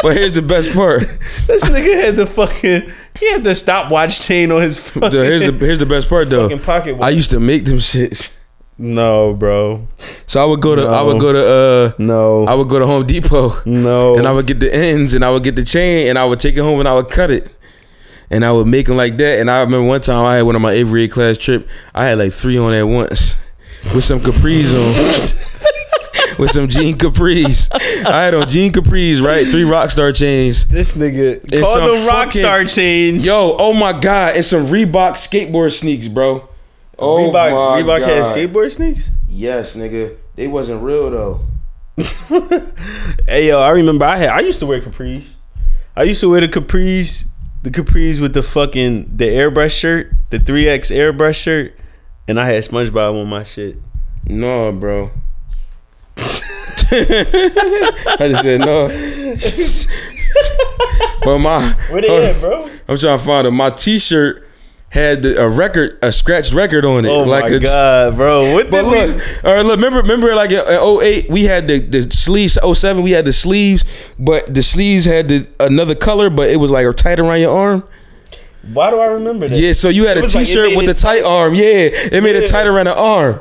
[SPEAKER 1] but here's the best part.
[SPEAKER 2] This nigga had the fucking, he had the stopwatch chain on his fucking,
[SPEAKER 1] The- here's the here's the best part though.
[SPEAKER 2] fucking pocket.
[SPEAKER 1] I used to make them shits.
[SPEAKER 2] no, bro.
[SPEAKER 1] So I would go to I would
[SPEAKER 2] No.
[SPEAKER 1] go to uh
[SPEAKER 2] No.
[SPEAKER 1] I would go to Home Depot
[SPEAKER 2] no.
[SPEAKER 1] and I would get the ends and I would get the chain and I would take it home and I would cut it. And I would make them like that. And I remember one time I had one of my eighth grade class trip. I had like three on at once with some capris on. with some jean capris. I had on jean capris, right? Three rockstar chains.
[SPEAKER 2] This nigga
[SPEAKER 1] It's
[SPEAKER 2] call
[SPEAKER 1] some
[SPEAKER 2] them rock
[SPEAKER 1] fucking-
[SPEAKER 2] star chains.
[SPEAKER 1] Yo, oh my God. And some Reebok skateboard sneaks, bro. Oh
[SPEAKER 2] Reebok,
[SPEAKER 1] my
[SPEAKER 2] Reebok
[SPEAKER 1] God.
[SPEAKER 2] had skateboard sneaks.
[SPEAKER 1] Yes, nigga. They wasn't real though.
[SPEAKER 2] Hey yo, I remember I had. I used to wear capris. I used to wear the capris, the capris with the fucking the airbrush shirt, the three X airbrush shirt, and I had SpongeBob on my shit.
[SPEAKER 1] No, bro. I just said no. but my
[SPEAKER 2] Where they at, bro?
[SPEAKER 1] I'm trying to find it. My T-shirt had the, a record, a scratched record on it.
[SPEAKER 2] Oh my
[SPEAKER 1] a,
[SPEAKER 2] god, bro! What
[SPEAKER 1] But
[SPEAKER 2] did we?
[SPEAKER 1] look, all right, look. Remember, remember, like in 08, we had the the sleeves. 07, we had the sleeves, but the sleeves had the, another color, but it was like tight around your arm.
[SPEAKER 2] Why do I remember that?
[SPEAKER 1] Yeah, so you had
[SPEAKER 2] It
[SPEAKER 1] a
[SPEAKER 2] was like- it
[SPEAKER 1] T-shirt
[SPEAKER 2] made
[SPEAKER 1] with the
[SPEAKER 2] it
[SPEAKER 1] tight arm. Yeah, it made it
[SPEAKER 2] Yeah.
[SPEAKER 1] tight around the arm.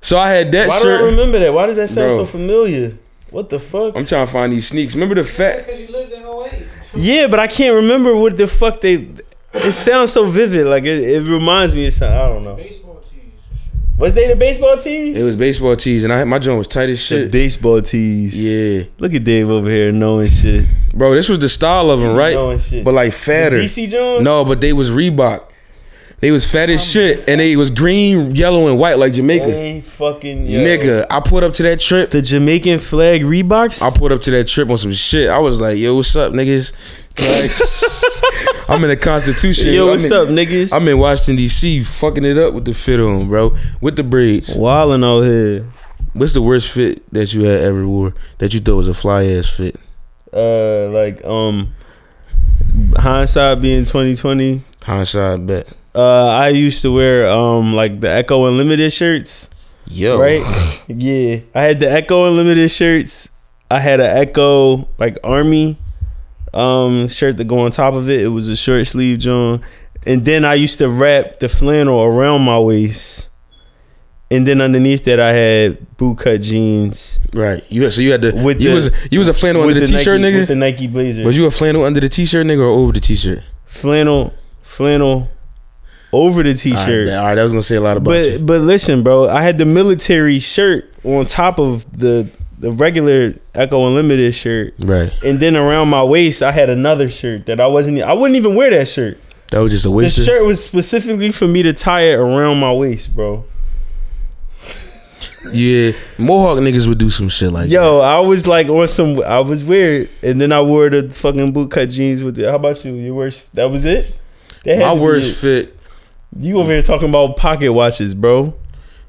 [SPEAKER 1] So I had that
[SPEAKER 2] Why do I
[SPEAKER 1] shirt.
[SPEAKER 2] remember that? Why does that sound
[SPEAKER 1] Bro.
[SPEAKER 2] so familiar? What the fuck?
[SPEAKER 1] I'm trying to find these sneaks. Remember the fat?
[SPEAKER 4] Because you lived in 08.
[SPEAKER 2] Yeah, but I can't remember what the fuck they. It sounds so vivid. Like it, it reminds me of something. I don't know.
[SPEAKER 4] Baseball teams.
[SPEAKER 2] Was they the baseball tees?
[SPEAKER 1] It was baseball tees, and I my joint was tight as
[SPEAKER 2] the
[SPEAKER 1] shit.
[SPEAKER 2] baseball tees.
[SPEAKER 1] Yeah,
[SPEAKER 2] Look at Dave over here knowing shit.
[SPEAKER 1] bro, this was the style of them, right?
[SPEAKER 2] Knowing shit.
[SPEAKER 1] But like fatter.
[SPEAKER 2] DC Jones?
[SPEAKER 1] No, but they was Reebok. They was fat
[SPEAKER 2] Um,
[SPEAKER 1] as shit, and they was green, yellow, and white like Jamaica.
[SPEAKER 2] They fucking yo.
[SPEAKER 1] Nigga, I pulled up to that trip.
[SPEAKER 2] The Jamaican flag Reeboks?
[SPEAKER 1] I pulled up to that trip on some shit. I was like, "Yo, what's up, niggas?" Like, I'm in the Constitution.
[SPEAKER 2] Yo,
[SPEAKER 1] I'm
[SPEAKER 2] what's
[SPEAKER 1] in-
[SPEAKER 2] up, niggas?
[SPEAKER 1] I'm in Washington D.C. fucking it up with the fit on, bro. With the braids.
[SPEAKER 2] wilding out here.
[SPEAKER 1] What's the worst fit that you had ever wore that you thought was a fly ass fit?
[SPEAKER 2] Uh, like um, hindsight being twenty twenty.
[SPEAKER 1] Hindsight bet.
[SPEAKER 2] Uh, I used to wear um like the Echo Unlimited shirts.
[SPEAKER 1] Yo.
[SPEAKER 2] right? yeah. I had the Echo Unlimited shirts. I had an Echo like army um shirt to go on top of it. It was a short sleeve John. And then I used to wrap the flannel around my waist. And then underneath that I had boot cut jeans.
[SPEAKER 1] Right. You so you had to
[SPEAKER 2] With
[SPEAKER 1] you
[SPEAKER 2] the-
[SPEAKER 1] was you was a flannel under the,
[SPEAKER 2] Nike-
[SPEAKER 1] t-shirt
[SPEAKER 2] With
[SPEAKER 1] nigga?
[SPEAKER 2] the Nike blazer.
[SPEAKER 1] was you a flannel under the t-shirt nigga or over the t-shirt?
[SPEAKER 2] flannel, flannel, over the
[SPEAKER 1] All right,
[SPEAKER 2] t-shirt.
[SPEAKER 1] man. All right, I was gonna say a lot about
[SPEAKER 2] but
[SPEAKER 1] you.
[SPEAKER 2] but listen, bro, I had the military shirt on top of the the regular Echo Unlimited shirt,
[SPEAKER 1] Right.
[SPEAKER 2] and then around my waist I had another shirt that I wasn't. e, I wouldn't even wear that shirt.
[SPEAKER 1] That was just a
[SPEAKER 2] The
[SPEAKER 1] waste. of-
[SPEAKER 2] shirt was specifically for me to tie it around my waist, bro.
[SPEAKER 1] Yeah, Mohawk niggas would do some shit like that.
[SPEAKER 2] Yo, I was like on some. I was weird, and then I wore the fucking bootcut jeans with it. How about you? Your worst? That was it. That had
[SPEAKER 1] My
[SPEAKER 2] to be
[SPEAKER 1] worst fit.
[SPEAKER 2] it. You over here talking about pocket watches, bro?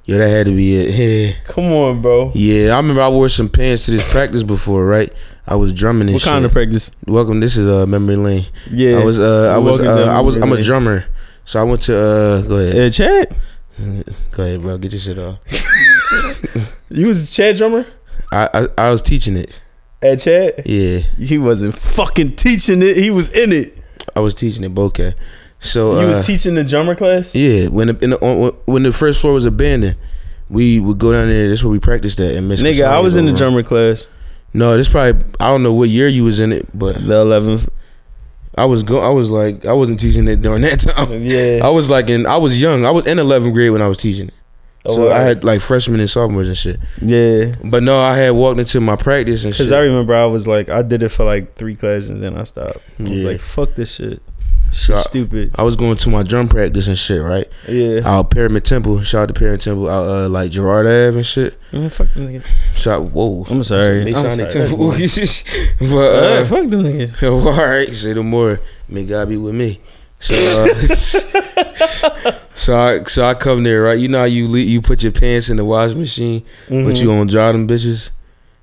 [SPEAKER 1] Yo, that had to be it. Yeah.
[SPEAKER 2] Come on, bro.
[SPEAKER 1] Yeah, I remember I wore some pants to this practice before, right? I was drumming and
[SPEAKER 2] What kind
[SPEAKER 1] shit.
[SPEAKER 2] of practice?
[SPEAKER 1] Welcome. This is uh memory lane.
[SPEAKER 2] Yeah,
[SPEAKER 1] I was uh I was
[SPEAKER 2] Welcome
[SPEAKER 1] uh,
[SPEAKER 2] to
[SPEAKER 1] I was I'm a
[SPEAKER 2] memory lane.
[SPEAKER 1] drummer. So I went to uh go ahead.
[SPEAKER 2] Uh, Chad,
[SPEAKER 1] Go ahead, bro. Get your shit off.
[SPEAKER 2] you was Chad drummer
[SPEAKER 1] I I, I was teaching it.
[SPEAKER 2] at Chad.
[SPEAKER 1] Yeah.
[SPEAKER 2] He wasn't fucking teaching it. He was in it.
[SPEAKER 1] I was teaching it, but okay. So
[SPEAKER 2] You
[SPEAKER 1] uh,
[SPEAKER 2] was teaching the drummer class.
[SPEAKER 1] Yeah, when the, in the, on, when the first floor was abandoned, we would go down there. That's where we practiced at. And Miss
[SPEAKER 2] Nigga, I
[SPEAKER 1] Cassandra
[SPEAKER 2] was in the
[SPEAKER 1] room.
[SPEAKER 2] drummer class.
[SPEAKER 1] No, this probably I don't know what year you was in it, but
[SPEAKER 2] The 11.
[SPEAKER 1] I was go. I was like I wasn't teaching it during that time.
[SPEAKER 2] Yeah.
[SPEAKER 1] I was like in I was young. I was in 11th grade when I was teaching it.
[SPEAKER 2] Oh,
[SPEAKER 1] So I
[SPEAKER 2] wow.
[SPEAKER 1] had like freshmen and sophomores and shit.
[SPEAKER 2] yeah.
[SPEAKER 1] But no, I had walked into my practice and
[SPEAKER 2] Because
[SPEAKER 1] shit.
[SPEAKER 2] I remember I was like, I did it for like three classes and then I stopped. I was
[SPEAKER 1] Yeah.
[SPEAKER 2] like, fuck this shit.
[SPEAKER 1] So I-
[SPEAKER 2] Shit's stupid.
[SPEAKER 1] I was going to my drum practice and shit, right?
[SPEAKER 2] Yeah.
[SPEAKER 1] Out Pyramid Temple, shout out to Pyramid Temple, out uh, like Gerard Ave and shit.
[SPEAKER 2] Man, fuck them niggas.
[SPEAKER 1] Shout, whoa,
[SPEAKER 2] I'm sorry. I'm
[SPEAKER 1] Masonic
[SPEAKER 2] sorry.
[SPEAKER 1] Temple. but
[SPEAKER 2] Uh,
[SPEAKER 1] uh,
[SPEAKER 2] fuck them niggas.
[SPEAKER 1] All right, say no more. May God be with me. So, uh, so I so I come there, right? You know how you le- you put your pants in the wash machine, but
[SPEAKER 2] Mhm.
[SPEAKER 1] you don't dry them bitches,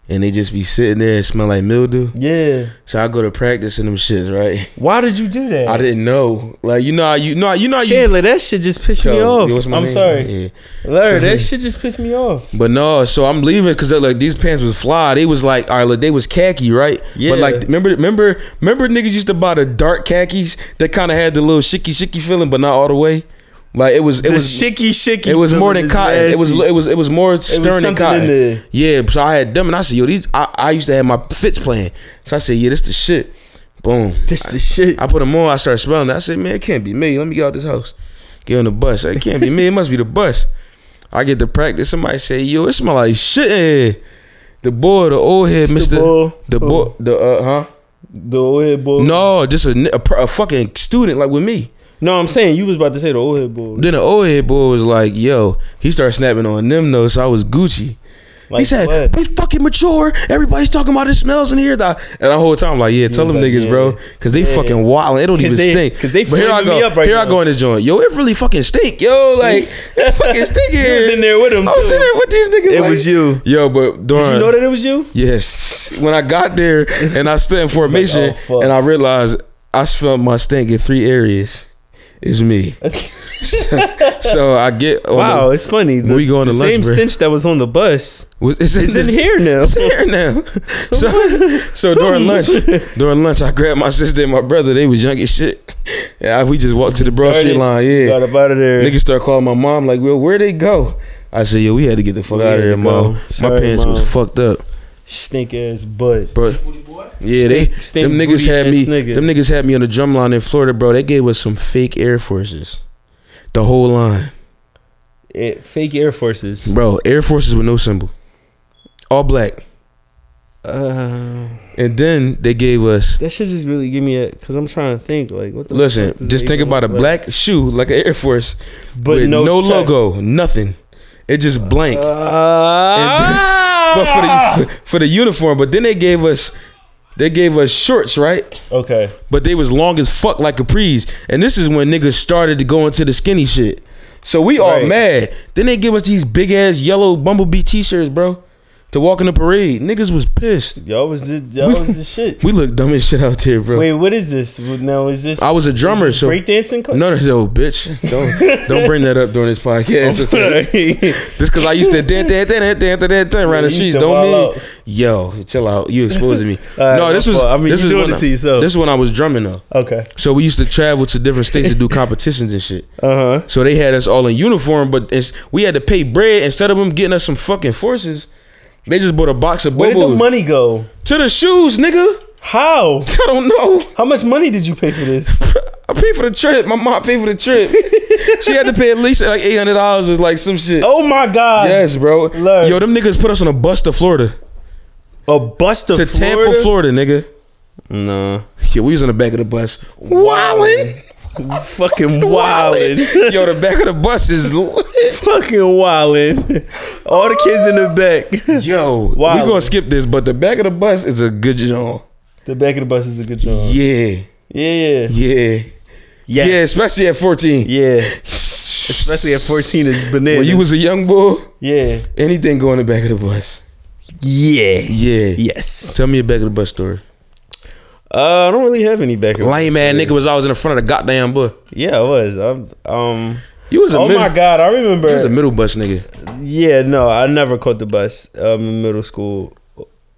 [SPEAKER 1] and they just be sitting there and smell like mildew.
[SPEAKER 2] Yeah.
[SPEAKER 1] So I go to practice in them shits, right?
[SPEAKER 2] Why did you do that?
[SPEAKER 1] I didn't know, like you know, how you know, how- you know, how you.
[SPEAKER 2] Chandler, that shit just pissed me
[SPEAKER 1] Yo,
[SPEAKER 2] off.
[SPEAKER 1] yo, what's my
[SPEAKER 2] I'm
[SPEAKER 1] name?
[SPEAKER 2] sorry.
[SPEAKER 1] Yeah. Mm-hmm.
[SPEAKER 2] Larry,
[SPEAKER 1] So-
[SPEAKER 2] that shit just pissed me off.
[SPEAKER 1] But no, so I'm leaving because like these pants was fly. They was like, all right, look, they was khaki, right?
[SPEAKER 2] Yeah.
[SPEAKER 1] But like, remember, remember, remember, niggas used to buy the dark khakis that kind of had the little shicky shicky feeling, but not all the way. Like it was, it
[SPEAKER 2] It was
[SPEAKER 1] was
[SPEAKER 2] shicky, shicky.
[SPEAKER 1] it was
[SPEAKER 2] feeling
[SPEAKER 1] more than
[SPEAKER 2] is
[SPEAKER 1] cotton. It was,
[SPEAKER 2] nasty.
[SPEAKER 1] it was, it was more stern than
[SPEAKER 2] something in there.
[SPEAKER 1] cotton. Yeah. So I had them, and I said, yo, these. I, I used to have my fits playing, so I said, yeah, this the shit. Boom.
[SPEAKER 2] That's the shit.
[SPEAKER 1] I put them on. I started smelling. It. I said, "Man, it can't be me. Let me get out this house. Get on the bus. It can't be me. It must be the bus." I get to practice. Somebody say, "Yo, it smell like shit." in here." The boy, the old head, Mister,
[SPEAKER 2] boy.
[SPEAKER 1] the boy, the uh, huh?
[SPEAKER 2] The old head boy.
[SPEAKER 1] No, just a, ni- a, pr- a fucking student like with me.
[SPEAKER 2] no, I'm saying you was about to say the old head boy.
[SPEAKER 1] Then the old head boy was like, "Yo," he started snapping on them though, so I was Gucci. he
[SPEAKER 2] Like
[SPEAKER 1] said,
[SPEAKER 2] what?
[SPEAKER 1] "We fucking mature. Everybody's talking about it smells in here." Dah. And the whole time, I'm like, "Yeah, tell
[SPEAKER 2] was
[SPEAKER 1] them
[SPEAKER 2] like,
[SPEAKER 1] niggas,
[SPEAKER 2] yeah.
[SPEAKER 1] bro, because they
[SPEAKER 2] Yeah.
[SPEAKER 1] fucking wild. It don't
[SPEAKER 2] 'Cause
[SPEAKER 1] even
[SPEAKER 2] they-
[SPEAKER 1] stink."
[SPEAKER 2] 'cause they
[SPEAKER 1] but here I
[SPEAKER 2] flaming me
[SPEAKER 1] go.
[SPEAKER 2] up right
[SPEAKER 1] here I
[SPEAKER 2] now.
[SPEAKER 1] go in this joint. Yo, it really fucking stink. Yo, like it fucking stink in
[SPEAKER 2] You
[SPEAKER 1] here.
[SPEAKER 2] was in there with
[SPEAKER 1] I
[SPEAKER 2] him.
[SPEAKER 1] was
[SPEAKER 2] too.
[SPEAKER 1] in there with these niggas.
[SPEAKER 2] It
[SPEAKER 1] like-
[SPEAKER 2] was you.
[SPEAKER 1] Yo, but during
[SPEAKER 2] Did you know that it was you?
[SPEAKER 1] yes, when I got there and I stood in formation
[SPEAKER 2] "Oh, fuck."
[SPEAKER 1] and I realized I smelled my stink in three areas. It's me. so, so I get on
[SPEAKER 2] Wow, it's funny. The,
[SPEAKER 1] we going
[SPEAKER 2] the
[SPEAKER 1] to lunch
[SPEAKER 2] same
[SPEAKER 1] break.
[SPEAKER 2] stench that was on the bus
[SPEAKER 1] Was- It's,
[SPEAKER 2] is in
[SPEAKER 1] this-
[SPEAKER 2] here now.
[SPEAKER 1] It's here now. So, so during lunch, during lunch, I grabbed my sister and my brother. They was young as shit. Yeah, we just walked to the Broad Street
[SPEAKER 2] Dirty.
[SPEAKER 1] line.
[SPEAKER 2] You
[SPEAKER 1] Yeah,
[SPEAKER 2] Got up out of there.
[SPEAKER 1] niggas start calling my mom like, "Well, where they go?" I said, "Yo, we had to get the fuck
[SPEAKER 2] We
[SPEAKER 1] out
[SPEAKER 2] had
[SPEAKER 1] of there,
[SPEAKER 2] to go.
[SPEAKER 1] mom. My
[SPEAKER 2] Sorry,
[SPEAKER 1] pants was
[SPEAKER 2] Mom.
[SPEAKER 1] fucked up,
[SPEAKER 2] Stink ass bus.
[SPEAKER 1] bro."
[SPEAKER 4] Booty boy.
[SPEAKER 1] Yeah, they
[SPEAKER 2] Stink- stink
[SPEAKER 1] them niggas
[SPEAKER 2] booty
[SPEAKER 1] had
[SPEAKER 2] ass
[SPEAKER 1] me.
[SPEAKER 2] nigga.
[SPEAKER 1] Them niggas had me on the drum line in Florida, bro. They gave us some fake Air Forces, the whole line,
[SPEAKER 2] It, Eh, fake Air Forces.
[SPEAKER 1] bro. Air Forces with no symbol, all black.
[SPEAKER 2] Uh,
[SPEAKER 1] And then they gave us
[SPEAKER 2] that should just really give me a. Cause I'm trying to think. Like what the.
[SPEAKER 1] Listen,
[SPEAKER 2] fuck does
[SPEAKER 1] just
[SPEAKER 2] it
[SPEAKER 1] think
[SPEAKER 2] even
[SPEAKER 1] about a
[SPEAKER 2] look like?
[SPEAKER 1] black shoe like an Air Force,
[SPEAKER 2] but
[SPEAKER 1] with no,
[SPEAKER 2] check. Uh,
[SPEAKER 1] logo, nothing. It just blank. but for
[SPEAKER 2] Ah!
[SPEAKER 1] the for the uniform, but then they gave us they gave us shorts, right?
[SPEAKER 2] okay.
[SPEAKER 1] But they was long as fuck like capris. And this is when niggas started to go into the skinny shit. So we all
[SPEAKER 2] Right.
[SPEAKER 1] mad. Then they give us these big ass yellow bumblebee t-shirts, bro, to walk in the parade. Niggas was pissed.
[SPEAKER 2] Y'all was the y'all was the shit.
[SPEAKER 1] We look dumb as shit out there, bro.
[SPEAKER 2] Wait, what is this? Now is this?
[SPEAKER 1] I was a drummer,
[SPEAKER 2] is this
[SPEAKER 1] so
[SPEAKER 2] breakdancing. Class?
[SPEAKER 1] no, no, no, bitch, don't don't bring that up during this podcast.
[SPEAKER 2] I'm sorry.
[SPEAKER 1] Just because I used to dance, dance, dance, dance, dance, dance around
[SPEAKER 2] You
[SPEAKER 1] the
[SPEAKER 2] used
[SPEAKER 1] streets,
[SPEAKER 2] to
[SPEAKER 1] don't
[SPEAKER 2] wild
[SPEAKER 1] mean
[SPEAKER 2] out.
[SPEAKER 1] yo, chill out. You exposing me.
[SPEAKER 2] right,
[SPEAKER 1] no,
[SPEAKER 2] my
[SPEAKER 1] this was.
[SPEAKER 2] fault. I mean,
[SPEAKER 1] this
[SPEAKER 2] you
[SPEAKER 1] is
[SPEAKER 2] doing
[SPEAKER 1] when
[SPEAKER 2] it to yourself.
[SPEAKER 1] This is when I was drumming though.
[SPEAKER 2] Okay.
[SPEAKER 1] So we used to travel to different states to do competitions and shit.
[SPEAKER 2] Uh huh.
[SPEAKER 1] So they had us all in uniform, but it's, we had to pay bread instead of them getting us some fucking forces. They just bought a box of
[SPEAKER 2] Where did the
[SPEAKER 1] bubbles
[SPEAKER 2] money go?
[SPEAKER 1] to the shoes, nigga.
[SPEAKER 2] How?
[SPEAKER 1] I don't know.
[SPEAKER 2] How much money did you pay for this?
[SPEAKER 1] paid for the trip. My mom paid for the trip. she had to pay at least like eight hundred dollars or like some shit.
[SPEAKER 2] Oh my God!
[SPEAKER 1] yes, bro.
[SPEAKER 2] Lord.
[SPEAKER 1] Yo, them niggas put us on a bus to Florida
[SPEAKER 2] a bust of
[SPEAKER 1] to
[SPEAKER 2] Florida?
[SPEAKER 1] Tampa, Florida, nigga.
[SPEAKER 2] Nah,
[SPEAKER 1] Yeah, we was on the back of the bus wildin'.
[SPEAKER 2] fucking wildin'.
[SPEAKER 1] Yo, the back of the bus is lit.
[SPEAKER 2] fucking wildin'. All the kids in the back.
[SPEAKER 1] Yo,
[SPEAKER 2] Wildin'.
[SPEAKER 1] we gonna skip this, but the back of the bus is a good job.
[SPEAKER 2] The back of the bus is a good job.
[SPEAKER 1] Yeah,
[SPEAKER 2] Yeah, yeah,
[SPEAKER 1] yeah, yeah. Especially at fourteen.
[SPEAKER 2] yeah. Especially at fourteen is bananas.
[SPEAKER 1] When you was a young boy,
[SPEAKER 2] yeah,
[SPEAKER 1] anything go in the back of the bus.
[SPEAKER 2] yeah,
[SPEAKER 1] Yeah.
[SPEAKER 2] yes.
[SPEAKER 1] Tell me a back of the bus story.
[SPEAKER 2] Uh, I don't really have any back. of the
[SPEAKER 1] Lame
[SPEAKER 2] bus
[SPEAKER 1] ass
[SPEAKER 2] stories.
[SPEAKER 1] nigga was always in the front of the goddamn bus.
[SPEAKER 2] Yeah, I was. I'm, um.
[SPEAKER 1] You was a
[SPEAKER 2] Oh
[SPEAKER 1] middle,
[SPEAKER 2] my god, I
[SPEAKER 1] You was a
[SPEAKER 2] remember.
[SPEAKER 1] middle bus nigga.
[SPEAKER 2] Yeah, no, I never caught the bus um, in middle school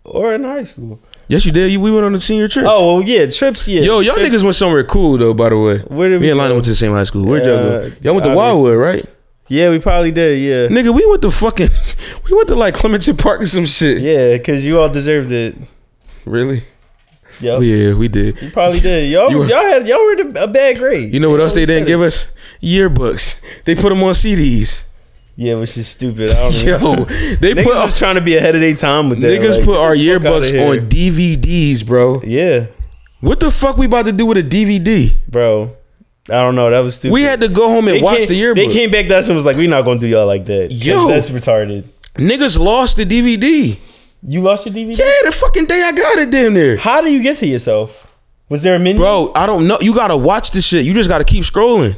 [SPEAKER 2] or in high school.
[SPEAKER 1] Yes, you did. You, we went on a senior trip.
[SPEAKER 2] Oh well, yeah, trips. Yeah,
[SPEAKER 1] Yo, y'all
[SPEAKER 2] trips,
[SPEAKER 1] niggas went somewhere cool though. By the way,
[SPEAKER 2] Where did
[SPEAKER 1] me
[SPEAKER 2] we
[SPEAKER 1] and Lionel
[SPEAKER 2] go?
[SPEAKER 1] went to the same high school. Where'd y'all go?
[SPEAKER 2] Uh,
[SPEAKER 1] Y'all went to
[SPEAKER 2] obvious-
[SPEAKER 1] Wildwood, right?
[SPEAKER 2] Yeah, we probably did. Yeah,
[SPEAKER 1] Nigga, we went to fucking, we went to like Clementon Park or some shit.
[SPEAKER 2] yeah, because you all deserved it.
[SPEAKER 1] Really? Oh,
[SPEAKER 2] Yo,
[SPEAKER 1] Yeah, we did.
[SPEAKER 2] you probably did. Y'all,
[SPEAKER 1] You were-
[SPEAKER 2] y'all had y'all were the- a bad grade.
[SPEAKER 1] You know what else they
[SPEAKER 2] we
[SPEAKER 1] didn't
[SPEAKER 2] said
[SPEAKER 1] give
[SPEAKER 2] it.
[SPEAKER 1] us? Yearbooks. They put them on CDs.
[SPEAKER 2] Yeah, which is stupid. I don't know.
[SPEAKER 1] Yo, they
[SPEAKER 2] Oh, Niggas
[SPEAKER 1] put
[SPEAKER 2] was trying to be ahead of their time with that.
[SPEAKER 1] niggas
[SPEAKER 2] like,
[SPEAKER 1] put our
[SPEAKER 2] get the fuck outta
[SPEAKER 1] yearbooks
[SPEAKER 2] here.
[SPEAKER 1] on DVDs, bro.
[SPEAKER 2] Yeah,
[SPEAKER 1] What the fuck we about to do with a DVD?
[SPEAKER 2] bro. I don't know. That was stupid.
[SPEAKER 1] We had to go home and
[SPEAKER 2] They
[SPEAKER 1] watch
[SPEAKER 2] came-
[SPEAKER 1] the
[SPEAKER 2] They
[SPEAKER 1] yearbook.
[SPEAKER 2] came back to us and was like, "We're not gonna do y'all like that. 'cause
[SPEAKER 1] Yo.
[SPEAKER 2] that's retarded."
[SPEAKER 1] Niggas lost the DVD.
[SPEAKER 2] You lost your DVD.
[SPEAKER 1] Yeah, the fucking day I got it, damn near.
[SPEAKER 2] How do you get to yourself? Was there a menu?
[SPEAKER 1] Bro, I don't know. You gotta watch this shit. You just gotta keep scrolling.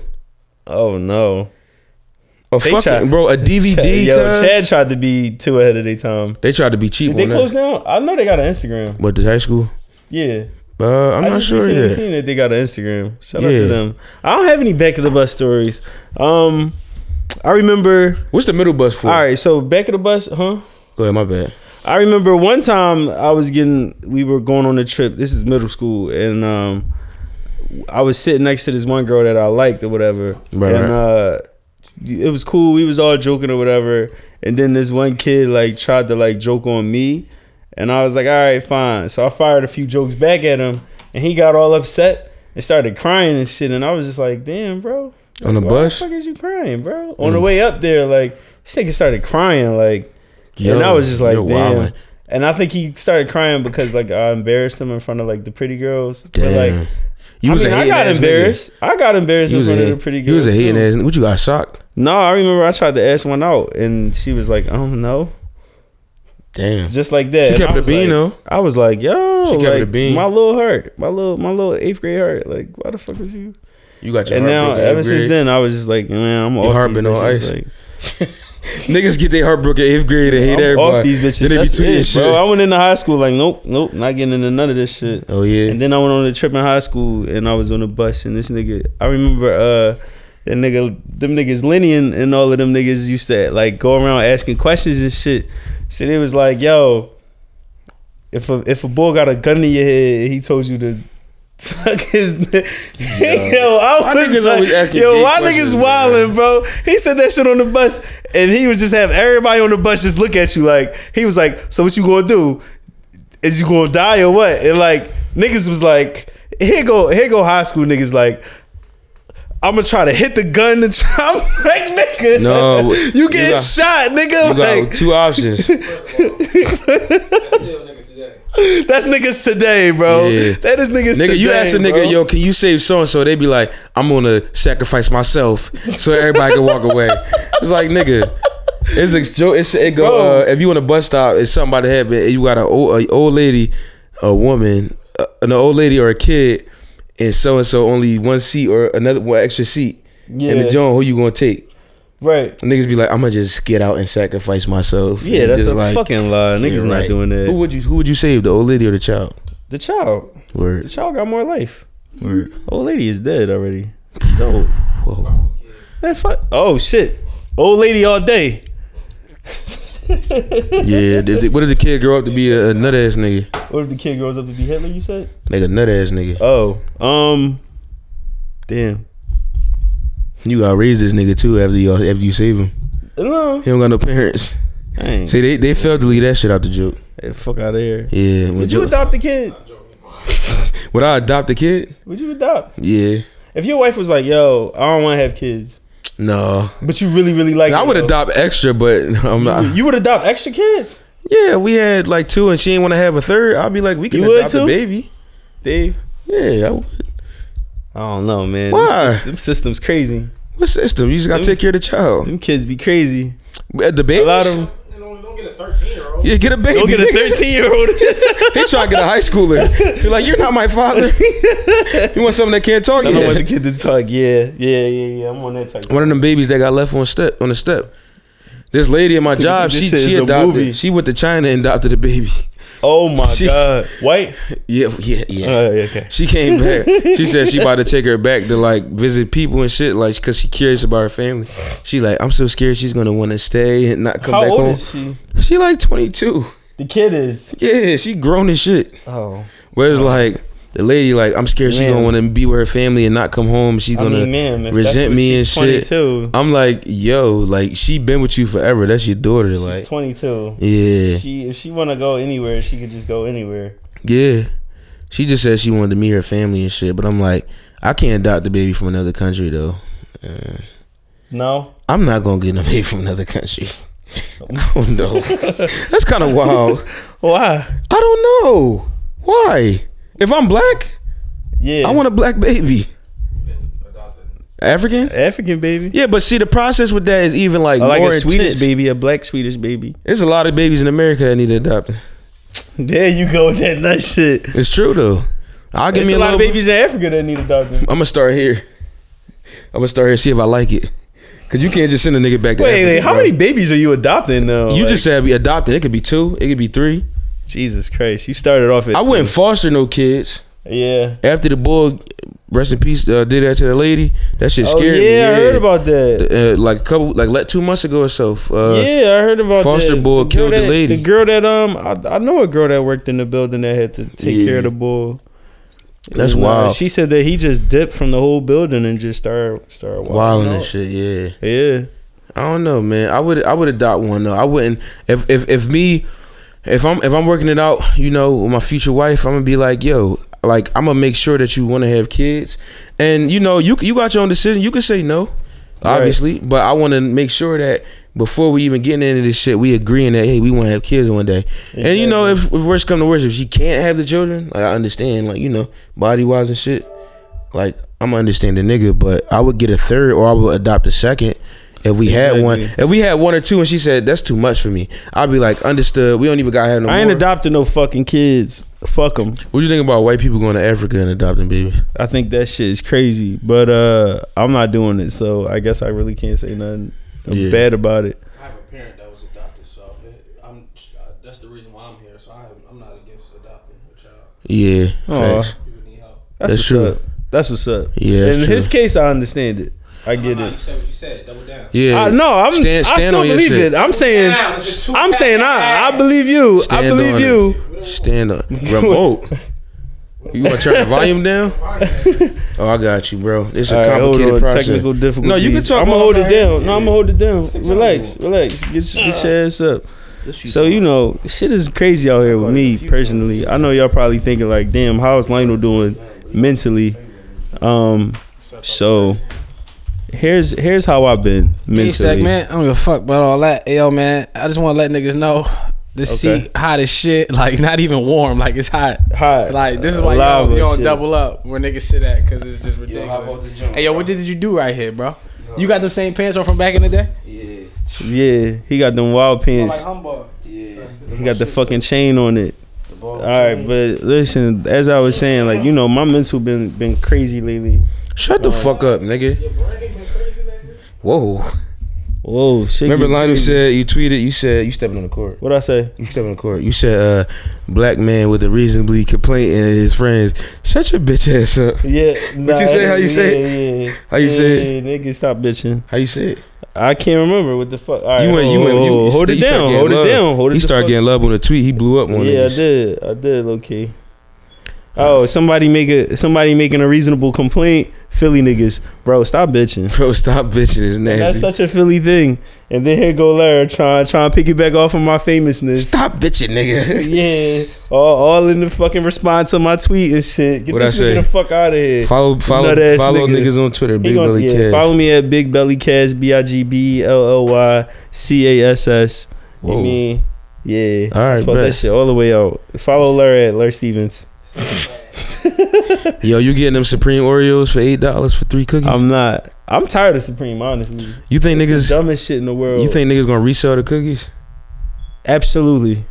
[SPEAKER 2] Oh no.
[SPEAKER 1] A
[SPEAKER 2] They
[SPEAKER 1] fucking
[SPEAKER 2] tried-
[SPEAKER 1] bro, a DVD.
[SPEAKER 2] Yo,
[SPEAKER 1] cuz.
[SPEAKER 2] Chad tried to be too ahead of their time.
[SPEAKER 1] They tried to be cheap
[SPEAKER 2] Did they
[SPEAKER 1] on
[SPEAKER 2] close
[SPEAKER 1] that.
[SPEAKER 2] down? I know they got an Instagram.
[SPEAKER 1] But the high school?
[SPEAKER 2] Yeah.
[SPEAKER 1] Uh, I'm
[SPEAKER 2] I
[SPEAKER 1] not
[SPEAKER 2] just
[SPEAKER 1] sure
[SPEAKER 2] recently
[SPEAKER 1] yet.
[SPEAKER 2] seen that they got an Instagram. Shout out
[SPEAKER 1] Yeah.
[SPEAKER 2] to them. I don't have any back of the bus stories. Um I remember
[SPEAKER 1] What's the middle bus for?
[SPEAKER 2] all right, so back of the bus, huh?
[SPEAKER 1] Go ahead, my bad.
[SPEAKER 2] I remember one time I was getting we were going on a trip. This is middle school and um I was sitting next to this one girl that I liked or whatever.
[SPEAKER 1] Right,
[SPEAKER 2] and
[SPEAKER 1] right.
[SPEAKER 2] uh it was cool. We was all joking or whatever. And then this one kid like tried to like joke on me and I was like, "All right, fine." So I fired a few jokes back at him and he got all upset and started crying and shit and I was just like, "Damn, bro."
[SPEAKER 1] On the
[SPEAKER 2] Why
[SPEAKER 1] bus?
[SPEAKER 2] the fuck is you crying, bro? On
[SPEAKER 1] Mm.
[SPEAKER 2] the way up there, like this nigga started crying, like, and
[SPEAKER 1] Yo,
[SPEAKER 2] I was just like,
[SPEAKER 1] you're
[SPEAKER 2] damn.
[SPEAKER 1] wildin'.
[SPEAKER 2] And I think he started crying because like I embarrassed him in front of like the pretty girls. But
[SPEAKER 1] Damn.
[SPEAKER 2] like,
[SPEAKER 1] You
[SPEAKER 2] I
[SPEAKER 1] was
[SPEAKER 2] mean,
[SPEAKER 1] a
[SPEAKER 2] I
[SPEAKER 1] hating
[SPEAKER 2] got
[SPEAKER 1] ass nigga.
[SPEAKER 2] embarrassed. I got embarrassed
[SPEAKER 1] You
[SPEAKER 2] in
[SPEAKER 1] was a
[SPEAKER 2] front of the
[SPEAKER 1] hating,
[SPEAKER 2] pretty girls.
[SPEAKER 1] you was a hating
[SPEAKER 2] too.
[SPEAKER 1] ass. What you got socked?
[SPEAKER 2] No, I remember I tried to ask one out, and she was like, "I don't know,"
[SPEAKER 1] Damn.
[SPEAKER 2] just like that.
[SPEAKER 1] She
[SPEAKER 2] And
[SPEAKER 1] kept
[SPEAKER 2] I
[SPEAKER 1] it
[SPEAKER 2] was
[SPEAKER 1] a bean,
[SPEAKER 2] like-
[SPEAKER 1] though.
[SPEAKER 2] I was like, "Yo,"
[SPEAKER 1] She kept it a
[SPEAKER 2] like,
[SPEAKER 1] bean.
[SPEAKER 2] My little heart, my little, my little eighth grade heart. Like, why the fuck was you?
[SPEAKER 1] You got your
[SPEAKER 2] And now,
[SPEAKER 1] heart broken.
[SPEAKER 2] ever since
[SPEAKER 1] grade.
[SPEAKER 2] then, I was just like, man, I'm off
[SPEAKER 1] heart
[SPEAKER 2] these
[SPEAKER 1] been on
[SPEAKER 2] bitches,
[SPEAKER 1] ice.
[SPEAKER 2] Like,
[SPEAKER 1] Niggas get their heart broken eighth grade and hate
[SPEAKER 2] I'm
[SPEAKER 1] everybody.
[SPEAKER 2] off these bitches.
[SPEAKER 1] Then they be
[SPEAKER 2] That's
[SPEAKER 1] tweeting
[SPEAKER 2] it,
[SPEAKER 1] shit.
[SPEAKER 2] bro. I went into high school like, nope, nope, not getting into none of this shit.
[SPEAKER 1] oh yeah.
[SPEAKER 2] And then I went on a trip in high school, and I was on a bus, and this nigga, I remember uh, that nigga, them niggas, Lenny and, and all of them niggas used to like go around asking questions and shit. So they was like, yo, if a if a boy got a gun in your head, and he told you to. Suck his yo, I
[SPEAKER 1] Why
[SPEAKER 2] was
[SPEAKER 1] niggas
[SPEAKER 2] like,
[SPEAKER 1] always asking
[SPEAKER 2] yo,
[SPEAKER 1] big
[SPEAKER 2] why
[SPEAKER 1] questions,
[SPEAKER 2] niggas
[SPEAKER 1] man?
[SPEAKER 2] wildin', bro? He said that shit on the bus, and he was just have everybody on the bus just look at you like he was like, so what you gonna do? is you gonna die or what? And like niggas was like, here go here go high school niggas like. I'm gonna try to hit the gun and try. I'm like, nigga,
[SPEAKER 1] No,
[SPEAKER 2] you getting
[SPEAKER 1] you got-
[SPEAKER 2] shot, nigga.
[SPEAKER 1] You
[SPEAKER 2] Like
[SPEAKER 1] got two options.
[SPEAKER 4] That's still niggas today.
[SPEAKER 2] that's niggas today, bro.
[SPEAKER 1] Yeah.
[SPEAKER 2] That is niggas.
[SPEAKER 1] Nigga,
[SPEAKER 2] today,
[SPEAKER 1] you ask a nigga,
[SPEAKER 2] bro.
[SPEAKER 1] yo, can you save so and so? They be like, I'm gonna sacrifice myself so everybody can walk away. It's like, nigga, it's a joke. It's it go.
[SPEAKER 2] Bro.
[SPEAKER 1] Uh, if you on a bus stop, it's something about to happen. You got an old, a old lady, a woman, uh, an old lady or a kid, and so and so only one seat or another one extra seat in
[SPEAKER 2] Yeah.
[SPEAKER 1] the joint. Who you gonna take?
[SPEAKER 2] right?
[SPEAKER 1] Niggas be like, I'm gonna just get out and sacrifice myself.
[SPEAKER 2] Yeah,
[SPEAKER 1] And
[SPEAKER 2] that's
[SPEAKER 1] just
[SPEAKER 2] a
[SPEAKER 1] like,
[SPEAKER 2] fucking lie. Niggas
[SPEAKER 1] you're
[SPEAKER 2] not
[SPEAKER 1] right.
[SPEAKER 2] doing
[SPEAKER 1] Who
[SPEAKER 2] that.
[SPEAKER 1] would you? Who would you save? The old lady or the child?
[SPEAKER 2] The child, the
[SPEAKER 1] Word.
[SPEAKER 2] child got more life.
[SPEAKER 1] Word.
[SPEAKER 2] Old lady is dead already. So,
[SPEAKER 1] Whoa.
[SPEAKER 2] man, fuck. Oh shit, old lady all day.
[SPEAKER 1] Yeah, did- did- what did the kid grow up to be? A, a nut ass nigga,
[SPEAKER 2] What if the kid grows up to be Hitler? You said.
[SPEAKER 1] like a nut ass nigga.
[SPEAKER 2] Oh, um, damn.
[SPEAKER 1] You gotta raise this nigga too after you after you save him.
[SPEAKER 2] No,
[SPEAKER 1] He don't got no parents.
[SPEAKER 2] dang.
[SPEAKER 1] See, they they failed to leave that shit out the joke.
[SPEAKER 2] Hey, fuck out of here.
[SPEAKER 1] Yeah, when
[SPEAKER 2] Would you
[SPEAKER 1] jo-
[SPEAKER 2] adopt a kid?
[SPEAKER 1] would I adopt a kid?
[SPEAKER 2] Would you adopt?
[SPEAKER 1] Yeah,
[SPEAKER 2] If your wife was like, "Yo, I don't want to have kids,"
[SPEAKER 1] No,
[SPEAKER 2] but you really, really like,
[SPEAKER 1] I
[SPEAKER 2] it,
[SPEAKER 1] would
[SPEAKER 2] though,
[SPEAKER 1] adopt uh. extra, but I'm
[SPEAKER 2] you-
[SPEAKER 1] not.
[SPEAKER 2] You would adopt extra kids,
[SPEAKER 1] Yeah, we had like two, and she didn't want to have a third. I'd be like, we can
[SPEAKER 2] You would
[SPEAKER 1] adopt a
[SPEAKER 2] too?
[SPEAKER 1] baby.
[SPEAKER 2] Dave.
[SPEAKER 1] Yeah, I would.
[SPEAKER 2] I don't know, man.
[SPEAKER 1] Why?
[SPEAKER 2] Them, sys- them systems crazy.
[SPEAKER 1] What system? You just gotta
[SPEAKER 2] Them-
[SPEAKER 1] take care of the child.
[SPEAKER 2] Them kids be crazy.
[SPEAKER 1] At the baby,
[SPEAKER 2] A lot of them.
[SPEAKER 4] And don't, don't get a 13 year old.
[SPEAKER 1] yeah, get a baby.
[SPEAKER 2] Go get a
[SPEAKER 1] nigga.
[SPEAKER 2] 13 year old.
[SPEAKER 1] He trying to get a high schooler. You're like, you're not my father. you want something that can't talk?
[SPEAKER 2] I don't want
[SPEAKER 1] Yeah.
[SPEAKER 2] the kid to talk. Yeah, yeah, yeah, yeah. I'm on that type.
[SPEAKER 1] One of them babies that got left on step on the step. This lady at my
[SPEAKER 2] This
[SPEAKER 1] job, she
[SPEAKER 2] shit is
[SPEAKER 1] she
[SPEAKER 2] a
[SPEAKER 1] adopted.
[SPEAKER 2] movie.
[SPEAKER 1] She went to China and adopted a baby.
[SPEAKER 2] Oh my
[SPEAKER 1] She-
[SPEAKER 2] god, white.
[SPEAKER 1] Yeah, yeah, yeah.
[SPEAKER 2] Oh, yeah, okay.
[SPEAKER 1] She came back. She said she about to take her back to like visit people and shit, like because she curious about her family. She like, I'm so scared she's gonna want to stay and not come
[SPEAKER 2] How
[SPEAKER 1] back
[SPEAKER 2] old
[SPEAKER 1] home.
[SPEAKER 2] is she?
[SPEAKER 1] She like 22.
[SPEAKER 2] The kid is.
[SPEAKER 1] Yeah, she grown as shit.
[SPEAKER 2] Oh,
[SPEAKER 1] Whereas like the lady, like I'm scared she
[SPEAKER 2] Man.
[SPEAKER 1] gonna want to be with her family and not come home. She's
[SPEAKER 2] I
[SPEAKER 1] gonna.
[SPEAKER 2] mean, man, if
[SPEAKER 1] resent
[SPEAKER 2] that's what
[SPEAKER 1] me
[SPEAKER 2] she's
[SPEAKER 1] and shit.
[SPEAKER 2] 22.
[SPEAKER 1] I'm like, yo, like she been with you forever. That's your daughter.
[SPEAKER 2] She's
[SPEAKER 1] like,
[SPEAKER 2] 22.
[SPEAKER 1] yeah,
[SPEAKER 2] She if she want to go anywhere, she could just go anywhere.
[SPEAKER 1] yeah. She just said she wanted to meet her family and shit. But I'm like, I can't adopt the baby from another country though. Uh,
[SPEAKER 2] No,
[SPEAKER 1] I'm not gonna get a baby from another country. I don't know. That's kind of wild.
[SPEAKER 2] why?
[SPEAKER 1] I don't know why. If I'm black,
[SPEAKER 2] Yeah,
[SPEAKER 1] I want a black baby. African.
[SPEAKER 2] African baby.
[SPEAKER 1] Yeah, but see, the process with that is even like,
[SPEAKER 2] I like
[SPEAKER 1] more
[SPEAKER 2] a Swedish
[SPEAKER 1] intense.
[SPEAKER 2] baby, a black Swedish baby.
[SPEAKER 1] There's a lot of babies in America that need adopting.
[SPEAKER 2] There you go with that nut shit.
[SPEAKER 1] It's true though. I'll give
[SPEAKER 2] There's
[SPEAKER 1] me
[SPEAKER 2] a lot of
[SPEAKER 1] baby.
[SPEAKER 2] babies in Africa that need adopting.
[SPEAKER 1] I'm gonna start here. I'm gonna start here. See if I like it. Cause you can't just send a nigga back. To
[SPEAKER 2] Wait,
[SPEAKER 1] Africa,
[SPEAKER 2] wait, how
[SPEAKER 1] bro.
[SPEAKER 2] many babies are you adopting though?
[SPEAKER 1] You
[SPEAKER 2] Like,
[SPEAKER 1] just said be adopted. It could be two. It could be three.
[SPEAKER 2] Jesus Christ, you started off at
[SPEAKER 1] I
[SPEAKER 2] two.
[SPEAKER 1] wouldn't foster no kids.
[SPEAKER 2] Yeah.
[SPEAKER 1] After the boy, rest in peace, uh, did that to the lady. That shit
[SPEAKER 2] Oh
[SPEAKER 1] scared me.
[SPEAKER 2] yeah, I heard about that.
[SPEAKER 1] Uh, like a couple, like let two months ago or so. Uh,
[SPEAKER 2] yeah, I heard about
[SPEAKER 1] foster
[SPEAKER 2] that.
[SPEAKER 1] boy
[SPEAKER 2] girl
[SPEAKER 1] killed the
[SPEAKER 2] that-
[SPEAKER 1] lady.
[SPEAKER 2] The girl that um, I, I know a girl that worked in the building that had to take
[SPEAKER 1] Yeah.
[SPEAKER 2] care of the bull.
[SPEAKER 1] That's
[SPEAKER 2] And, uh,
[SPEAKER 1] wild.
[SPEAKER 2] She said that he just dipped from the whole building and just started started
[SPEAKER 1] Wild
[SPEAKER 2] wilding.
[SPEAKER 1] and
[SPEAKER 2] out.
[SPEAKER 1] shit. Yeah.
[SPEAKER 2] Yeah,
[SPEAKER 1] I don't know, man. I would I would adopt one though. I wouldn't if if if me if I'm if I'm working it out, you know, with my future wife, I'm gonna be like, yo, like I'm gonna make sure that you want to have kids, and you know, you you got your own decision. You can say no, obviously, but I want to make sure that before we even getting into this shit, we agreeing that hey, we want to have kids one day. And you know, if, if worst come to worst, if she can't have the children, like I understand, like you know, body wise and shit, like I'm gonna understand the nigga, but I would get a third or I would adopt a second. If we had one,
[SPEAKER 2] Exactly.
[SPEAKER 1] if we had one or two, and she said that's too much for me, I'd be like, understood. We don't even gotta have no.
[SPEAKER 2] I ain't
[SPEAKER 1] more.
[SPEAKER 2] adopting no fucking kids. Fuck them.
[SPEAKER 1] What you think about white people going to Africa and adopting babies?
[SPEAKER 2] I think that shit is crazy, but uh, I'm not doing it. So I guess I really can't say nothing
[SPEAKER 1] Yeah.
[SPEAKER 2] bad about it.
[SPEAKER 4] I have a parent that was adopted, so it, I'm. uh, That's the reason why I'm here. So I, I'm not against adopting a child.
[SPEAKER 1] Yeah,
[SPEAKER 2] Aw.
[SPEAKER 1] facts.
[SPEAKER 4] People need help.
[SPEAKER 2] That's,
[SPEAKER 1] That's
[SPEAKER 2] what's
[SPEAKER 1] true.
[SPEAKER 2] up. That's what's up.
[SPEAKER 1] Yeah, that's
[SPEAKER 2] In
[SPEAKER 1] true.
[SPEAKER 2] his case, I understand it. I get
[SPEAKER 4] Nah,
[SPEAKER 2] it.
[SPEAKER 4] You said what you said. Double down.
[SPEAKER 1] yeah.
[SPEAKER 2] I, no, I'm.
[SPEAKER 1] Stand-
[SPEAKER 2] I
[SPEAKER 1] stand
[SPEAKER 2] still
[SPEAKER 1] on your
[SPEAKER 2] believe
[SPEAKER 1] shit.
[SPEAKER 2] it. I'm saying.
[SPEAKER 4] down, it's just too
[SPEAKER 2] I'm saying I. I
[SPEAKER 4] fast.
[SPEAKER 2] believe you.
[SPEAKER 1] Stand
[SPEAKER 2] I
[SPEAKER 1] on
[SPEAKER 2] believe you.
[SPEAKER 1] It. Stand up. Remote. you want to turn the volume down? Oh, I got you, bro. It's a
[SPEAKER 2] All right, hold
[SPEAKER 1] complicated
[SPEAKER 2] on.
[SPEAKER 1] process.
[SPEAKER 2] Technical difficulties.
[SPEAKER 1] No, you can talk.
[SPEAKER 2] I'm gonna hold it
[SPEAKER 1] about-
[SPEAKER 2] down. No, I'm gonna hold it down. Relax, relax. Get, your- get your ass up. So you know, shit is crazy out here with me personally. I know y'all probably thinking like, damn, how is Lionel doing mentally? Um, so here's here's how I've been
[SPEAKER 5] Beef sack,
[SPEAKER 2] mentally.
[SPEAKER 5] man. I don't give a fuck about all that. Yo, man, I just want to let niggas know this
[SPEAKER 2] Okay.
[SPEAKER 5] seat hot as shit. Like, not even warm. Like, it's hot.
[SPEAKER 2] Hot.
[SPEAKER 5] Like, this is
[SPEAKER 2] Uh,
[SPEAKER 5] why y'all,
[SPEAKER 2] lava
[SPEAKER 5] you don't
[SPEAKER 2] shit.
[SPEAKER 5] double up where niggas sit at because it's just
[SPEAKER 4] how about
[SPEAKER 5] ridiculous.
[SPEAKER 4] the jump,
[SPEAKER 5] hey, yo, what did you do right here, bro? You got them same pants on from back in the day?
[SPEAKER 4] Yeah.
[SPEAKER 2] Yeah, he got them wild pants.
[SPEAKER 5] humbug.
[SPEAKER 4] Yeah.
[SPEAKER 2] He got the fucking chain on it.
[SPEAKER 4] The ball.
[SPEAKER 2] All right, but listen, as I was saying, like you know, my mental been been crazy lately.
[SPEAKER 1] Shut the fuck up, nigga.
[SPEAKER 4] Your brain been crazy lately.
[SPEAKER 1] Whoa.
[SPEAKER 2] Whoa, shit.
[SPEAKER 1] Remember,
[SPEAKER 2] getting
[SPEAKER 1] Lionel
[SPEAKER 2] crazy.
[SPEAKER 1] said you tweeted. You said you stepping on the court.
[SPEAKER 2] What I say?
[SPEAKER 1] You stepping on the court. You said uh, black man with a reasonably complaint and his friends. Shut your bitch ass up.
[SPEAKER 2] Yeah.
[SPEAKER 1] you say how you say
[SPEAKER 2] it? Yeah, yeah.
[SPEAKER 1] How you
[SPEAKER 2] yeah,
[SPEAKER 1] say
[SPEAKER 2] Yeah, nigga, stop bitching.
[SPEAKER 1] How you say it?
[SPEAKER 2] I can't remember what the fuck. All right,
[SPEAKER 1] you went. You went. You, you
[SPEAKER 2] hold it
[SPEAKER 1] start
[SPEAKER 2] down.
[SPEAKER 1] getting
[SPEAKER 2] Hold it
[SPEAKER 1] love.
[SPEAKER 2] down. Hold it.
[SPEAKER 1] He
[SPEAKER 2] the
[SPEAKER 1] started
[SPEAKER 2] fuck-
[SPEAKER 1] getting love on a tweet. He blew up on
[SPEAKER 2] Yeah, I
[SPEAKER 1] niggas.
[SPEAKER 2] did. I did. Okay. Oh, somebody make a somebody making a reasonable complaint. Philly niggas, bro, stop bitching.
[SPEAKER 1] Bro, stop bitching. It's
[SPEAKER 2] That's
[SPEAKER 1] nasty.
[SPEAKER 2] such a Philly thing. And then here go Lara trying trying to piggyback off of my famousness.
[SPEAKER 1] Stop bitching, nigga.
[SPEAKER 2] Yeah, all, all in the fucking response to my tweet and shit. Get
[SPEAKER 1] What'd
[SPEAKER 2] this
[SPEAKER 1] I
[SPEAKER 2] nigga
[SPEAKER 1] say?
[SPEAKER 2] the fuck out of here.
[SPEAKER 1] Follow, follow,
[SPEAKER 2] Nut-ass
[SPEAKER 1] follow
[SPEAKER 2] nigga.
[SPEAKER 1] niggas on Twitter.
[SPEAKER 2] He
[SPEAKER 1] Big
[SPEAKER 2] gonna-
[SPEAKER 1] Belly
[SPEAKER 2] yeah,
[SPEAKER 1] Cash.
[SPEAKER 2] Follow me at Big Belly Cass, B I G B L L Y C A S S. You
[SPEAKER 1] Whoa.
[SPEAKER 2] mean? Yeah.
[SPEAKER 1] All right,
[SPEAKER 2] Spell
[SPEAKER 1] bet.
[SPEAKER 2] that shit all the way out. Follow Larry at Larry Stevens.
[SPEAKER 1] Yo, you getting them Supreme Oreos for eight dollars for three cookies?
[SPEAKER 2] I'm not. I'm tired of Supreme, honestly.
[SPEAKER 1] you think
[SPEAKER 2] It's the
[SPEAKER 1] niggas?
[SPEAKER 2] dumbest shit in the world.
[SPEAKER 1] You think niggas gonna resell the cookies?
[SPEAKER 2] Absolutely.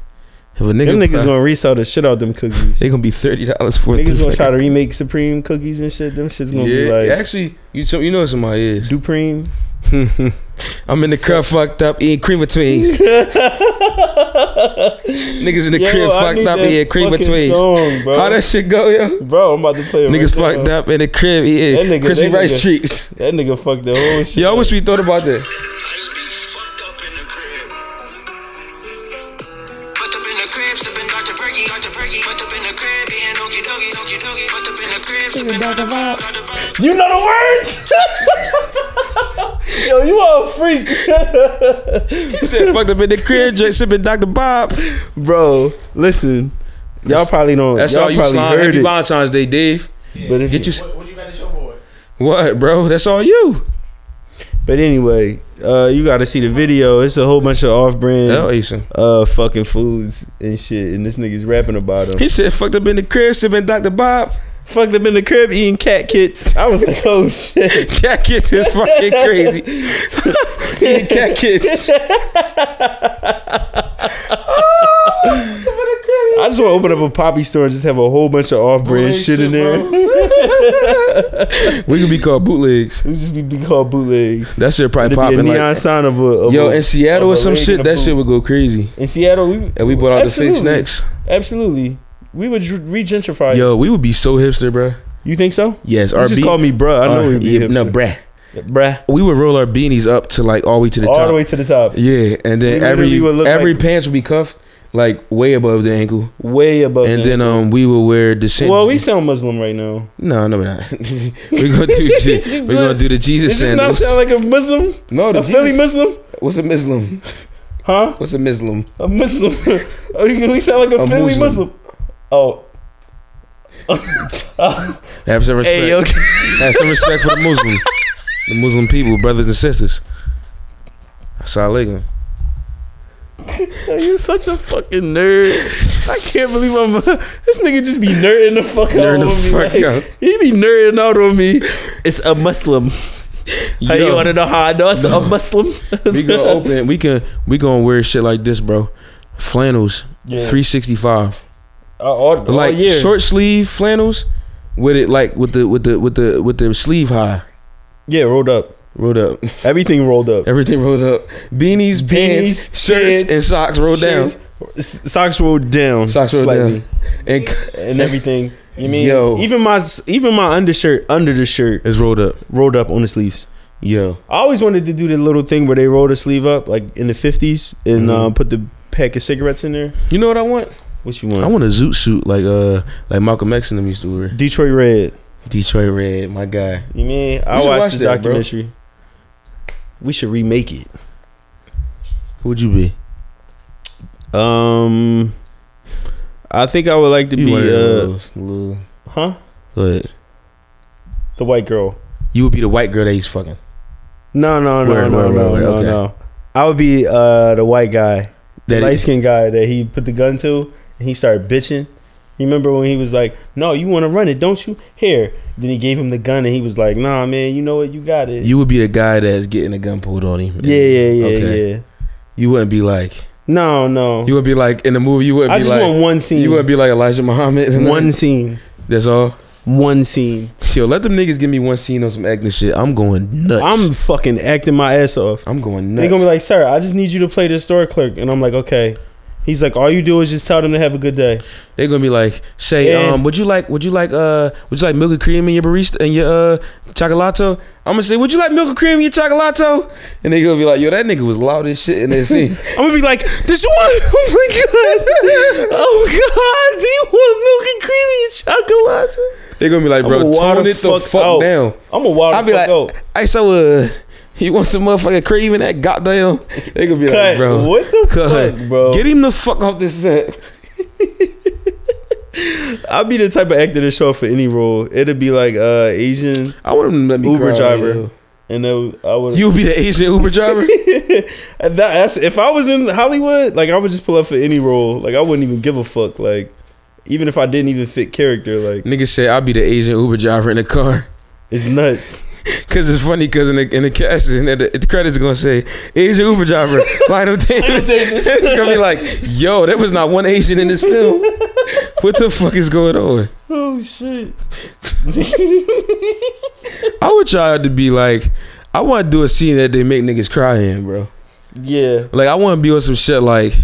[SPEAKER 1] If a nigga,
[SPEAKER 2] Them niggas
[SPEAKER 1] buy-
[SPEAKER 2] gonna resell the shit out them cookies.
[SPEAKER 1] they gonna be thirty dollars for
[SPEAKER 2] Niggas gonna try to
[SPEAKER 1] fucking-
[SPEAKER 2] remake Supreme cookies and shit. Them shit's gonna
[SPEAKER 1] Yeah,
[SPEAKER 2] be like
[SPEAKER 1] actually, you so- you know what somebody is.
[SPEAKER 2] Dupreme.
[SPEAKER 1] I'm in the crib, fucked up, eating cream betweens. niggas in the
[SPEAKER 2] Yo,
[SPEAKER 1] crib,
[SPEAKER 2] I
[SPEAKER 1] fucked
[SPEAKER 2] need
[SPEAKER 1] up,
[SPEAKER 2] that
[SPEAKER 1] eating cream
[SPEAKER 2] fucking
[SPEAKER 1] betweens.
[SPEAKER 2] Song, bro.
[SPEAKER 1] How that shit go, yo?
[SPEAKER 2] bro, I'm about to play it.
[SPEAKER 1] Niggas
[SPEAKER 2] right
[SPEAKER 1] fucked
[SPEAKER 2] now.
[SPEAKER 1] up in the crib
[SPEAKER 2] That
[SPEAKER 1] eating
[SPEAKER 2] nigga-
[SPEAKER 1] crispy
[SPEAKER 2] that
[SPEAKER 1] rice
[SPEAKER 2] nigga-
[SPEAKER 1] treats.
[SPEAKER 2] That nigga fucked the whole shit.
[SPEAKER 1] Yo, I wish we thought about that.
[SPEAKER 6] Let's be fucked up in the crib. Fucked up in the crib, sipping Dr. Perky, Dr. Perky. Fucked up in the crib, being okie dokie, okie dokie. Fucked up in the crib, sipping Dr. Bob, Dr. Bob.
[SPEAKER 2] You know the words? Yo, you are a freak.
[SPEAKER 1] He said, fucked up in the crib, drink sipping Dr. Bob.
[SPEAKER 2] Bro, listen. Y'all probably don't.
[SPEAKER 1] That's
[SPEAKER 2] y'all
[SPEAKER 1] all you
[SPEAKER 2] probably
[SPEAKER 1] slime.
[SPEAKER 2] heard
[SPEAKER 1] Happy
[SPEAKER 2] it.
[SPEAKER 1] Valentine's Day, Dave.
[SPEAKER 2] But if
[SPEAKER 1] Get you.
[SPEAKER 4] What, what you got to show for it?
[SPEAKER 1] What, bro? That's all you.
[SPEAKER 2] But anyway, uh, you got to see the video. It's a whole bunch of off-brand
[SPEAKER 1] L. Asen.
[SPEAKER 2] uh fucking foods and shit, and this nigga's rapping about them.
[SPEAKER 1] He said, fucked up in the crib, sipping Dr. Bob.
[SPEAKER 2] fucked up in the crib eating cat kits. I was like, oh shit.
[SPEAKER 1] Cat kids is fucking crazy. Eating cat kids.
[SPEAKER 2] I just want to open up a poppy store and just have a whole bunch of off-brand shit, in there. it
[SPEAKER 1] We could be called bootlegs.
[SPEAKER 2] would just be, be called bootlegs.
[SPEAKER 1] That shit
[SPEAKER 2] It'd
[SPEAKER 1] probably
[SPEAKER 2] be a
[SPEAKER 1] popping
[SPEAKER 2] neon
[SPEAKER 1] like.
[SPEAKER 2] sign of a of
[SPEAKER 1] Yo,
[SPEAKER 2] a-
[SPEAKER 1] in Seattle
[SPEAKER 2] of
[SPEAKER 1] or
[SPEAKER 2] a
[SPEAKER 1] some
[SPEAKER 2] leg
[SPEAKER 1] shit,
[SPEAKER 2] and a
[SPEAKER 1] that
[SPEAKER 2] boot.
[SPEAKER 1] shit would go crazy.
[SPEAKER 2] in Seattle. We
[SPEAKER 1] And we bought out the fake
[SPEAKER 2] Absolutely.
[SPEAKER 1] snacks.
[SPEAKER 2] Absolutely. We would re- regentrify. it.
[SPEAKER 1] Yo, we would be so hipster, bro.
[SPEAKER 2] You think so?
[SPEAKER 1] Yes,
[SPEAKER 2] You
[SPEAKER 1] our
[SPEAKER 2] just
[SPEAKER 1] be-
[SPEAKER 2] call me bruh. I know
[SPEAKER 1] our-
[SPEAKER 2] we'd be
[SPEAKER 1] yeah,
[SPEAKER 2] hipster.
[SPEAKER 1] No, bruh.
[SPEAKER 2] bruh.
[SPEAKER 1] We would roll our beanies up to like all the way to the
[SPEAKER 2] All
[SPEAKER 1] top.
[SPEAKER 2] the way to the top.
[SPEAKER 1] Yeah, and then
[SPEAKER 2] We literally
[SPEAKER 1] every
[SPEAKER 2] would look
[SPEAKER 1] every
[SPEAKER 2] like-
[SPEAKER 1] pants would be cuffed like way above the ankle,
[SPEAKER 2] Way above.
[SPEAKER 1] and
[SPEAKER 2] that.
[SPEAKER 1] then um we would wear the sand.
[SPEAKER 2] well, we sound Muslim right now.
[SPEAKER 1] no no we're not. we gonna do Je- we gonna do the Jesus
[SPEAKER 2] Does this not
[SPEAKER 1] sandals.
[SPEAKER 2] sound like a Muslim?
[SPEAKER 1] no, the
[SPEAKER 2] A Philly
[SPEAKER 1] Jesus.
[SPEAKER 2] Muslim?
[SPEAKER 1] What's a Muslim?
[SPEAKER 2] Huh?
[SPEAKER 1] What's a Muslim?
[SPEAKER 2] A Muslim? Oh, you- we sound like a,
[SPEAKER 1] A
[SPEAKER 2] Philly Muslim.
[SPEAKER 1] Muslim.
[SPEAKER 2] Oh,
[SPEAKER 1] Have some respect.
[SPEAKER 2] hey, okay.
[SPEAKER 1] Have some respect for the Muslim, the Muslim people, brothers and sisters. Assalamu alaikum.
[SPEAKER 2] You're such a fucking nerd. I can't believe I'm. This nigga just be nerding the fuck out
[SPEAKER 1] Nerding
[SPEAKER 2] on
[SPEAKER 1] the
[SPEAKER 2] me.
[SPEAKER 1] fuck
[SPEAKER 2] like,
[SPEAKER 1] out.
[SPEAKER 2] He be nerding out on me. It's a Muslim. How
[SPEAKER 1] Yo.
[SPEAKER 2] you want to know how I know it's a Muslim?
[SPEAKER 1] we gonna open. We can. We gonna wear shit like this, bro. Flannels,
[SPEAKER 2] Yeah.
[SPEAKER 1] three sixty five.
[SPEAKER 2] Uh, all, all
[SPEAKER 1] like
[SPEAKER 2] year.
[SPEAKER 1] short sleeve flannels with it like with the with the with the with the sleeve high
[SPEAKER 2] Yeah, rolled up.
[SPEAKER 1] rolled up
[SPEAKER 2] Everything rolled up.
[SPEAKER 1] everything rolled up beanies,
[SPEAKER 2] Beanies,
[SPEAKER 1] pants shirts
[SPEAKER 2] pants,
[SPEAKER 1] and socks rolled
[SPEAKER 2] Shirts, s- Socks rolled down.
[SPEAKER 1] down socks rolled
[SPEAKER 2] slightly.
[SPEAKER 1] down and c-
[SPEAKER 2] and everything. You mean
[SPEAKER 1] Yo.
[SPEAKER 2] even my even my undershirt under the shirt
[SPEAKER 1] it's rolled up
[SPEAKER 2] rolled up on the sleeves.
[SPEAKER 1] yo
[SPEAKER 2] I always wanted to do the little thing where they roll the sleeve up, like in the fifties, and um, put the pack of cigarettes in there.
[SPEAKER 1] you know what I want
[SPEAKER 2] What you
[SPEAKER 1] I
[SPEAKER 2] want?
[SPEAKER 1] want a zoot suit like uh like Malcolm X and them used to wear
[SPEAKER 2] Detroit Red.
[SPEAKER 1] Detroit red my guy
[SPEAKER 2] You mean I
[SPEAKER 1] should
[SPEAKER 2] watched
[SPEAKER 1] watch
[SPEAKER 2] the
[SPEAKER 1] that, bro.
[SPEAKER 2] documentary. We should remake it.
[SPEAKER 1] who would you be
[SPEAKER 2] Um, I think I would like to
[SPEAKER 1] you
[SPEAKER 2] be
[SPEAKER 1] one of
[SPEAKER 2] uh,
[SPEAKER 1] those little
[SPEAKER 2] huh?
[SPEAKER 1] but
[SPEAKER 2] The white girl.
[SPEAKER 1] you would be the white girl that he's fucking
[SPEAKER 2] No, no, no,
[SPEAKER 1] Word,
[SPEAKER 2] no,
[SPEAKER 1] word,
[SPEAKER 2] no,
[SPEAKER 1] word,
[SPEAKER 2] no,
[SPEAKER 1] okay.
[SPEAKER 2] no. I would be uh the white guy,
[SPEAKER 1] That
[SPEAKER 2] the
[SPEAKER 1] is-
[SPEAKER 2] light skinned guy that he put the gun to, and he started bitching. You remember when he was like, "No, you want to run it, don't you?" Here, then he gave him the gun, and he was like, "Nah, man, you know what? You got it."
[SPEAKER 1] you would be the guy that's getting a gun pulled on him
[SPEAKER 2] yeah, yeah, yeah, yeah.
[SPEAKER 1] you wouldn't be like
[SPEAKER 2] No, no.
[SPEAKER 1] You would be like in the movie. You would
[SPEAKER 2] I
[SPEAKER 1] be
[SPEAKER 2] just
[SPEAKER 1] like
[SPEAKER 2] want one scene.
[SPEAKER 1] you would be like Elijah Muhammad. and
[SPEAKER 2] one
[SPEAKER 1] that.
[SPEAKER 2] scene.
[SPEAKER 1] That's all.
[SPEAKER 2] One scene.
[SPEAKER 1] Yo, let them niggas give me one scene on some acting shit. I'm going nuts.
[SPEAKER 2] I'm fucking acting my ass off.
[SPEAKER 1] I'm going nuts.
[SPEAKER 2] They're gonna be like, "Sir, I just need you to play this store clerk," and I'm like, "Okay." He's like, "All you do is just tell them to have a good day."
[SPEAKER 1] They're gonna be like, say,
[SPEAKER 2] And-
[SPEAKER 1] um, would you like, would you like, uh, would you like milk and cream in your barista and your uh chocolato? I'm gonna say, would you like milk and cream in your chocolato? And they gonna be like, yo, that nigga was loud as shit in that scene.
[SPEAKER 2] I'm gonna be like, "This one, oh my god, oh god, do you want milk and creamy and chocolate?"
[SPEAKER 1] They gonna be like, bro,
[SPEAKER 2] I'ma wild
[SPEAKER 1] tone it the fuck
[SPEAKER 2] out.
[SPEAKER 1] down.
[SPEAKER 2] I'm a wild
[SPEAKER 1] I'll be
[SPEAKER 2] the fuck
[SPEAKER 1] like,
[SPEAKER 2] out.
[SPEAKER 1] hey, so uh, you want some motherfucking cream in that goddamn? They gonna be
[SPEAKER 2] Cut.
[SPEAKER 1] like, bro,
[SPEAKER 2] What the fuck, bro?
[SPEAKER 1] Get him the fuck off this set.
[SPEAKER 2] I'll be the type of actor to show up for any role. It'll be like uh Asian
[SPEAKER 1] I want him to let me
[SPEAKER 2] Uber
[SPEAKER 1] cry,
[SPEAKER 2] driver,
[SPEAKER 1] yo.
[SPEAKER 2] and then I would.
[SPEAKER 1] You be the Asian Uber driver.
[SPEAKER 2] that, that's if I was in Hollywood, like I would just pull up for any role. Like I wouldn't even give a fuck. Like even if I didn't even fit character, like
[SPEAKER 1] Nigga said I'll be the Asian Uber driver in the car.
[SPEAKER 2] it's nuts.
[SPEAKER 1] Cause it's funny, cause in the in the cast and the, the credits gonna say Asian Uber driver Lionel Davis. it's gonna be like, yo, there was not one Asian in this film. what the fuck is going on?
[SPEAKER 2] Oh shit!
[SPEAKER 1] I would try to be like, I want to do a scene that they make niggas cry in, bro.
[SPEAKER 2] Yeah,
[SPEAKER 1] Like I want to be on some shit like,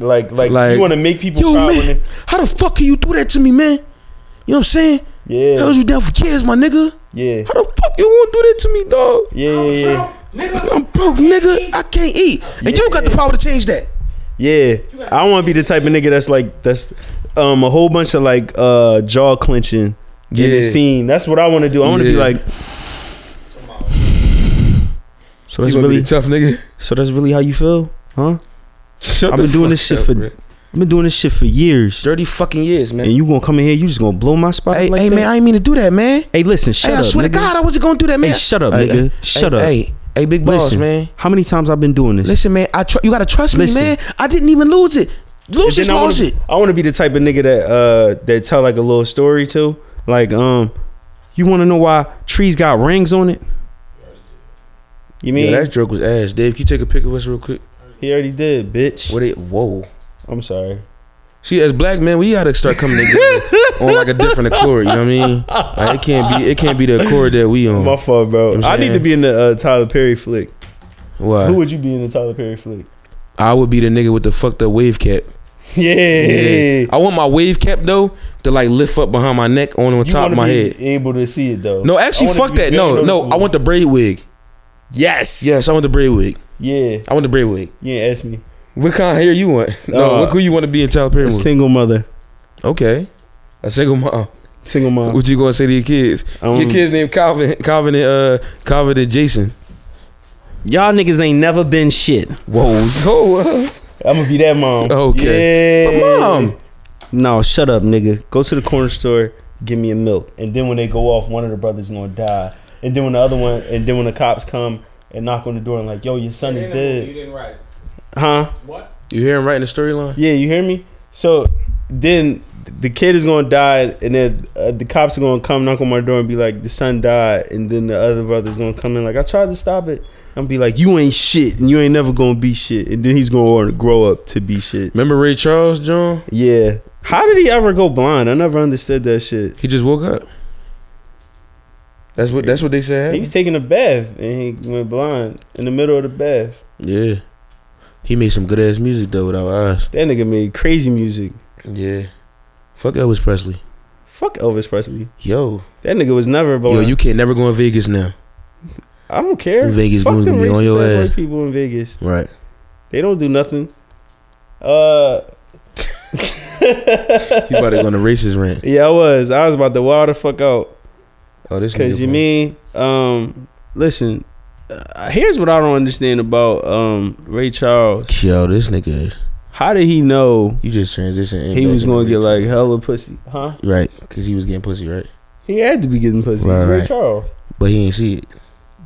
[SPEAKER 2] like like,
[SPEAKER 1] Like,
[SPEAKER 2] you want to make people
[SPEAKER 1] yo
[SPEAKER 2] cry when
[SPEAKER 1] man,
[SPEAKER 2] they,
[SPEAKER 1] how the fuck can you do that to me, man? You know what I'm saying? I
[SPEAKER 2] yeah,
[SPEAKER 1] was you down for kids, my nigga.
[SPEAKER 2] yeah,
[SPEAKER 1] How the fuck you want to do that to me, dog?
[SPEAKER 2] yeah, yeah, yeah.
[SPEAKER 1] I'm broke, nigga. I can't eat, and you got the power to change that.
[SPEAKER 2] Yeah, I want to be the type of nigga that's like that's um a whole bunch of like uh jaw clenching yeah. in
[SPEAKER 1] Yeah.
[SPEAKER 2] the scene. That's what I want to do. I want to be
[SPEAKER 1] Yeah.
[SPEAKER 2] like.
[SPEAKER 1] So that's
[SPEAKER 2] that's
[SPEAKER 1] really
[SPEAKER 2] really-
[SPEAKER 1] tough, nigga.
[SPEAKER 2] So that's really how you feel, huh?
[SPEAKER 1] Shut
[SPEAKER 2] I've
[SPEAKER 1] the
[SPEAKER 2] been doing
[SPEAKER 1] fuck
[SPEAKER 2] this shit
[SPEAKER 1] up,
[SPEAKER 2] for
[SPEAKER 1] bro.
[SPEAKER 2] I've been doing this shit for years,
[SPEAKER 1] thirty fucking years, man.
[SPEAKER 2] and you gonna come in here? You just gonna blow my spot
[SPEAKER 1] hey,
[SPEAKER 2] up like
[SPEAKER 1] hey
[SPEAKER 2] that?
[SPEAKER 1] man, I ain't mean to do that, man.
[SPEAKER 2] hey, listen, shut
[SPEAKER 1] hey,
[SPEAKER 2] up,
[SPEAKER 1] I swear
[SPEAKER 2] nigga.
[SPEAKER 1] to God, I wasn't gonna do that, man.
[SPEAKER 2] Hey, shut up,
[SPEAKER 1] Hey, hey,
[SPEAKER 2] nigga. shut up.
[SPEAKER 1] Hey, hey, big boss,
[SPEAKER 2] Listen.
[SPEAKER 1] man.
[SPEAKER 2] How many times I've been doing this?
[SPEAKER 1] Listen, man. I tr- you gotta trust
[SPEAKER 2] Listen.
[SPEAKER 1] me, man. I didn't even lose it. Lose
[SPEAKER 2] And
[SPEAKER 1] it,
[SPEAKER 2] then I wanna,
[SPEAKER 1] lose it.
[SPEAKER 2] I want to be the type of nigga that uh that tell like a little story too. Like um, you want to know why trees got rings on it? You mean
[SPEAKER 1] joke was ass, Dave. Can you take a pic of us real quick?
[SPEAKER 2] he already did, bitch?
[SPEAKER 1] What it? Whoa.
[SPEAKER 2] I'm sorry.
[SPEAKER 1] See, as black men, we gotta start coming together on like a different accord. You know what I mean? Like, it can't be, it can't be the accord that we
[SPEAKER 2] My
[SPEAKER 1] on.
[SPEAKER 2] fault, bro.
[SPEAKER 1] I'm
[SPEAKER 2] I need
[SPEAKER 1] saying.
[SPEAKER 2] to be in the uh, Tyler Perry flick. Who
[SPEAKER 1] Why?
[SPEAKER 2] would you be in the Tyler Perry flick?
[SPEAKER 1] I would be the nigga with the fucked up wave cap.
[SPEAKER 2] Yeah.
[SPEAKER 1] Yeah. I want my wave cap though to like lift up behind my neck on on
[SPEAKER 2] You
[SPEAKER 1] top
[SPEAKER 2] wanna
[SPEAKER 1] of my
[SPEAKER 2] be
[SPEAKER 1] head.
[SPEAKER 2] Able to see it though.
[SPEAKER 1] No, actually,
[SPEAKER 2] I wanna
[SPEAKER 1] fuck
[SPEAKER 2] be
[SPEAKER 1] that.
[SPEAKER 2] very
[SPEAKER 1] No, no, I
[SPEAKER 2] noticeable.
[SPEAKER 1] want the braid wig.
[SPEAKER 2] Yes.
[SPEAKER 1] Yes, I want the braid wig.
[SPEAKER 2] Yeah.
[SPEAKER 1] I want the braid wig.
[SPEAKER 2] Yeah. Ask me.
[SPEAKER 1] What kind of hair you want? No,
[SPEAKER 2] Uh,
[SPEAKER 1] what who you want to be in Tyler Perry?
[SPEAKER 2] A
[SPEAKER 1] movie?
[SPEAKER 2] single mother.
[SPEAKER 1] okay, a single mom.
[SPEAKER 2] Single mom.
[SPEAKER 1] What you gonna say to your kids?
[SPEAKER 2] Um,
[SPEAKER 1] your kids named Calvin, Calvin and uh, Calvin and Jason.
[SPEAKER 2] Y'all niggas ain't never been shit.
[SPEAKER 1] Whoa, yo,
[SPEAKER 2] I'm gonna be that mom.
[SPEAKER 1] Okay.
[SPEAKER 2] Yeah.
[SPEAKER 1] But mom.
[SPEAKER 2] No, shut up, nigga. Go to the corner store, give me a milk, and then when they go off, one of the brothers gonna die, and then when the other one, and then when the cops come and knock on the door and like, yo, your son is
[SPEAKER 4] You
[SPEAKER 2] dead,
[SPEAKER 4] didn't write it.
[SPEAKER 2] huh?
[SPEAKER 4] What?
[SPEAKER 1] you hear him writing the storyline?
[SPEAKER 2] Yeah, you hear me? So then the kid is gonna die, and then uh, the cops are gonna come knock on my door and be like, the son died, and then the other brother's gonna come in like, I tried to stop it. I'm be like, you ain't shit, and you ain't never gonna be shit, and then he's gonna wanna grow up to be shit.
[SPEAKER 1] Remember Ray Charles, John?
[SPEAKER 2] Yeah. How did he ever go blind? I never understood that shit.
[SPEAKER 1] He just woke up. That's what that's what they said.
[SPEAKER 2] He was taking a bath and he went blind in the middle of the bath.
[SPEAKER 1] Yeah, he made some good ass music though without eyes.
[SPEAKER 2] That nigga made crazy music.
[SPEAKER 1] Yeah, fuck Elvis Presley.
[SPEAKER 2] Fuck Elvis Presley.
[SPEAKER 1] Yo,
[SPEAKER 2] That nigga was never
[SPEAKER 1] yo,
[SPEAKER 2] blind.
[SPEAKER 1] you can't never go in Vegas now.
[SPEAKER 2] I don't care.
[SPEAKER 1] Vegas
[SPEAKER 2] Fuck
[SPEAKER 1] goons
[SPEAKER 2] them
[SPEAKER 1] gonna be on
[SPEAKER 2] racist
[SPEAKER 1] your
[SPEAKER 2] ass
[SPEAKER 1] ass.
[SPEAKER 2] white people in Vegas.
[SPEAKER 1] Right.
[SPEAKER 2] They don't do nothing. Uh,
[SPEAKER 1] You about to go on a racist rant.
[SPEAKER 2] yeah, I was. I was about to wild the fuck out.
[SPEAKER 1] Oh, this
[SPEAKER 2] Cause
[SPEAKER 1] nigga
[SPEAKER 2] you
[SPEAKER 1] boy.
[SPEAKER 2] mean, um, listen. Uh, here's what I don't understand about um Ray Charles.
[SPEAKER 1] Yo, this nigga,
[SPEAKER 2] How did he know
[SPEAKER 1] you just transitioned.
[SPEAKER 2] he was gonna get like hella pussy? Huh?
[SPEAKER 1] right, cause he was getting pussy, right?
[SPEAKER 2] He had to be getting pussy.
[SPEAKER 1] Right,
[SPEAKER 2] It's Ray
[SPEAKER 1] right.
[SPEAKER 2] Charles.
[SPEAKER 1] But he ain't see it.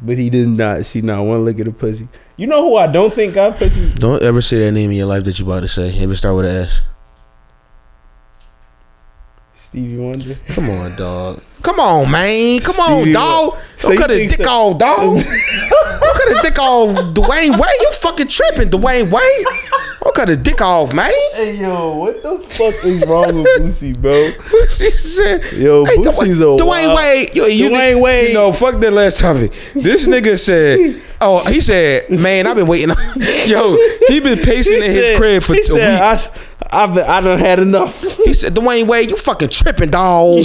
[SPEAKER 2] But he did not see not one lick of the pussy. You know who I don't think got pussy?
[SPEAKER 1] Don't ever say that name in your life that you about to say. If it start with an S.
[SPEAKER 2] Stevie Wonder.
[SPEAKER 1] Come on, dog. Come on, man. Come
[SPEAKER 2] Stevie
[SPEAKER 1] on, dog.
[SPEAKER 2] So
[SPEAKER 1] Don't
[SPEAKER 2] you
[SPEAKER 1] cut his
[SPEAKER 2] think
[SPEAKER 1] dick
[SPEAKER 2] so-
[SPEAKER 1] off, dog. Don't cut his dick off, Dwayne Wade. You fucking tripping, Dwayne Wade. Don't cut his dick off, man.
[SPEAKER 2] Hey yo, what the fuck is wrong with Boosie, bro?
[SPEAKER 1] She said,
[SPEAKER 2] Yo, Boosie's a
[SPEAKER 1] Dwayne, Dwayne
[SPEAKER 2] wild-
[SPEAKER 1] Wade. Yo, you,
[SPEAKER 2] Dwayne Wade.
[SPEAKER 1] No, fuck that last topic. This nigga said, oh, he said, man, I've been waiting. on-" Yo, he been pacing in his crib for
[SPEAKER 2] he
[SPEAKER 1] a
[SPEAKER 2] said,
[SPEAKER 1] week.
[SPEAKER 2] I, I've I done had enough.
[SPEAKER 1] he said, Dwayne Wade, you fucking tripping, dog.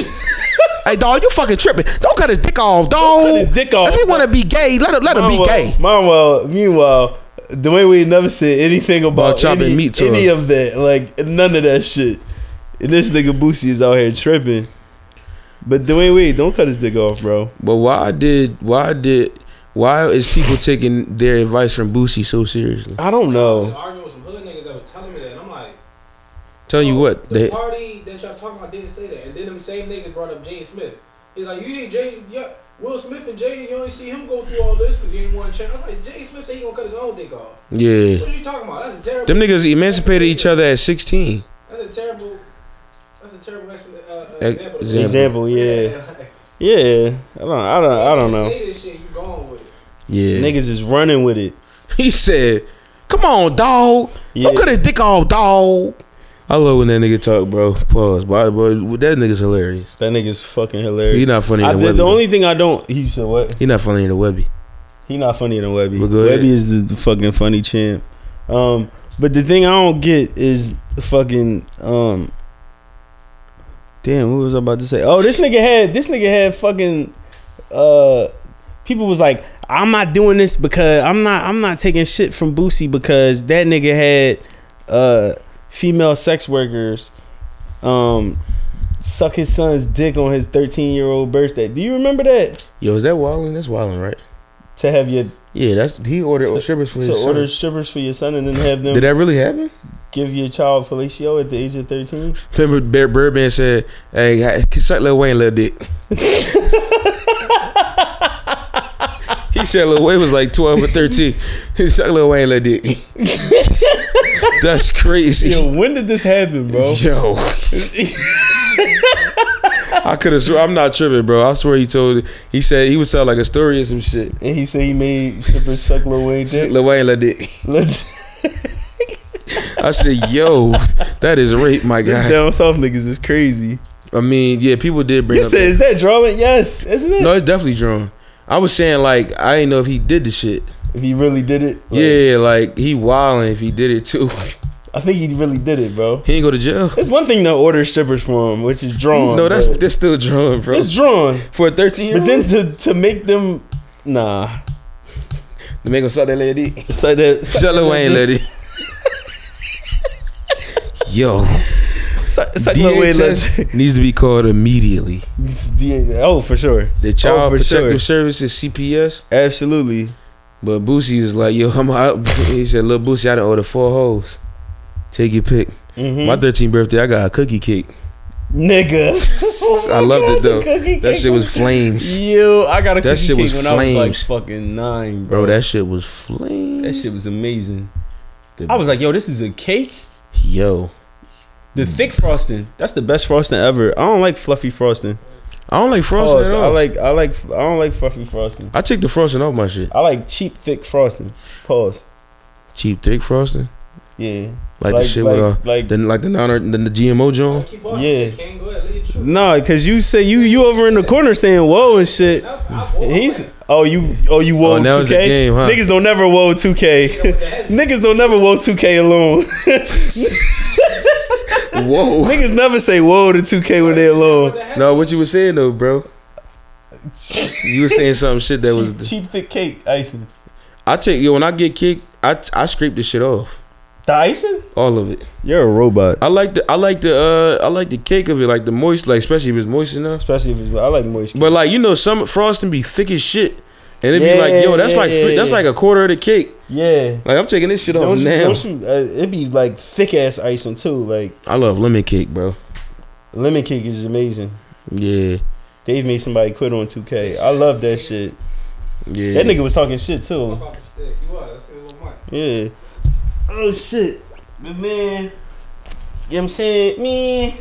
[SPEAKER 1] hey, dog, you fucking tripping. Don't cut his dick off, dog.
[SPEAKER 2] his dick off,
[SPEAKER 1] If he want to be gay, let him let him be
[SPEAKER 2] Meanwhile-
[SPEAKER 1] gay.
[SPEAKER 2] Meanwhile, meanwhile, Dwayne Wade never said anything about
[SPEAKER 1] About chopping
[SPEAKER 2] any,
[SPEAKER 1] meat to
[SPEAKER 2] any
[SPEAKER 1] him.
[SPEAKER 2] of that, like none of that shit. And this nigga Boosie is out here tripping. But Dwayne Wade, don't cut his dick off, bro.
[SPEAKER 1] But why did why did why is people taking their advice from Boosie so seriously?
[SPEAKER 2] I don't
[SPEAKER 4] I was
[SPEAKER 2] know.
[SPEAKER 4] arguing with some hood niggas that was telling me that, and I'm like,
[SPEAKER 1] Tell you
[SPEAKER 4] "Yo,
[SPEAKER 1] what,
[SPEAKER 4] the
[SPEAKER 1] they,
[SPEAKER 4] party that y'all talking about didn't say that, and then them same niggas brought up Jane Smith. He's like, you ain't Jane, yeah, Will Smith and Jane, you only see him go through all this because he ain't one champ. I was like, Jane Smith said he gonna cut his own dick off.
[SPEAKER 1] yeah,
[SPEAKER 4] What you talking about? That's a terrible.
[SPEAKER 1] them niggas emancipated each other at sixteen.
[SPEAKER 4] That's a terrible. That's a terrible expla- uh, uh,
[SPEAKER 1] Ex-
[SPEAKER 4] example.
[SPEAKER 1] example.
[SPEAKER 2] Example, yeah,
[SPEAKER 4] like,
[SPEAKER 2] yeah. I don't, I don't, I don't
[SPEAKER 4] you
[SPEAKER 2] know.
[SPEAKER 4] Say this shit, you gone with it.
[SPEAKER 1] Yeah,
[SPEAKER 2] Niggas is running with it.
[SPEAKER 1] he said, "Come on, dog,
[SPEAKER 2] Yeah.
[SPEAKER 1] don't cut his dick off, dog." I love when that nigga talk, bro. Pause, but but that nigga's hilarious.
[SPEAKER 2] That nigga's fucking
[SPEAKER 1] He
[SPEAKER 2] hilarious.
[SPEAKER 1] not funny
[SPEAKER 2] I,
[SPEAKER 1] in the
[SPEAKER 2] the,
[SPEAKER 1] Webby.
[SPEAKER 2] the only thing I don't, he said what?
[SPEAKER 1] he not funny in the Webby.
[SPEAKER 2] He not funny than Webby.
[SPEAKER 1] But go ahead.
[SPEAKER 2] Webby is the, the fucking funny champ. Um, but the thing I don't get is the fucking um. Damn, what was I about to say? Oh, this nigga had this nigga had fucking uh. People was like, I'm not doing this because I'm not I'm not taking shit from Boosie because that nigga had uh female sex workers um suck his son's dick on his 13 year old birthday. Do you remember that?
[SPEAKER 1] Yo, is that Wildin? That's Wildin, right?
[SPEAKER 2] To have your
[SPEAKER 1] Yeah, that's he ordered strippers for
[SPEAKER 2] to
[SPEAKER 1] his son.
[SPEAKER 2] order strippers for your son and then have them
[SPEAKER 1] Did that really happen?
[SPEAKER 2] give your child fellatio at the age of 13?
[SPEAKER 1] Remember, Bear Birdman said, "Hey, I- suck Lil Wayne, little dick." he said Lil Wayne was like twelve or thirteen. He suck Lil Wayne, little dick. That's crazy,
[SPEAKER 2] Yo,
[SPEAKER 1] yo.
[SPEAKER 2] when did this happen, bro?
[SPEAKER 1] I could have. I'm not tripping, bro. I swear he told. He said he was telling like a story or some shit.
[SPEAKER 2] And he said he made strippers suck Lil Wayne dick.
[SPEAKER 1] Lil Wayne, little dick. I said, "Yo, that is rape, my guy."
[SPEAKER 2] Down south niggas is crazy.
[SPEAKER 1] I mean, yeah, people did bring
[SPEAKER 2] You
[SPEAKER 1] up.
[SPEAKER 2] said,
[SPEAKER 1] that.
[SPEAKER 2] is that drawing? Yes, isn't it?
[SPEAKER 1] No, it's definitely drawn. I was saying like I didn't know if he did the shit.
[SPEAKER 2] If he really did it. like,
[SPEAKER 1] yeah, like he wilding if he did it too.
[SPEAKER 2] I think he really did it, bro.
[SPEAKER 1] he ain't go to jail.
[SPEAKER 2] It's one thing to order strippers for him, which is drawn.
[SPEAKER 1] No, that's
[SPEAKER 2] but
[SPEAKER 1] that's still drawn, bro.
[SPEAKER 2] Oh, it's drawn.
[SPEAKER 1] For a thirteen year
[SPEAKER 2] But
[SPEAKER 1] old,
[SPEAKER 2] then to, to make them, nah.
[SPEAKER 1] to make him suck that lady,
[SPEAKER 2] It's like that.
[SPEAKER 1] suck Lil Wayne lady. Yo,
[SPEAKER 2] Suck, suck Lil Wayne. let-
[SPEAKER 1] DHS needs to be called immediately.
[SPEAKER 2] Oh, for sure.
[SPEAKER 1] The Child
[SPEAKER 2] Oh, for
[SPEAKER 1] Protective
[SPEAKER 2] sure.
[SPEAKER 1] Services (CPS),
[SPEAKER 2] Absolutely.
[SPEAKER 1] but Boosie was like, "Yo, I'm out." He said, "Little Boosie, I done order four hoes. Take your pick."
[SPEAKER 2] Mhm.
[SPEAKER 1] My 13th birthday, I got a cookie cake.
[SPEAKER 2] Nigga. Oh my
[SPEAKER 1] I loved
[SPEAKER 2] God,
[SPEAKER 1] it though.
[SPEAKER 2] the cookie
[SPEAKER 1] That
[SPEAKER 2] cake
[SPEAKER 1] shit was
[SPEAKER 2] was-
[SPEAKER 1] flames,
[SPEAKER 2] Yo, I got a
[SPEAKER 1] That
[SPEAKER 2] cookie
[SPEAKER 1] shit
[SPEAKER 2] cake
[SPEAKER 1] was
[SPEAKER 2] when I
[SPEAKER 1] flames.
[SPEAKER 2] was like fucking nine, bro.
[SPEAKER 1] bro. That shit was flames.
[SPEAKER 2] that shit was amazing.
[SPEAKER 1] The-
[SPEAKER 2] I was like, yo, this is a cake.
[SPEAKER 1] Yo,
[SPEAKER 2] The thick frosting. That's the best frosting ever. I don't like fluffy frosting.
[SPEAKER 1] I don't like frosting
[SPEAKER 2] Pause.
[SPEAKER 1] at all.
[SPEAKER 2] I
[SPEAKER 1] I,
[SPEAKER 2] like I like I don't like fluffy frosting.
[SPEAKER 1] take the frosting off my shit.
[SPEAKER 2] I like cheap thick frosting. Pause.
[SPEAKER 1] Cheap thick frosting,
[SPEAKER 2] Yeah.
[SPEAKER 1] like,
[SPEAKER 2] Like-
[SPEAKER 1] the shit
[SPEAKER 2] like-
[SPEAKER 1] with uh,
[SPEAKER 2] like-
[SPEAKER 1] like the like the non the, the GMO
[SPEAKER 4] Like,
[SPEAKER 1] joint.
[SPEAKER 4] keep on
[SPEAKER 2] Yeah.
[SPEAKER 4] shit, King. Go ahead, lead the truth.
[SPEAKER 2] Nah, cause you say you you over in the corner saying whoa and shit.
[SPEAKER 4] I- I- oh,
[SPEAKER 2] He's
[SPEAKER 4] I-
[SPEAKER 2] oh you oh you
[SPEAKER 1] Oh,
[SPEAKER 2] whoa
[SPEAKER 1] now
[SPEAKER 2] 2K.
[SPEAKER 1] it's the game, huh?
[SPEAKER 2] Niggas don't never whoa 2K. Niggas don't never whoa 2K alone.
[SPEAKER 1] Whoa.
[SPEAKER 2] Niggas never say whoa to 2K when they alone.
[SPEAKER 4] what the heck?
[SPEAKER 1] no, what you were saying though, bro. You were saying some shit that was.
[SPEAKER 2] cheap, cheap thick cake icing.
[SPEAKER 1] I take yo when I get kicked, I I scrape the shit off,
[SPEAKER 2] The icing?
[SPEAKER 1] all of it.
[SPEAKER 2] You're a robot.
[SPEAKER 1] I like the I like the uh I like the cake of it, like the moist, like especially if it's moist enough.
[SPEAKER 2] Especially if it's I like moist.
[SPEAKER 1] But like you know, some frosting be thick as shit, and it be like,
[SPEAKER 2] Yeah,
[SPEAKER 1] yo, that's
[SPEAKER 2] yeah,
[SPEAKER 1] like
[SPEAKER 2] yeah,
[SPEAKER 1] fr- that's
[SPEAKER 2] yeah.
[SPEAKER 1] like a quarter of the cake.
[SPEAKER 2] yeah.
[SPEAKER 1] Like I'm taking this shit off
[SPEAKER 2] Don't you,
[SPEAKER 1] now.
[SPEAKER 2] don't you, uh, it'd be like thick ass icing too. Like
[SPEAKER 1] I love lemon cake, bro.
[SPEAKER 2] lemon cake is amazing.
[SPEAKER 1] Yeah,
[SPEAKER 2] They've made somebody quit on 2K. I love that shit.
[SPEAKER 1] yeah.
[SPEAKER 2] That nigga was talking shit too.
[SPEAKER 4] About the sticks. You was. I said, well, Mike.
[SPEAKER 2] Yeah. Oh shit. But man. You know what I'm saying? Me.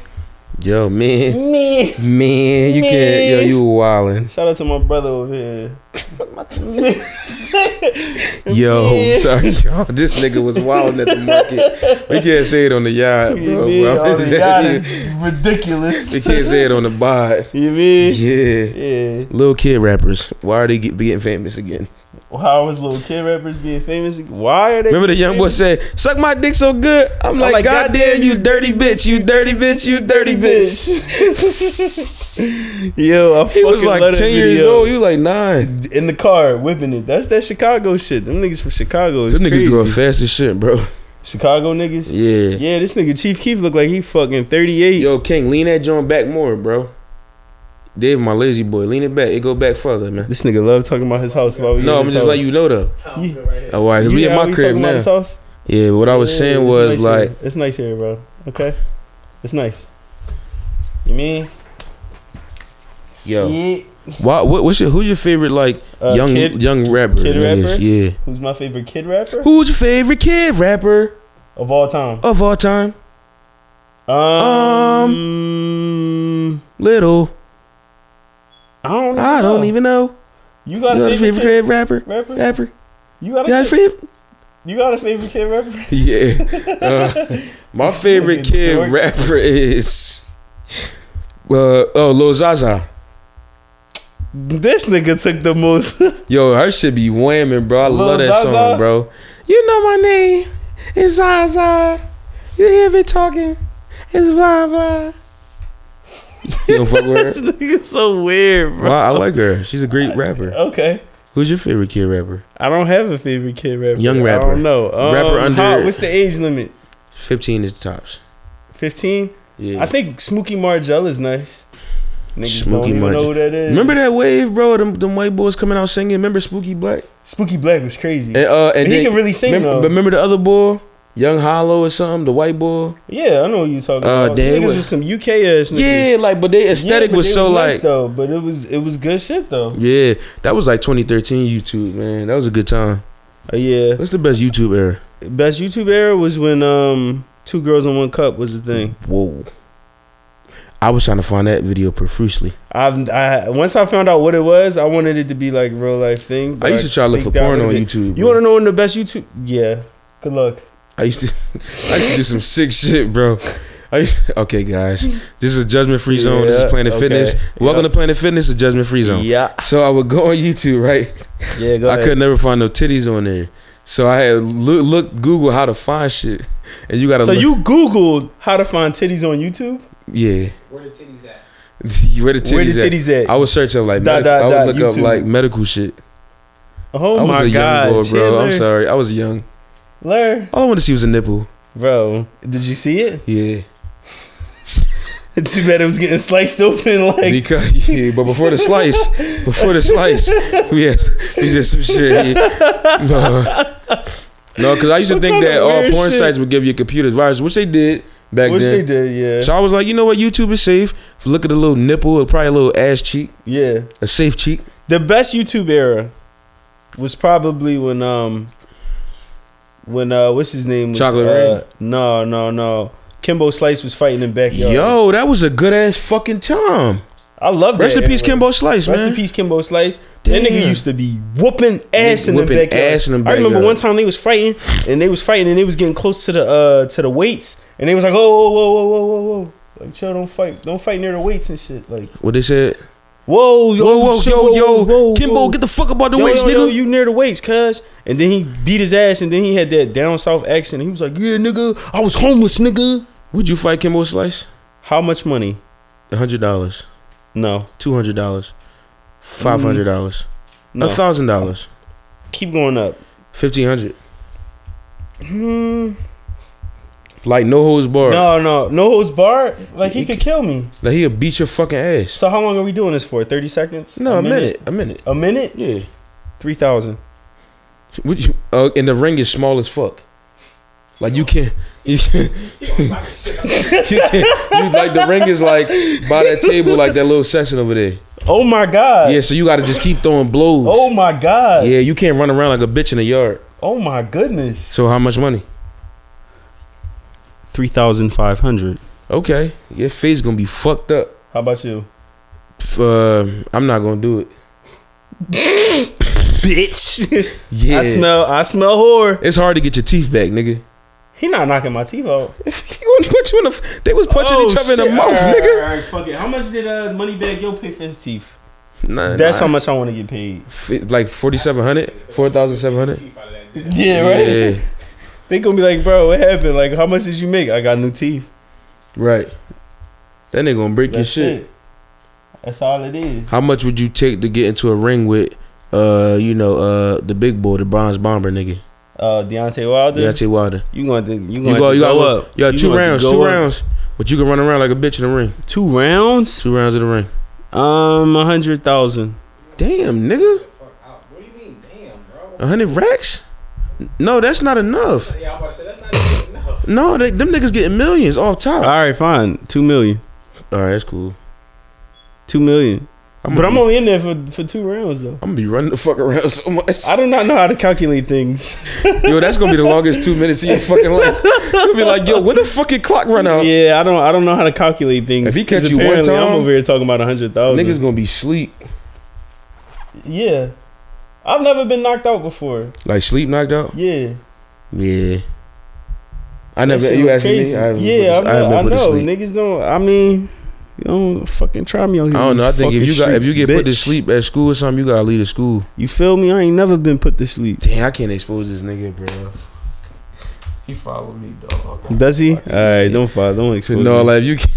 [SPEAKER 1] Yo, man,
[SPEAKER 2] Me.
[SPEAKER 1] man, you can't. Yo,
[SPEAKER 2] Man.
[SPEAKER 1] you wildin'.
[SPEAKER 2] Shout out to my brother over here.
[SPEAKER 1] Yo,
[SPEAKER 2] Man.
[SPEAKER 1] sorry, y'all. This nigga was wildin' at the market. We can't say it on the yard, bro.
[SPEAKER 2] You mean?
[SPEAKER 1] bro.
[SPEAKER 2] Oh, the yacht is ridiculous.
[SPEAKER 1] we can't say it on the bod.
[SPEAKER 2] You mean?
[SPEAKER 1] Yeah.
[SPEAKER 2] Yeah.
[SPEAKER 1] Little kid rappers. Why are they get, be getting famous again?
[SPEAKER 2] How was little kid rappers being famous? Why are they?
[SPEAKER 1] Remember the young boy
[SPEAKER 2] famous?
[SPEAKER 1] said, "Suck my dick so good." I'm like,
[SPEAKER 2] like,
[SPEAKER 1] "God,
[SPEAKER 2] "God
[SPEAKER 1] damn you, dirty bitch! You dirty bitch! You dirty bitch!"
[SPEAKER 2] Yo, I
[SPEAKER 1] He was like ten years old.
[SPEAKER 2] You
[SPEAKER 1] You like nine.
[SPEAKER 2] in the car whipping it. That's that Chicago shit. Them niggas from Chicago. Is
[SPEAKER 1] Those niggas
[SPEAKER 2] crazy.
[SPEAKER 1] growing fast as shit, bro.
[SPEAKER 2] Chicago niggas. Yeah.
[SPEAKER 1] Yeah.
[SPEAKER 2] this nigga Chief Keef look like he fucking thirty eight.
[SPEAKER 1] Yo, King, lean that joint back more, bro. Dave, my lazy boy, lean it back. It go back further, man.
[SPEAKER 2] This nigga love talking about his house. While we
[SPEAKER 1] No,
[SPEAKER 2] in
[SPEAKER 1] I'm
[SPEAKER 2] his
[SPEAKER 1] just
[SPEAKER 2] house.
[SPEAKER 1] letting you know though.
[SPEAKER 4] Oh, I'm good right here.
[SPEAKER 1] Oh, why? Cause
[SPEAKER 2] You
[SPEAKER 1] we
[SPEAKER 2] hear
[SPEAKER 1] in
[SPEAKER 2] how
[SPEAKER 1] my crib
[SPEAKER 2] talking about
[SPEAKER 1] now.
[SPEAKER 2] his house?
[SPEAKER 1] Yeah, what I was
[SPEAKER 2] Yeah,
[SPEAKER 1] saying
[SPEAKER 2] it's
[SPEAKER 1] was
[SPEAKER 2] nice
[SPEAKER 1] like,
[SPEAKER 2] here. it's nice here, bro. Okay, it's nice. You mean?
[SPEAKER 1] yo, why, what, what's your, who's your favorite like
[SPEAKER 2] Uh,
[SPEAKER 1] young
[SPEAKER 2] kid-
[SPEAKER 1] young rapper?
[SPEAKER 2] kid
[SPEAKER 1] niggas?
[SPEAKER 2] rapper?
[SPEAKER 1] Yeah.
[SPEAKER 2] Who's my favorite kid rapper
[SPEAKER 1] Who's your favorite kid rapper
[SPEAKER 2] of all time?
[SPEAKER 1] of all time?
[SPEAKER 2] Um,
[SPEAKER 1] Little,
[SPEAKER 2] I don't. Even
[SPEAKER 1] I don't
[SPEAKER 2] know.
[SPEAKER 1] even know.
[SPEAKER 2] You got
[SPEAKER 1] You got a
[SPEAKER 2] a favorite,
[SPEAKER 1] favorite kid rapper?
[SPEAKER 2] kid rapper?
[SPEAKER 1] Rapper?
[SPEAKER 2] You got a
[SPEAKER 1] You got a
[SPEAKER 2] kid-
[SPEAKER 1] favorite?
[SPEAKER 2] you got a favorite kid rapper?
[SPEAKER 1] Yeah. Uh, my favorite
[SPEAKER 2] Fucking
[SPEAKER 1] kid
[SPEAKER 2] dork.
[SPEAKER 1] rapper is. Uh, oh, Lil Zaza.
[SPEAKER 2] This nigga took the most.
[SPEAKER 1] Yo, her shit be whamming, bro. I
[SPEAKER 2] Lil
[SPEAKER 1] love that
[SPEAKER 2] Zaza?
[SPEAKER 1] song, bro. You know my name is Zaza. You hear me talking? It's blah blah. You don't fuck with her?
[SPEAKER 2] nigga so weird, bro.
[SPEAKER 1] Well, I like her. She's a great rapper.
[SPEAKER 2] Okay.
[SPEAKER 1] Who's your favorite kid rapper?
[SPEAKER 2] I don't have a favorite kid rapper.
[SPEAKER 1] Young
[SPEAKER 2] I
[SPEAKER 1] rapper.
[SPEAKER 2] don't know. Um,
[SPEAKER 1] Rapper under-
[SPEAKER 2] how- what's the age limit?
[SPEAKER 1] Fifteen is the tops.
[SPEAKER 2] Fifteen.
[SPEAKER 1] Yeah.
[SPEAKER 2] I think Smokey Margell is nice. Niggas don't
[SPEAKER 1] Smokey
[SPEAKER 2] even
[SPEAKER 1] Margell.
[SPEAKER 2] know who that is.
[SPEAKER 1] Remember that wave, bro? Them, them white boys coming out singing. Remember Spooky Black?
[SPEAKER 2] Spooky Black was crazy.
[SPEAKER 1] And, uh, and
[SPEAKER 2] he
[SPEAKER 1] then-
[SPEAKER 2] can really sing,
[SPEAKER 1] remember,
[SPEAKER 2] though.
[SPEAKER 1] But remember the other boy, Young Hollow or something, the white boy.
[SPEAKER 2] yeah, I know what you talking
[SPEAKER 1] Uh,
[SPEAKER 2] about.
[SPEAKER 1] damn,
[SPEAKER 2] Niggas
[SPEAKER 1] what-
[SPEAKER 2] was some UK ass niggas.
[SPEAKER 1] Yeah, like, but their aesthetic
[SPEAKER 2] Yeah, but
[SPEAKER 1] was
[SPEAKER 2] they
[SPEAKER 1] so
[SPEAKER 2] nice,
[SPEAKER 1] like,
[SPEAKER 2] though, but it was it was good shit though.
[SPEAKER 1] yeah, that was like 2013 YouTube, man. That was a good time.
[SPEAKER 2] Uh, yeah,
[SPEAKER 1] What's the best YouTube era?
[SPEAKER 2] best YouTube era was when um two girls in one cup was the thing.
[SPEAKER 1] Whoa, I was trying to find that video profusely.
[SPEAKER 2] I've I once I found out what it was, I wanted it to be like real life thing.
[SPEAKER 1] I
[SPEAKER 2] but
[SPEAKER 1] used to try to look
[SPEAKER 2] think
[SPEAKER 1] for
[SPEAKER 2] that
[SPEAKER 1] porn on
[SPEAKER 2] would've
[SPEAKER 1] YouTube.
[SPEAKER 2] been- You
[SPEAKER 1] bro.
[SPEAKER 2] want to know when the best YouTube? Yeah, good luck.
[SPEAKER 1] I used to, I used to do some sick shit, bro. I used okay, guys. This is a judgment free zone. this
[SPEAKER 2] Yeah,
[SPEAKER 1] is Planet
[SPEAKER 2] okay.
[SPEAKER 1] Fitness. Welcome to Planet Fitness, a judgment free zone.
[SPEAKER 2] Yeah,
[SPEAKER 1] So I would go on YouTube, right?
[SPEAKER 2] yeah, go
[SPEAKER 1] I
[SPEAKER 2] ahead.
[SPEAKER 1] could never find no titties on there. So I had look, look Google how to find shit, and you gotta.
[SPEAKER 2] So
[SPEAKER 1] look,
[SPEAKER 2] you Googled how to find titties on YouTube?
[SPEAKER 1] yeah,
[SPEAKER 4] Where the titties at?
[SPEAKER 1] where the titties,
[SPEAKER 2] Where the titties at?
[SPEAKER 1] at? I would search up like medic-
[SPEAKER 2] Dot, dot,
[SPEAKER 1] I
[SPEAKER 2] dot,
[SPEAKER 1] would look
[SPEAKER 2] YouTube.
[SPEAKER 1] up like medical shit.
[SPEAKER 2] oh
[SPEAKER 1] I was
[SPEAKER 2] my
[SPEAKER 1] a
[SPEAKER 2] god,
[SPEAKER 1] young boy, bro.
[SPEAKER 2] Chandler.
[SPEAKER 1] I'm sorry, I was young.
[SPEAKER 2] Larry.
[SPEAKER 1] All I wanted to see was a nipple.
[SPEAKER 2] bro. Did you see it?
[SPEAKER 1] Yeah,
[SPEAKER 2] Too bad it was getting sliced open. Like
[SPEAKER 1] because yeah, but before the slice, before the slice, we had we did some shit. yeah. No, no, because I used to
[SPEAKER 2] What
[SPEAKER 1] think
[SPEAKER 2] kind of
[SPEAKER 1] that all
[SPEAKER 2] weird
[SPEAKER 1] porn
[SPEAKER 2] shit?
[SPEAKER 1] sites would give you computers viruses, which they did back
[SPEAKER 2] which
[SPEAKER 1] then.
[SPEAKER 2] they did, yeah,
[SPEAKER 1] So I was like, you know what, YouTube is safe. Look at a little nipple, probably a little ass cheek,
[SPEAKER 2] yeah.
[SPEAKER 1] a safe cheek.
[SPEAKER 2] The best YouTube era was probably when um when uh what's his name was
[SPEAKER 1] Chocolate
[SPEAKER 2] uh,
[SPEAKER 1] Rain?
[SPEAKER 2] No, no, no. Kimbo Slice was fighting in backyard.
[SPEAKER 1] Yo, that was a good ass fucking time.
[SPEAKER 2] I love that.
[SPEAKER 1] Rest in peace,
[SPEAKER 2] era.
[SPEAKER 1] Kimbo Slice,
[SPEAKER 2] Rest
[SPEAKER 1] man.
[SPEAKER 2] in peace, Kimbo Slice. That nigga
[SPEAKER 1] Damn.
[SPEAKER 2] used to be whooping ass in
[SPEAKER 1] Whooping
[SPEAKER 2] the backyard.
[SPEAKER 1] ass in the
[SPEAKER 2] I remember
[SPEAKER 1] backyard.
[SPEAKER 2] one time they was fighting and they was fighting and they was getting close to the uh to the weights and they was like, oh, whoa, whoa, whoa, whoa, whoa, whoa. Like, chill, don't fight, don't fight near the weights and shit. Like,
[SPEAKER 1] What they said?
[SPEAKER 2] whoa, yo,
[SPEAKER 1] Whoa, whoa,
[SPEAKER 2] shit,
[SPEAKER 1] yo, yo,
[SPEAKER 2] whoa,
[SPEAKER 1] Kimbo,
[SPEAKER 2] whoa.
[SPEAKER 1] get the fuck about the
[SPEAKER 2] Yo,
[SPEAKER 1] waist,
[SPEAKER 2] yo,
[SPEAKER 1] nigga.
[SPEAKER 2] yo, you near the weights, cuz. And then he beat his ass, and then he had that down south accent. He was like, "Yeah, nigga, I was homeless, nigga."
[SPEAKER 1] Would you fight Kimbo Slice?
[SPEAKER 2] How much money?
[SPEAKER 1] A hundred dollars,
[SPEAKER 2] No,
[SPEAKER 1] two hundred dollars, five hundred dollars,
[SPEAKER 2] Mm. no.
[SPEAKER 1] a thousand dollars,
[SPEAKER 2] Keep going up.
[SPEAKER 1] fifteen hundred. Hmm. Like no holds barred.
[SPEAKER 2] No, no, no holds barred. Like he could kill me.
[SPEAKER 1] Like he'll beat your fucking ass.
[SPEAKER 2] So how long are we doing this for? Thirty seconds?
[SPEAKER 1] No, a minute, a minute.
[SPEAKER 2] A minute?
[SPEAKER 1] Yeah.
[SPEAKER 2] Three thousand.
[SPEAKER 1] Would you, uh, and the ring is small as fuck. Like you can't, you can't, you can't. You like the ring is like by that table, like that little section over there.
[SPEAKER 2] Oh my god.
[SPEAKER 1] Yeah, so you got to just keep throwing blows.
[SPEAKER 2] Oh my god.
[SPEAKER 1] Yeah, you can't run around like a bitch in the yard.
[SPEAKER 2] Oh my goodness.
[SPEAKER 1] So how much money?
[SPEAKER 2] Three thousand five hundred.
[SPEAKER 1] Okay, your face gonna be fucked up.
[SPEAKER 2] How about you?
[SPEAKER 1] F- Uh, I'm not gonna do it.
[SPEAKER 2] Bitch.
[SPEAKER 1] Yeah,
[SPEAKER 2] I smell. I smell whore.
[SPEAKER 1] it's hard to get your teeth back, nigga.
[SPEAKER 2] He not knocking my teeth out.
[SPEAKER 1] He gonna put you in the. They was punching
[SPEAKER 2] Oh,
[SPEAKER 1] each other in
[SPEAKER 2] shit.
[SPEAKER 1] the mouth,
[SPEAKER 2] All right, all
[SPEAKER 1] nigga.
[SPEAKER 2] right, fuck it. How much did uh, Moneybag Yo pay for his teeth?
[SPEAKER 1] Nah,
[SPEAKER 2] That's
[SPEAKER 1] nah.
[SPEAKER 2] how much I want to get paid.
[SPEAKER 1] F- like 4,700? 4,700?
[SPEAKER 4] Teeth out of that.
[SPEAKER 2] Yeah,
[SPEAKER 1] Yeah,
[SPEAKER 2] They gonna be like, bro, what happened? Like, how much did you make? I got new teeth.
[SPEAKER 1] right. That nigga gonna break your
[SPEAKER 2] That's
[SPEAKER 1] shit.
[SPEAKER 2] it. That's all it is.
[SPEAKER 1] How much would you take to get into a ring with, uh, you know, uh, the big boy, the bronze bomber nigga,
[SPEAKER 2] Uh, Deontay Wilder,
[SPEAKER 1] Deontay Wilder?
[SPEAKER 2] you gonna have to, you gonna
[SPEAKER 1] You go,
[SPEAKER 2] have to
[SPEAKER 1] you got
[SPEAKER 2] go
[SPEAKER 1] one-
[SPEAKER 2] up.
[SPEAKER 1] You got two
[SPEAKER 2] gonna have
[SPEAKER 1] rounds,
[SPEAKER 2] to go
[SPEAKER 1] two
[SPEAKER 2] up.
[SPEAKER 1] rounds, but you can run around like a bitch in the ring.
[SPEAKER 2] two rounds.
[SPEAKER 1] Two rounds in the ring.
[SPEAKER 2] Um, a hundred thousand.
[SPEAKER 1] Damn, nigga.
[SPEAKER 4] What do you mean, damn, bro?
[SPEAKER 1] A hundred racks? No, that's not enough.
[SPEAKER 4] Yeah, I'm about to say that's not even enough.
[SPEAKER 1] No, they, them niggas getting millions off
[SPEAKER 2] All
[SPEAKER 1] top.
[SPEAKER 2] right, fine. Two million.
[SPEAKER 1] All right, that's cool.
[SPEAKER 2] Two million. Mm-hmm.
[SPEAKER 1] I'm
[SPEAKER 2] but
[SPEAKER 1] gonna
[SPEAKER 2] I'm
[SPEAKER 1] be-
[SPEAKER 2] only in there for, for two rounds though.
[SPEAKER 1] I'm gonna be running the fuck around so much.
[SPEAKER 2] I do not know how to calculate things.
[SPEAKER 1] Yo, that's gonna be the longest two minutes of your fucking life. You'll be like, yo, when the fucking clock run out?
[SPEAKER 2] yeah, I don't. I don't know how to calculate things.
[SPEAKER 1] If he
[SPEAKER 2] 'cause
[SPEAKER 1] catch you one
[SPEAKER 2] apparently
[SPEAKER 1] time,
[SPEAKER 2] I'm over here talking about a hundred thousand.
[SPEAKER 1] Niggas gonna be sleep.
[SPEAKER 2] Yeah, I've never been knocked out before.
[SPEAKER 1] Like sleep knocked out?
[SPEAKER 2] Yeah,
[SPEAKER 1] Yeah. I
[SPEAKER 2] That
[SPEAKER 1] never
[SPEAKER 2] shit
[SPEAKER 1] you
[SPEAKER 2] was
[SPEAKER 1] asked
[SPEAKER 2] crazy.
[SPEAKER 1] me. I haven't
[SPEAKER 2] yeah,
[SPEAKER 1] put
[SPEAKER 2] I'm
[SPEAKER 1] this- I
[SPEAKER 2] not- I,
[SPEAKER 1] haven't put to
[SPEAKER 2] know.
[SPEAKER 1] sleep.
[SPEAKER 2] Niggas don't. I mean, you don't fucking try me out
[SPEAKER 1] I
[SPEAKER 2] here.
[SPEAKER 1] don't
[SPEAKER 2] in
[SPEAKER 1] know. I
[SPEAKER 2] these
[SPEAKER 1] think if
[SPEAKER 2] fucking
[SPEAKER 1] you got if you
[SPEAKER 2] streets,
[SPEAKER 1] get put to
[SPEAKER 2] bitch.
[SPEAKER 1] sleep at school or something, you gotta leave the school.
[SPEAKER 2] you feel me? I ain't never been put to sleep.
[SPEAKER 1] Damn, I can't expose this nigga, bro. He followed me, dog.
[SPEAKER 2] Does he? All right, don't fuck. Don't expose.
[SPEAKER 1] No,
[SPEAKER 2] me.
[SPEAKER 1] like you. Can-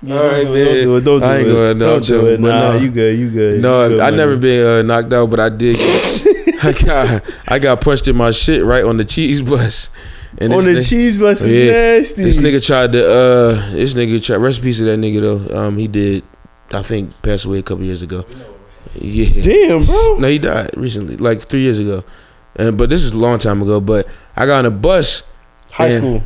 [SPEAKER 2] Yeah,
[SPEAKER 1] All right,
[SPEAKER 2] don't, do it,
[SPEAKER 1] man.
[SPEAKER 2] don't do it. Don't do
[SPEAKER 1] I ain't
[SPEAKER 2] it.
[SPEAKER 1] gonna- no, I'm
[SPEAKER 2] don't do
[SPEAKER 1] joking,
[SPEAKER 2] it.
[SPEAKER 1] but
[SPEAKER 2] Nah,
[SPEAKER 1] no.
[SPEAKER 2] you good. You good. you
[SPEAKER 1] no,
[SPEAKER 2] good,
[SPEAKER 1] I
[SPEAKER 2] my
[SPEAKER 1] never
[SPEAKER 2] nigga.
[SPEAKER 1] been uh, knocked out, but I did. Get, I got I got punched in my shit right on the cheese bus. And
[SPEAKER 2] on the
[SPEAKER 1] this,
[SPEAKER 2] cheese bus is
[SPEAKER 1] Yeah.
[SPEAKER 2] nasty.
[SPEAKER 1] this nigga tried to uh this nigga tried rest in peace to that nigga though. Um, he did. I think passed away a couple years ago. Yeah.
[SPEAKER 2] Damn, bro.
[SPEAKER 1] No, he died recently, like three years ago. And but this is a long time ago. But I got on a bus.
[SPEAKER 2] High
[SPEAKER 1] Yeah.
[SPEAKER 2] school.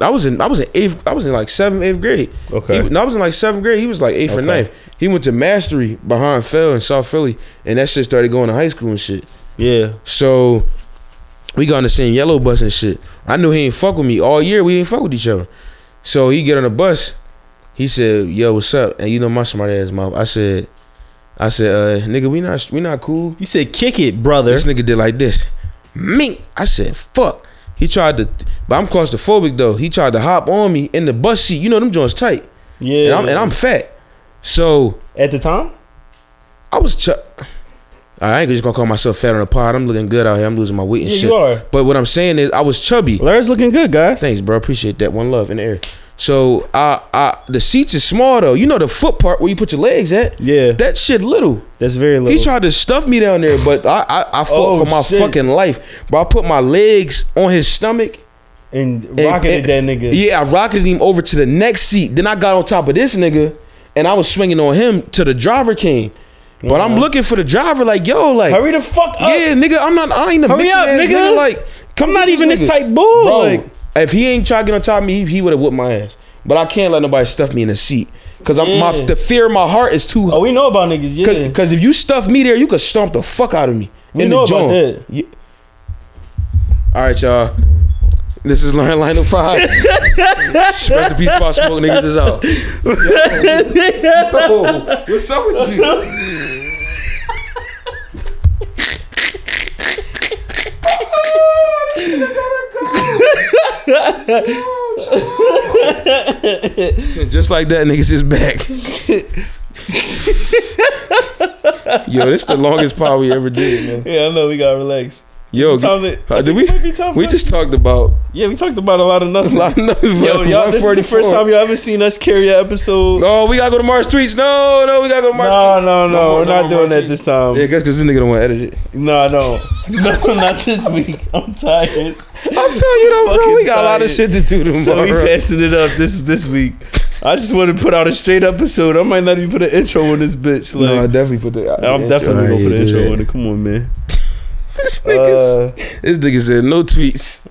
[SPEAKER 1] I was in I was in eighth. I was in like seventh, eighth grade.
[SPEAKER 2] Okay.
[SPEAKER 1] He- no, I was in like seventh grade. He was like eighth or
[SPEAKER 2] Okay.
[SPEAKER 1] ninth. He went to Mastery behind Phil in South Philly, and that shit started going to high school and shit.
[SPEAKER 2] yeah.
[SPEAKER 1] So we got on the same yellow bus and shit. I knew he ain't fuck with me all year. We ain't fuck with each other. So he get on the bus. He said, "Yo, what's up?" And you know my smart ass mouth. I said, "I said, uh, nigga, we not we not cool."
[SPEAKER 2] You said kick it, brother.
[SPEAKER 1] This nigga did like this. Mink. I said, fuck. He tried to, but I'm claustrophobic though. He tried to hop on me in the bus seat. You know them joints tight,
[SPEAKER 2] Yeah.
[SPEAKER 1] and I'm and I'm fat. So
[SPEAKER 2] at the time.
[SPEAKER 1] I was. Ch- I ain't just gonna call myself fat on the pod. I'm looking good out here. I'm losing my weight and
[SPEAKER 2] Yeah,
[SPEAKER 1] shit.
[SPEAKER 2] you are.
[SPEAKER 1] But what I'm saying is, I was chubby.
[SPEAKER 2] Larry's looking good, guys.
[SPEAKER 1] Thanks, bro. Appreciate that. One love in the air. So I, I, the seats is small though. You know the foot part where you put your legs at.
[SPEAKER 2] Yeah.
[SPEAKER 1] That shit little.
[SPEAKER 2] That's very low.
[SPEAKER 1] He tried to stuff me down there, but I I, I fought
[SPEAKER 2] Oh,
[SPEAKER 1] for my
[SPEAKER 2] shit.
[SPEAKER 1] fucking life. But I put my legs on his stomach.
[SPEAKER 2] and
[SPEAKER 1] and-
[SPEAKER 2] rocketed that
[SPEAKER 1] and-
[SPEAKER 2] nigga.
[SPEAKER 1] Yeah, I rocketed him over to the next seat. Then I got on top of this nigga, and I was swinging on him till the driver came. But
[SPEAKER 2] Uh-huh.
[SPEAKER 1] I'm looking for the driver, like yo, like
[SPEAKER 2] Hurry the fuck up.
[SPEAKER 1] yeah, nigga, I'm not. I ain't a
[SPEAKER 2] Hurry
[SPEAKER 1] mixing
[SPEAKER 2] up,
[SPEAKER 1] ass nigga.
[SPEAKER 2] nigga.
[SPEAKER 1] Like
[SPEAKER 2] I'm
[SPEAKER 1] come
[SPEAKER 2] not
[SPEAKER 1] get
[SPEAKER 2] even this
[SPEAKER 1] nigga.
[SPEAKER 2] type bull.
[SPEAKER 1] Bro,
[SPEAKER 2] Like,
[SPEAKER 1] if he ain't trying to get on top of me, he, he would have whipped my ass. But I can't let nobody stuff me in the seat because I'm my
[SPEAKER 2] Yeah.
[SPEAKER 1] the fear in my heart is too.
[SPEAKER 2] oh, we know about niggas. Yeah.
[SPEAKER 1] Because if you stuff me there, you could stomp the fuck out of me.
[SPEAKER 2] We
[SPEAKER 1] in
[SPEAKER 2] know
[SPEAKER 1] the
[SPEAKER 2] about
[SPEAKER 1] joint.
[SPEAKER 2] that.
[SPEAKER 1] Ye- All right, y'all. This is Learn Line of Five. Rest in peace, Pop Smoke. Niggas is out. Yo, yo, what's up with you? And Just like that, niggas is back. Yo, this the longest pod we ever did, man.
[SPEAKER 2] Yeah, I know we got relaxed.
[SPEAKER 1] Yo,
[SPEAKER 2] Time that-
[SPEAKER 1] uh, did we?
[SPEAKER 2] Might be time
[SPEAKER 1] We
[SPEAKER 2] for-
[SPEAKER 1] just talked about.
[SPEAKER 2] Yeah, we talked about a lot of nothing.
[SPEAKER 1] Yo,
[SPEAKER 2] Yo, y'all, this is the first time y'all ever seen us carry an episode.
[SPEAKER 1] No, we gotta go to March tweets. No, no, we gotta go to March.
[SPEAKER 2] No,
[SPEAKER 1] tweets.
[SPEAKER 2] no, no,
[SPEAKER 1] more-
[SPEAKER 2] we're
[SPEAKER 1] no
[SPEAKER 2] not
[SPEAKER 1] more
[SPEAKER 2] doing
[SPEAKER 1] March
[SPEAKER 2] that
[SPEAKER 1] tweets.
[SPEAKER 2] this time.
[SPEAKER 1] Yeah, guess because this nigga don't want to edit it.
[SPEAKER 2] No, no, no, not this week. I'm tired.
[SPEAKER 1] I feel you though, bro. We
[SPEAKER 2] Fucking
[SPEAKER 1] got a lot of
[SPEAKER 2] tired.
[SPEAKER 1] shit to do tomorrow.
[SPEAKER 2] So we passing it up this this week. I just want to put out a straight episode. I might not even put an intro on this bitch.
[SPEAKER 1] no, I
[SPEAKER 2] Like,
[SPEAKER 1] definitely put the.
[SPEAKER 2] I'm
[SPEAKER 1] intro.
[SPEAKER 2] definitely
[SPEAKER 1] Alright,
[SPEAKER 2] gonna
[SPEAKER 1] yeah,
[SPEAKER 2] put an
[SPEAKER 1] do
[SPEAKER 2] intro
[SPEAKER 1] that.
[SPEAKER 2] on it. Come on, man.
[SPEAKER 1] This
[SPEAKER 2] Uh,
[SPEAKER 1] nigga, this nigga said no tweets.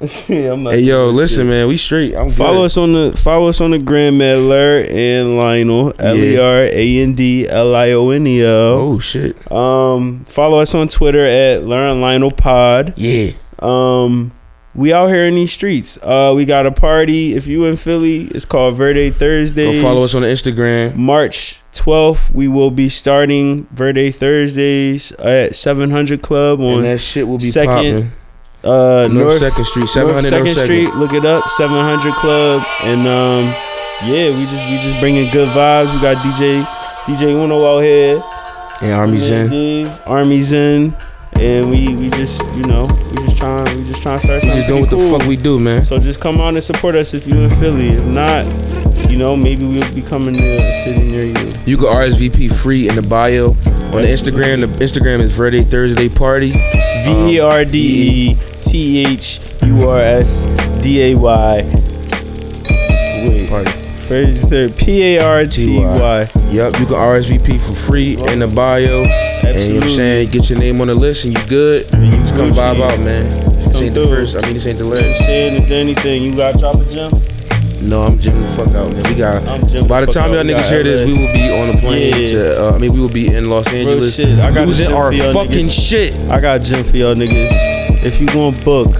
[SPEAKER 2] yeah, I'm not.
[SPEAKER 1] Hey, yo,
[SPEAKER 2] doing this
[SPEAKER 1] listen,
[SPEAKER 2] shit.
[SPEAKER 1] man, we straight. I'm
[SPEAKER 2] Follow
[SPEAKER 1] good.
[SPEAKER 2] us on the follow us on the gram at Ler and Lionel L E R A N D L I O N E L.
[SPEAKER 1] Oh shit.
[SPEAKER 2] Um, follow us on Twitter at Ler and Lionel Pod.
[SPEAKER 1] Yeah.
[SPEAKER 2] Um, we out here in these streets. Uh, we got a party. If you in Philly, it's called Verde Thursdays.
[SPEAKER 1] Go follow us on the Instagram.
[SPEAKER 2] March 12th. We will be starting Verde Thursdays at 700 Club
[SPEAKER 1] And
[SPEAKER 2] on
[SPEAKER 1] that shit will be
[SPEAKER 2] Second,
[SPEAKER 1] popping.
[SPEAKER 2] uh,
[SPEAKER 1] North,
[SPEAKER 2] North, North
[SPEAKER 1] Second Street, seven
[SPEAKER 2] Second
[SPEAKER 1] hundred North Second.
[SPEAKER 2] Street. Look it up, 700 Club, and um, yeah, we just we just bringing good vibes. We got DJ DJ Uno out here,
[SPEAKER 1] And Army Zen.
[SPEAKER 2] Dave, Army Zen, and we we just you know we just trying we just trying to start
[SPEAKER 1] We
[SPEAKER 2] something.
[SPEAKER 1] just doing what the
[SPEAKER 2] cool.
[SPEAKER 1] fuck we do, man.
[SPEAKER 2] So just come on and support us if you in Philly. If not, you know, maybe we'll be coming to a city near you.
[SPEAKER 1] You can RSVP free in the bio on the Instagram. The Instagram is Verde Thursday Party.
[SPEAKER 2] V E R D E T H U R S D A Y. Wait.
[SPEAKER 1] Party.
[SPEAKER 2] Praise the third. P A R T Y.
[SPEAKER 1] Yep, you can RSVP for free in the bio. And you know what I'm
[SPEAKER 2] Absolutely.
[SPEAKER 1] saying? Get your name on the list and you good. Just come
[SPEAKER 2] Gucci.
[SPEAKER 1] vibe out, man. This
[SPEAKER 2] Come
[SPEAKER 1] ain't the
[SPEAKER 2] through.
[SPEAKER 1] first. I mean, this ain't the last.
[SPEAKER 2] Saying is there anything you got, Chopper Jim?
[SPEAKER 1] No, I'm jimming the fuck out, man. We got.
[SPEAKER 2] I'm jimming
[SPEAKER 1] by the
[SPEAKER 2] the fuck
[SPEAKER 1] time y'all
[SPEAKER 2] out. We got
[SPEAKER 1] niggas hear this,
[SPEAKER 2] LA.
[SPEAKER 1] we will be on a plane.
[SPEAKER 2] Yeah.
[SPEAKER 1] To, uh, I mean, we will be in Los Angeles.
[SPEAKER 2] shit, I got the
[SPEAKER 1] losing
[SPEAKER 2] shit
[SPEAKER 1] our
[SPEAKER 2] for y'all
[SPEAKER 1] fucking
[SPEAKER 2] niggas.
[SPEAKER 1] shit.
[SPEAKER 2] I got a gym for y'all niggas. If you want book,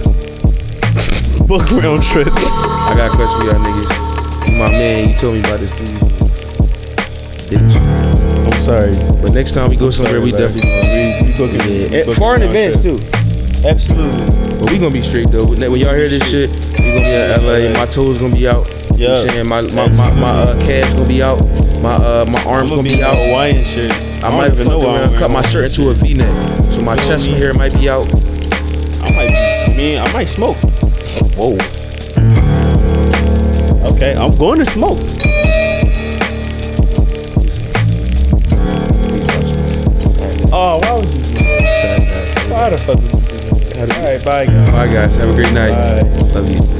[SPEAKER 2] book round trip.
[SPEAKER 1] I got a question for y'all niggas. You my man. You told me about this dude. Bitch.
[SPEAKER 2] I'm sorry.
[SPEAKER 1] But next time we go somewhere,
[SPEAKER 2] Sorry,
[SPEAKER 1] we
[SPEAKER 2] like,
[SPEAKER 1] definitely.
[SPEAKER 2] we, we booking it.
[SPEAKER 1] Yeah,
[SPEAKER 2] We booking
[SPEAKER 1] Eh, far in
[SPEAKER 2] round
[SPEAKER 1] advance
[SPEAKER 2] trip.
[SPEAKER 1] too.
[SPEAKER 2] Absolutely.
[SPEAKER 1] But we gonna be straight though. When when y'all hear this shit, we gonna be at LA. My toes gonna be out. You know what I'm
[SPEAKER 2] Yeah.
[SPEAKER 1] saying my my my, my uh, calves gonna be out. My uh my
[SPEAKER 2] I'm
[SPEAKER 1] arms gonna
[SPEAKER 2] gonna be in
[SPEAKER 1] be
[SPEAKER 2] a
[SPEAKER 1] out.
[SPEAKER 2] Hawaiian shirt.
[SPEAKER 1] I
[SPEAKER 2] don't
[SPEAKER 1] might
[SPEAKER 2] even
[SPEAKER 1] fuck
[SPEAKER 2] know why I'm
[SPEAKER 1] around, cut
[SPEAKER 2] wearing
[SPEAKER 1] my shirt into a V-neck, so my
[SPEAKER 2] You know
[SPEAKER 1] chest
[SPEAKER 2] me.
[SPEAKER 1] from here might be out.
[SPEAKER 2] I might be. I mean, I might smoke.
[SPEAKER 1] Whoa.
[SPEAKER 2] Okay, I'm going to smoke. Oh, why would you? do that? Why the fuck? would you do that? All right, bye guys.
[SPEAKER 1] Bye guys. Have a great night.
[SPEAKER 2] Bye.
[SPEAKER 1] Love you.